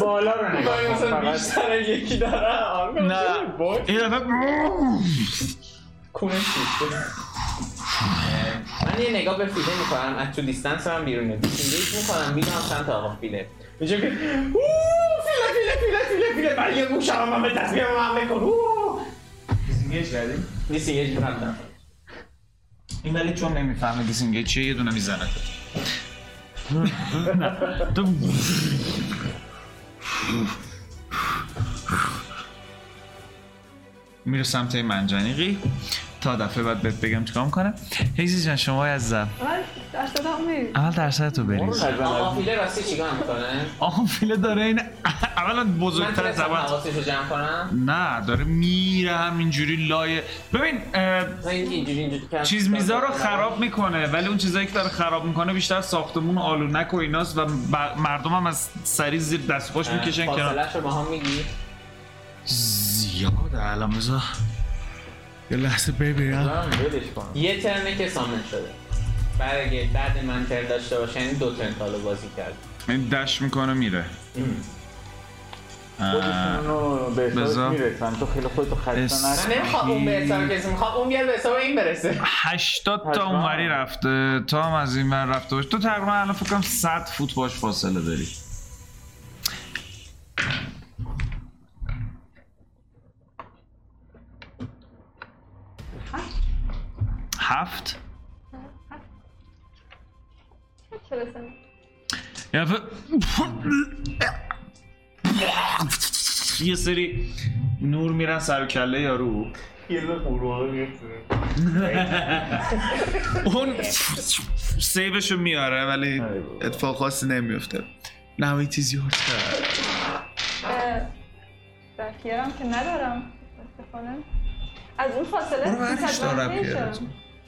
C: بالا رو نگاه
D: من
C: کن
D: مثلا
C: فقط
D: بیشتر یکی دارم
A: نه این دفعه
B: کونه شیشه. اه، من یه نگاه به فیله میکنم از تو دیستنس هم بیرونه دیستنس میکنم میدونم سمت آقا فیله
D: اینجا که اوه، فیله فیله فیله فیله فیله من یه گوشم هم من به تصمیم هم بکن اوه.
B: دیستنس میکنم
A: این ولی چون نمیفهمه دیسینگه چیه یه دونه میزنه نه تو میره سمت این منجنیقی تا دفعه بعد بهت بگم چیکار میکنم هیزی جان شما از
E: من در صدا می‌ریم.
A: اول درصد تو بریز
B: آقا فیله راستی چیکار میکنه
A: آخه فیله داره این اولا
B: من
A: بزرگتر
B: تونستم
A: زبان
B: حواسش رو جمع کنم
A: نه داره میره همینجوری لایه ببین اه،
B: من اینکه اینجوری اینجوری کردم.
A: چیز میزا رو خراب میکنه ولی اون چیزایی که داره خراب میکنه بیشتر ساختمون و آلونک و ایناست و ب- مردم هم از سری زیر دست و پاش
B: اه،
A: میکشن کنار
B: فاصله‌ش رو با هم میگی
A: زیاد الان بذار یه لحظه ببینم
C: من ولش کن
B: یه ترنه که سامن شده بعد اگه بعد من تر داشته باشه یعنی دو ترن تا حالا بازی کرد
A: این دش میکنه میره اه،
C: اونو به
A: بذار.
C: حساب میرسن تو خیلی خودتو خسته
A: اس-
B: من
C: نکن
B: نمیخوام اون به حساب کسی میخوام اون بیاد به حساب این برسه
A: هشتاد تا
C: حتما.
A: اونوری رفته تا هم از این ور رفته باش تو تقریبا الان فکر کنم 100 فوت باش فاصله داری هفت
E: چرا سن؟
A: یه دفعه- یه سری نور میرن سر و کله یارو
D: یه ذره قورباغه میفته.
A: اون سیبشو میاره ولی اتفاق خاصی نمیفته نه این چیزی
E: اه، رفیرم که ندارم متاسفانه از اون فاصله
A: برو برش
E: 300
A: دار
E: بنده
A: رفیرت.
E: دارم.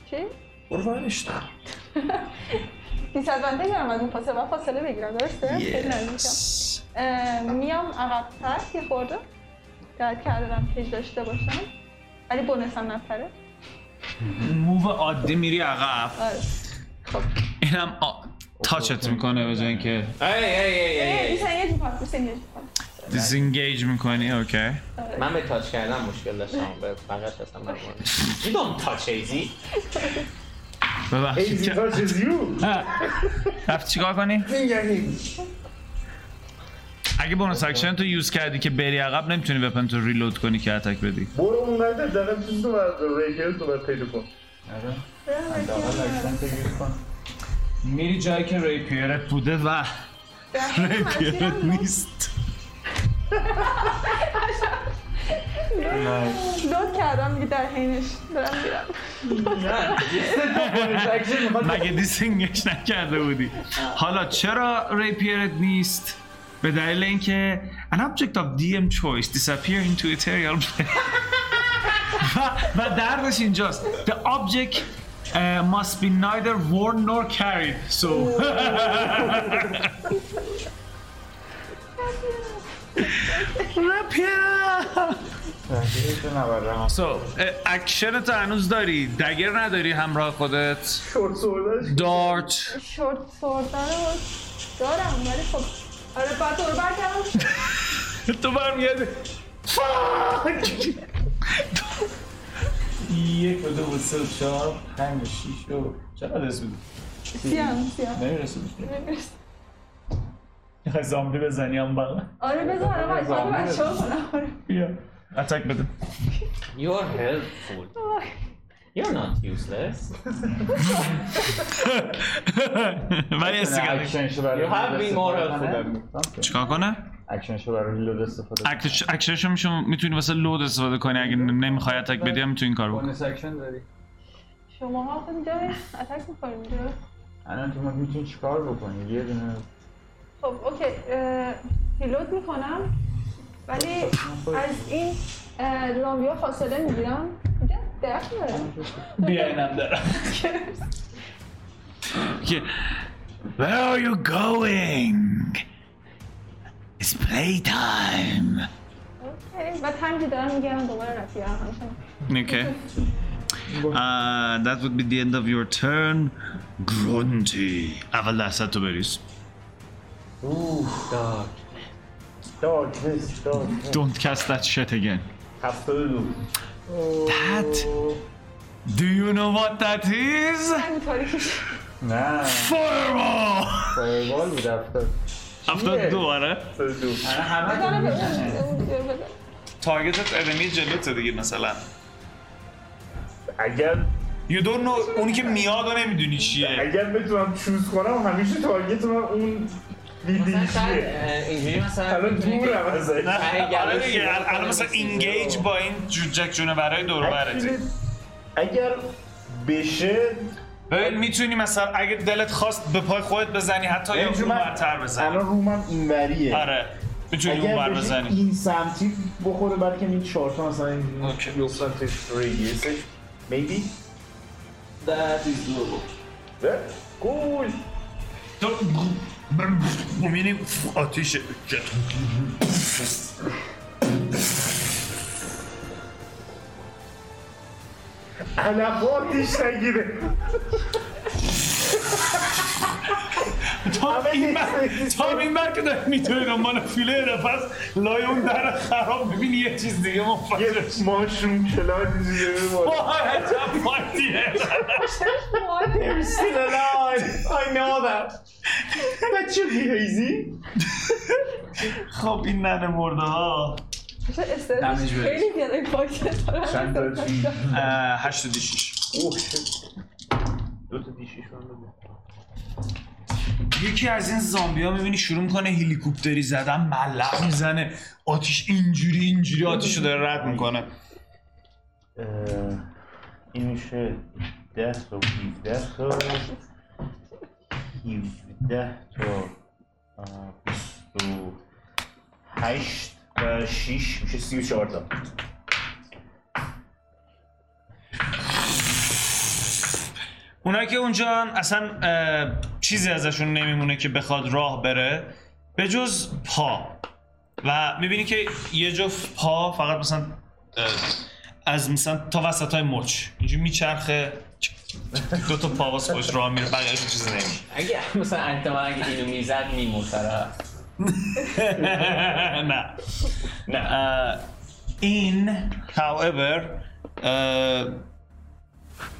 E: چی؟
A: قربانش دارم
E: 300 بنده دارم از اون فاصله من فاصله بگیرم درسته؟ خیلی نزدیکم. اه، میام عقبتر یه خورده درد کردم پیج داشته باشم ولی بونسم نپره
A: موو عادی میری عقب
E: آره
A: اینم آ... تاچت میکنه به جای اینکه
B: ای ای ای ای
E: اه،
B: ای.
E: این یه جیپان این یه جیپان
A: دیسینگیج میکنی اوکی
B: من به تاچ کردن مشکل داشتم به بقیش اصلا من میدونم تاچ ایزی
A: ببخشید
L: Easy
A: که-
L: touches you.
A: رفت چیکار کنی؟
L: Finger him.
M: اگه بونس اکشن تو یوز کردی که بری عقب نمیتونی وپن تو ریلود کنی که اتک بدی
L: برو اونقدر دقیقا چیز رو بر ریکل تو باید پیدا کن
M: میری جایی که ری پیرت بوده و ری پیرت نیست
E: لود کردم میگه در حینش دارم میرم
M: مگه دیسینگش نکرده بودی حالا چرا ری پیرت نیست به دلیل اینکه an object of DM choice disappear into ethereal plane. و, و دردش اینجاست the object uh, must be neither worn nor carried so Rapier! سو اکشن تو هنوز داری دگر نداری همراه خودت
L: شورت سوردش
M: دارت
E: شورت سوردن رو دارم ولی خب آره بعد دور برگردم
M: تو برمیگردی فاک
A: یک و دو و سه و چهار پنج و شیش و چقدر رسید؟
E: سیام سیام
A: نمیرسید زامبی بزنی هم بغل
E: آره بذارم آره بذارم بچه ها کنم آره
A: بیا اتک بده
B: You're helpful You're not useless
M: ولی استیکر
C: اکشنشو برای
B: You have been more helpful than me.
M: چیکار کنه؟
C: اکشنشو برای ریلود استفاده کنم.
M: اکتش- اکشنشو میشه میتونی واسه لود استفاده کنی اگه نمیخوای اتک بدی هم میتونی این کارو بکنی
C: بونس اکشن داری
E: شما ها خود اینجا اتک میکنیم اینجا
C: الان تو ما میتونی چیکار بکنی یه دونه
E: خب اوکی اه، ریلود میکنم ولی از این اه، زامبیا فاصله میگیرم اینجا درخت داره
A: بیا اینم دارم
M: که- Where are you going? It's playtime
E: اوکی و تنگی دارم میگیرم دوباره رفیقم همچنان
M: Okay. Uh, that would be the end of your turn. Grunty.
A: Uh,
M: اول لحظه تو بریز.
D: Darkness, darkness.
M: Don't cast that shit again.
D: هفتاد و دو
M: That. Do you know what that is?
E: همینطوری که
C: نه
M: Fireball!
C: فایروال بود افتاد
M: افتاد دو آره.
E: داره به اون- اون دیگه بده.
A: تارگتت ارمی جلوت دیگه مثلا
L: اگر
A: You don't know اونی که میاد و نمیدونی چیه
L: اگر بتونم چوز کنم همیشه تارگت من اون
B: مثلا شاید
L: بیلینگیه
B: اه، اینجوری مثلا
L: الان دورم ازش
A: آره دیگه الان مثلا اینگیج با این جوجک جونورای دور و برته.
D: اگر بشه
A: ببین میتونی مثلا اگه دلت خواست به پای خودت بزنی حتی یا
D: اینجور من-
A: اونورتر بزنی
D: الان رومم اینوریه
A: آره میتونی
D: اگر
A: اونور
D: بشه
A: بزنی
D: این سمتی بخوره برای که این چهارتا مثلا این
A: اوکی.
D: بیفتن توش ریدیسش maybe
B: That is doable.
D: گول
A: تو میبینی آتیشه
L: علفاتش نگیره
A: تا این بر تا این بر که داری میتونی دنبال فیلر پس لای اون در خراب ببینی یه چیز دیگه
L: یه
A: مفجرش
L: ماشون کلاد زیره بالا
A: وای عجب فایتیه
D: still alive I know that That should be easy
A: خب این ننه مرده ها
E: چه استعدادش
C: Damage
E: خیلی بیاره پاکه دارم.
L: چند تا چیز.
A: 86
D: دو تا دیشیش رو هم بده
A: یکی از این زامبیا میبینی شروع میکنه هلیکوپتری زدن ملق میزنه آتیش اینجوری اینجوری آتیش رو داره رد میکنه
D: اه، این میشه ده تا و هیفده تا هیفده تا اه، بیست و هشت و شیش میشه سی و چهار تا
A: اونایی که اونجا اصلا اه، چیزی ازشون نمیمونه که بخواد راه بره به جز پا و میبینی که یه جفت پا فقط مثلا اه، از مثلا تا وسط های مچ اینجا میچرخه دو تا پا واسه خوش راه میره بقیه چیزی
B: اگه مثلا انتما اگه اینو میزد میمون طرف
A: نمیشه نه نه این however اه،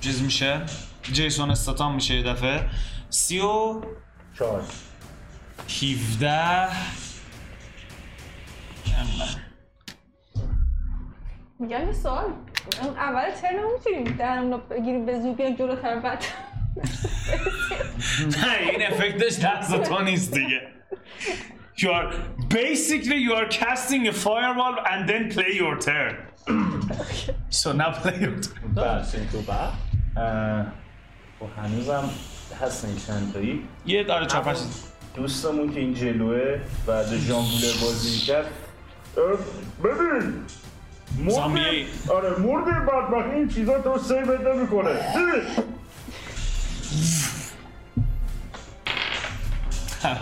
A: چیز میشه جیسون استاتام میشه یه دفعه سی و
D: چهار
A: 17
E: میگم یه سوال اون اول ترن رو میتونیم دهنمون رو بگیریم به زور بیایم جلوتر بعد
F: نه این افکتش دست تو نیست دیگه You are basically you are casting a fireball and then play your turn. so now play your turn.
D: برسیم تو بعد اه، خب هنوزم هست نیشنتایی
F: یه داره چاپش
D: دوستمون که این جلوه بعد ژانگوله بازی کرد
L: اه، ببین مرده
F: زامبی.
L: آره مرده بدبخت این چیزا تو سیبت نمیکنه دیدی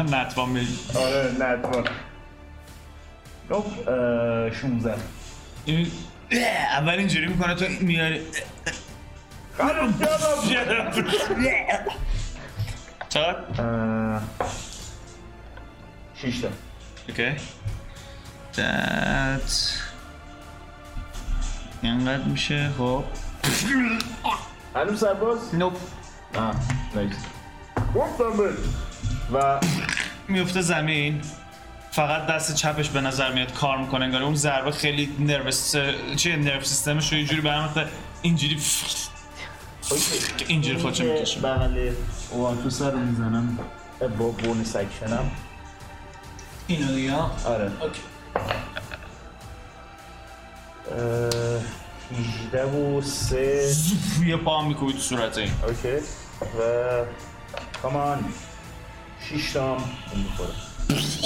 F: نتوان میگی
D: آره نه اتفاق خب اه، 16
F: این- اه، اول اینجوری میکنه تو میاری چقدر؟
D: 6 تا
F: اوکی دت اینقدر میشه خب
D: هنوز سرباز؟
F: نوپ
D: آه نایس
L: گفتم به
D: و
F: میفته زمین فقط دست چپش به نظر میاد کار میکنه انگار اون ضربه خیلی نروس چیه نرو سیستمش رو اینجوری به هم اخته. اینجوری اینجوری خودشو میکشه
D: بغل وانتوس رو میزنم با بونس اکشنم
A: اینو دیگه ها؟
D: آره
A: اوکی.
D: اه، 18 و 3
F: یه پا هم میکوبی تو صورت این
D: اوکی و کامان 6 تا هم میخوره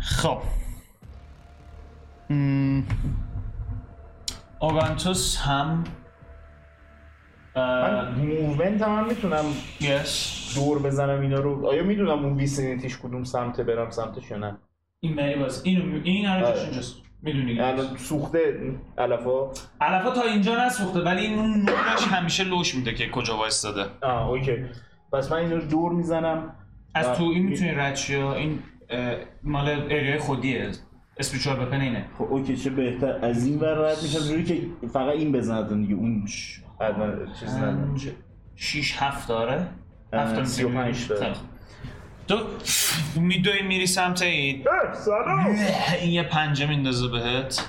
F: خب مم. اوگانتوس هم uh,
D: من موومنت هم, هم میتونم
F: یس
D: دور بزنم اینا رو آیا میدونم اون ویسینیتیش کدوم سمته برم سمتش یا نه
A: این بری باز اینو این حرکتش
D: آره.
A: اینجاست میدونی
D: الان سوخته علفا
A: علفا تا اینجا نسوخته ولی
F: ولی اون نورش همیشه لوش میده که کجا وایستاده
D: آه اوکی پس من اینا رو دور میزنم
A: از تو این میتونی رد شی یا این اه، مال اریای خودیه اسپریچوال بپن اینه
U: خب اوکی چه بهتر از این ور راحت میشم جوری که فقط این بزنه دیگه اون ش-
D: حتما چیز ندارم
F: 6 7 داره
D: اه، 35 داره.
F: خیلی خوب. تو میدوی میری سمت این
L: اه، سلام
F: این یه پنجه میندازه بهت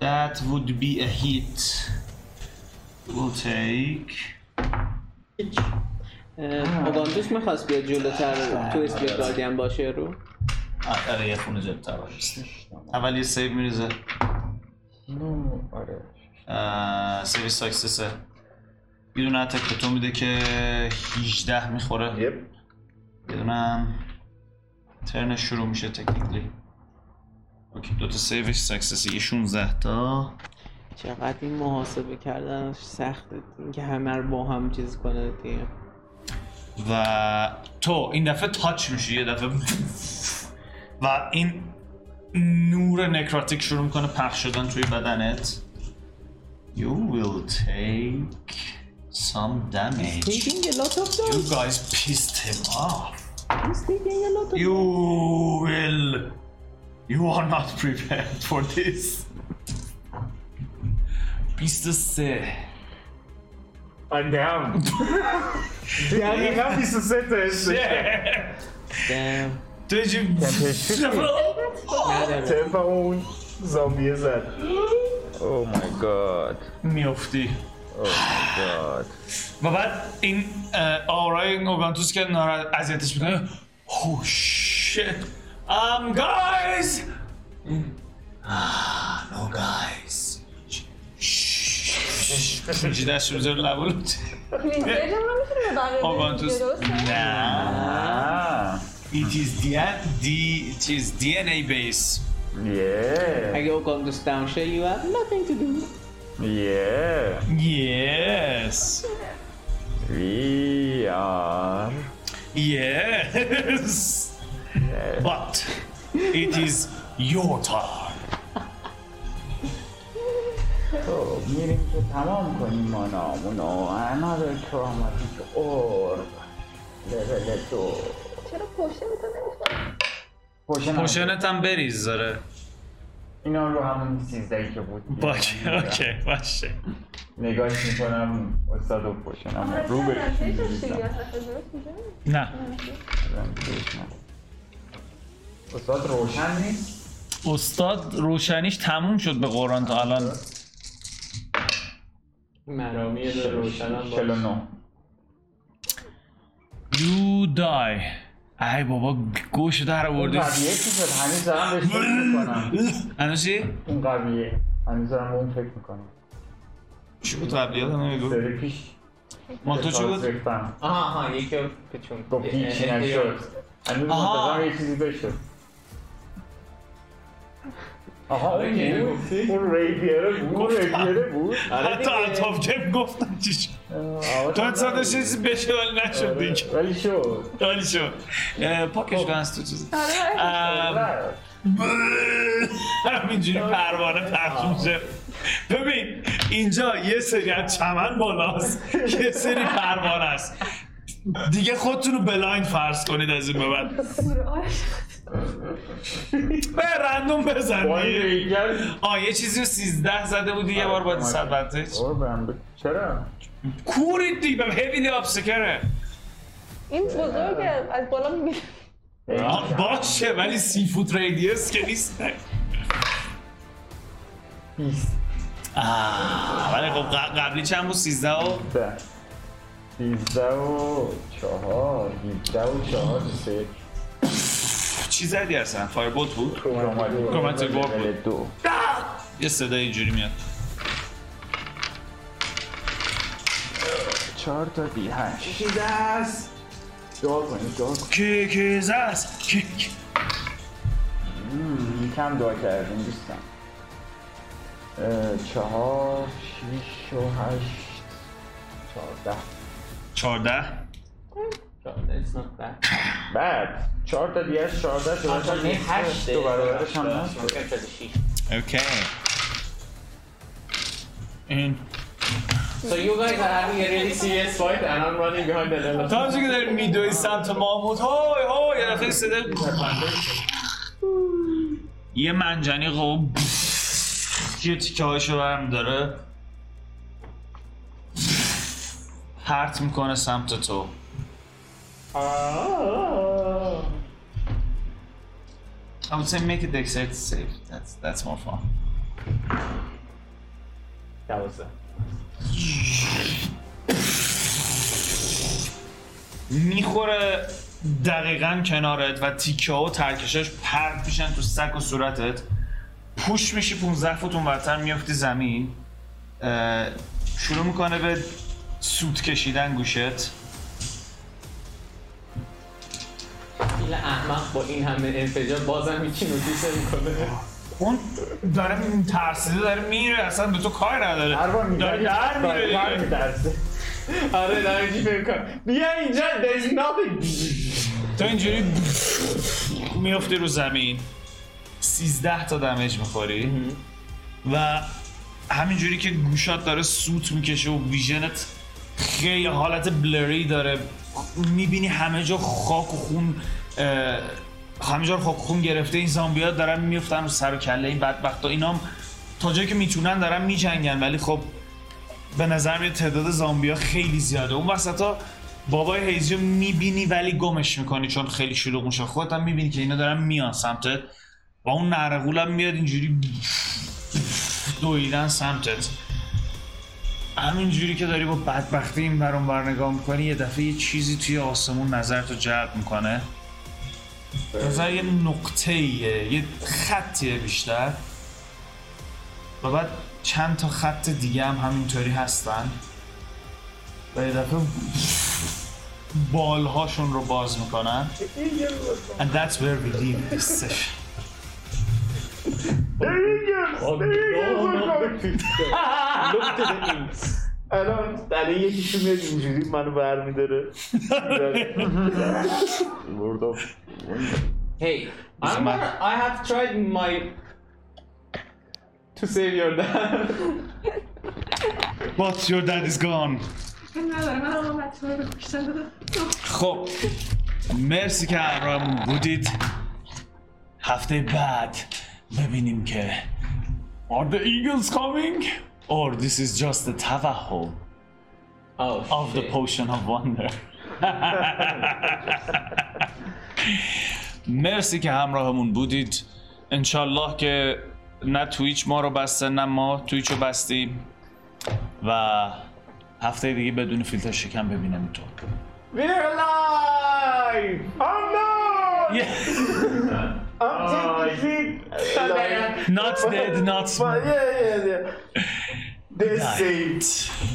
F: That would be a hit We'll take
B: آگانتوس میخواست بیاد جلوتر تو اسلیپ گاردین باشه رو
F: آه، آره یه خونه جبتر باشه اول یه سیو میریزه
B: آره
F: اه، سیو ساکسسه یه دونه اتک به تو میده که 18 میخوره
D: یپ
F: یه دونه هم ترن شروع میشه تکنیکلی اوکی دوتا سیوش سکسسی یه 16 تا
B: چقدر این محاسبه کردنش سخته اینکه همه رو با هم چیز کنه دیگه
F: و تو این دفعه تاچ میشی یه دفعه و این نور نکراتیک شروع میکنه پخش شدن توی بدنت You will take some damage
B: taking a lot of
F: You
B: damage
F: guys pissed him off
B: he's taking a lot of
F: You will. You are not prepared for this. بیست سه
D: I'm down دقیقا 23 تا اسمشه
B: damn
F: تو یه جوری-
B: نداره
D: طرف اون زامبیه زد
B: Oh my god.
F: میافتی
B: God.
F: و بعد این اه، آرای اوگانتوس که ناراحت اذیتش میکنه Oh shit Um guys Ah no guys اینجی دست رو بذار لبالوت
E: پلیزیجم رو میتونیم بقیه
F: آگانتوس
E: بدیم، درسته؟
F: نه
C: آه
F: It is DNA, D, it is DNA base.
C: یه
B: اگه اوگانتوس داون شه you have um ah, nothing to do.
C: یه
F: Yes.
C: وی آر
F: Yes. But it is your turn.
C: خب میریم که تمام کنیم مانامونو another traumatic orb level دو
E: چرا پشته به تو نمی‌خوره؟
C: پوشن
F: پوشنت هم بریز داره.
C: اینا رو همون سیزده که بود
F: باشه اوکی باشه
C: نگاهش میکنم استاد رو پشنم
E: آره،
C: رو به
F: نه
C: استاد روشن نیست
F: استاد روشنیش تموم شد به قرآن تا الان
B: مرامی رو روشنم باش
C: 49
F: You die ای بابا گوش در
C: اون
F: آورده
C: قویه چی شد هنوز دارم بهش فکر میکنم
F: هنوز چی؟
C: اون قویه هنوز دارم به اون فکر میکنم
A: چی بود تبلیغات نمیگو
C: سری پیش
A: ما تو چی بود
C: ریختم
B: آها آها یکی رو پیچون
C: گفت هیچی نشد هنوز
F: آها.
C: منتظرم یه چیزی بشد آها اون
B: که
C: بود اون ریدیره بود اون ریدیره بود
F: حتی اتاف جب گفتم چی شد
C: آه،
F: تو انسان چیزی بشه ولی نشد دیگه
C: ولی شد
F: ولی شد اه، پاکش کن از تو چیزی ام،
C: نه.
F: همینجوری پروانه پخش میشه ببین اینجا یه سری از چمن بالاست یه سری پروانه است دیگه خودتون رو بلایند فرض کنید از این به بعد
E: آره.
F: به رندوم
C: اون
F: بزنید
C: ریگر
F: آه یه چیزی رو 13 زده بودی یه بار باید صد بنتج
C: قربم بگو. چرا؟
F: کورید دیگه هیویلی آبسکره
E: این بزرگه از بالا میبینم
F: آه، باشه ولی سی فوت ریدیس که نیست آه، ولی خب ق- قبلی چند بود 13 و
C: ده. 13 و 4 17 و 4 3
F: چی زدی اصلا فایربولت بود
C: کروماتو
F: کروماتو گرد بود.
C: دو
F: یه صدای اینجوری میاد
C: 4 تا دی 8 دعا کنید دعا کنید
F: که که زست که- که-
C: مم، کم دعا کردیم دوستم اه، چهار شیش و هشت چهارده
F: 14
C: بعد چهار تا دیگه چهارده شده
B: اصلا این هشته
C: دو برابرش هم
B: آه،
C: نشد
B: ممکن شده شیش.
F: اوکی این
B: So you guys are having a really serious fight and I'm running behind the level.
F: تا اونجا که داری میدوی سمت محمود های های یه دفعه صدای یه منجنی قوم یه تیکه هایشو برم داره پرت میکنه سمت تو I would say make a dexterity save. That's that's more fun. میخوره دقیقا کنارت و تیکه ها و ترکشاش پرت میشن تو سگ و صورتت پوش میشی 15 فوت اونورتر میافتی زمین اه، شروع میکنه به سوت کشیدن گوشت
B: این احمق با این همه انفجار بازم یکی نوتیسه میکنه
F: اون داره ترسیده داره میره اصلا به تو کار نداره
C: هر
F: داره در میره دیگه.
B: آره دارم چی فکر کنم بیا اینجا there's nothing
F: تو اینجوری میفتی رو زمین 13 تا دمج میخوری و همینجوری که گوشات داره سوت میکشه و ویژنت خیلی حالت بلری داره میبینی همه جا خاک و خون اه، همه جا رو خاک و خون گرفته این زامبی ها دارن میفتن رو سر و کله این بدبخت ها اینا هم تا جایی که میتونن دارن میجنگن ولی خب به نظر میاد تعداد زامبیا خیلی زیاده اون وسط ها بابای هیزیو میبینی ولی گمش میکنی چون خیلی شلوغ میشه خودت هم میبینی که اینا دارن میان سمتت و اون نرغول هم میاد اینجوری دویدن سمتت همینجوری که داری با بدبختی این برون بر نگاه میکنی یه دفعه یه چیزی توی آسمون نظرتو جلب میکنه نظر یه نقطه یه خطیه بیشتر و بعد چند تا خط دیگه هم همینطوری هستن و یه دفعه بالهاشون رو باز میکنن and that's where we leave this session
D: الان الان یکیشون میاد اینجوری منو برمیداره
B: Hey, I'm gonna, I have tried my to save your dad.
F: but your dad is gone
E: ندارم من هم بچه ها رو کشتن دادم
F: خب مرسی که همراهمون بودید هفته بعد ببینیم که Are the eagles coming? Or this is just a توهم
B: Oh,
F: of the
B: shit.
F: potion of wonder مرسی که همراهمون بودید انشالله که نه تویچ ما رو بسته نه ما تویچ رو بستیم و هفته دیگه بدون فیلتر شکم ببینم تو
D: We're alive! Oh no! I'm taking
F: Not dead, not
D: Yeah, yeah, yeah. They saved.
F: smart.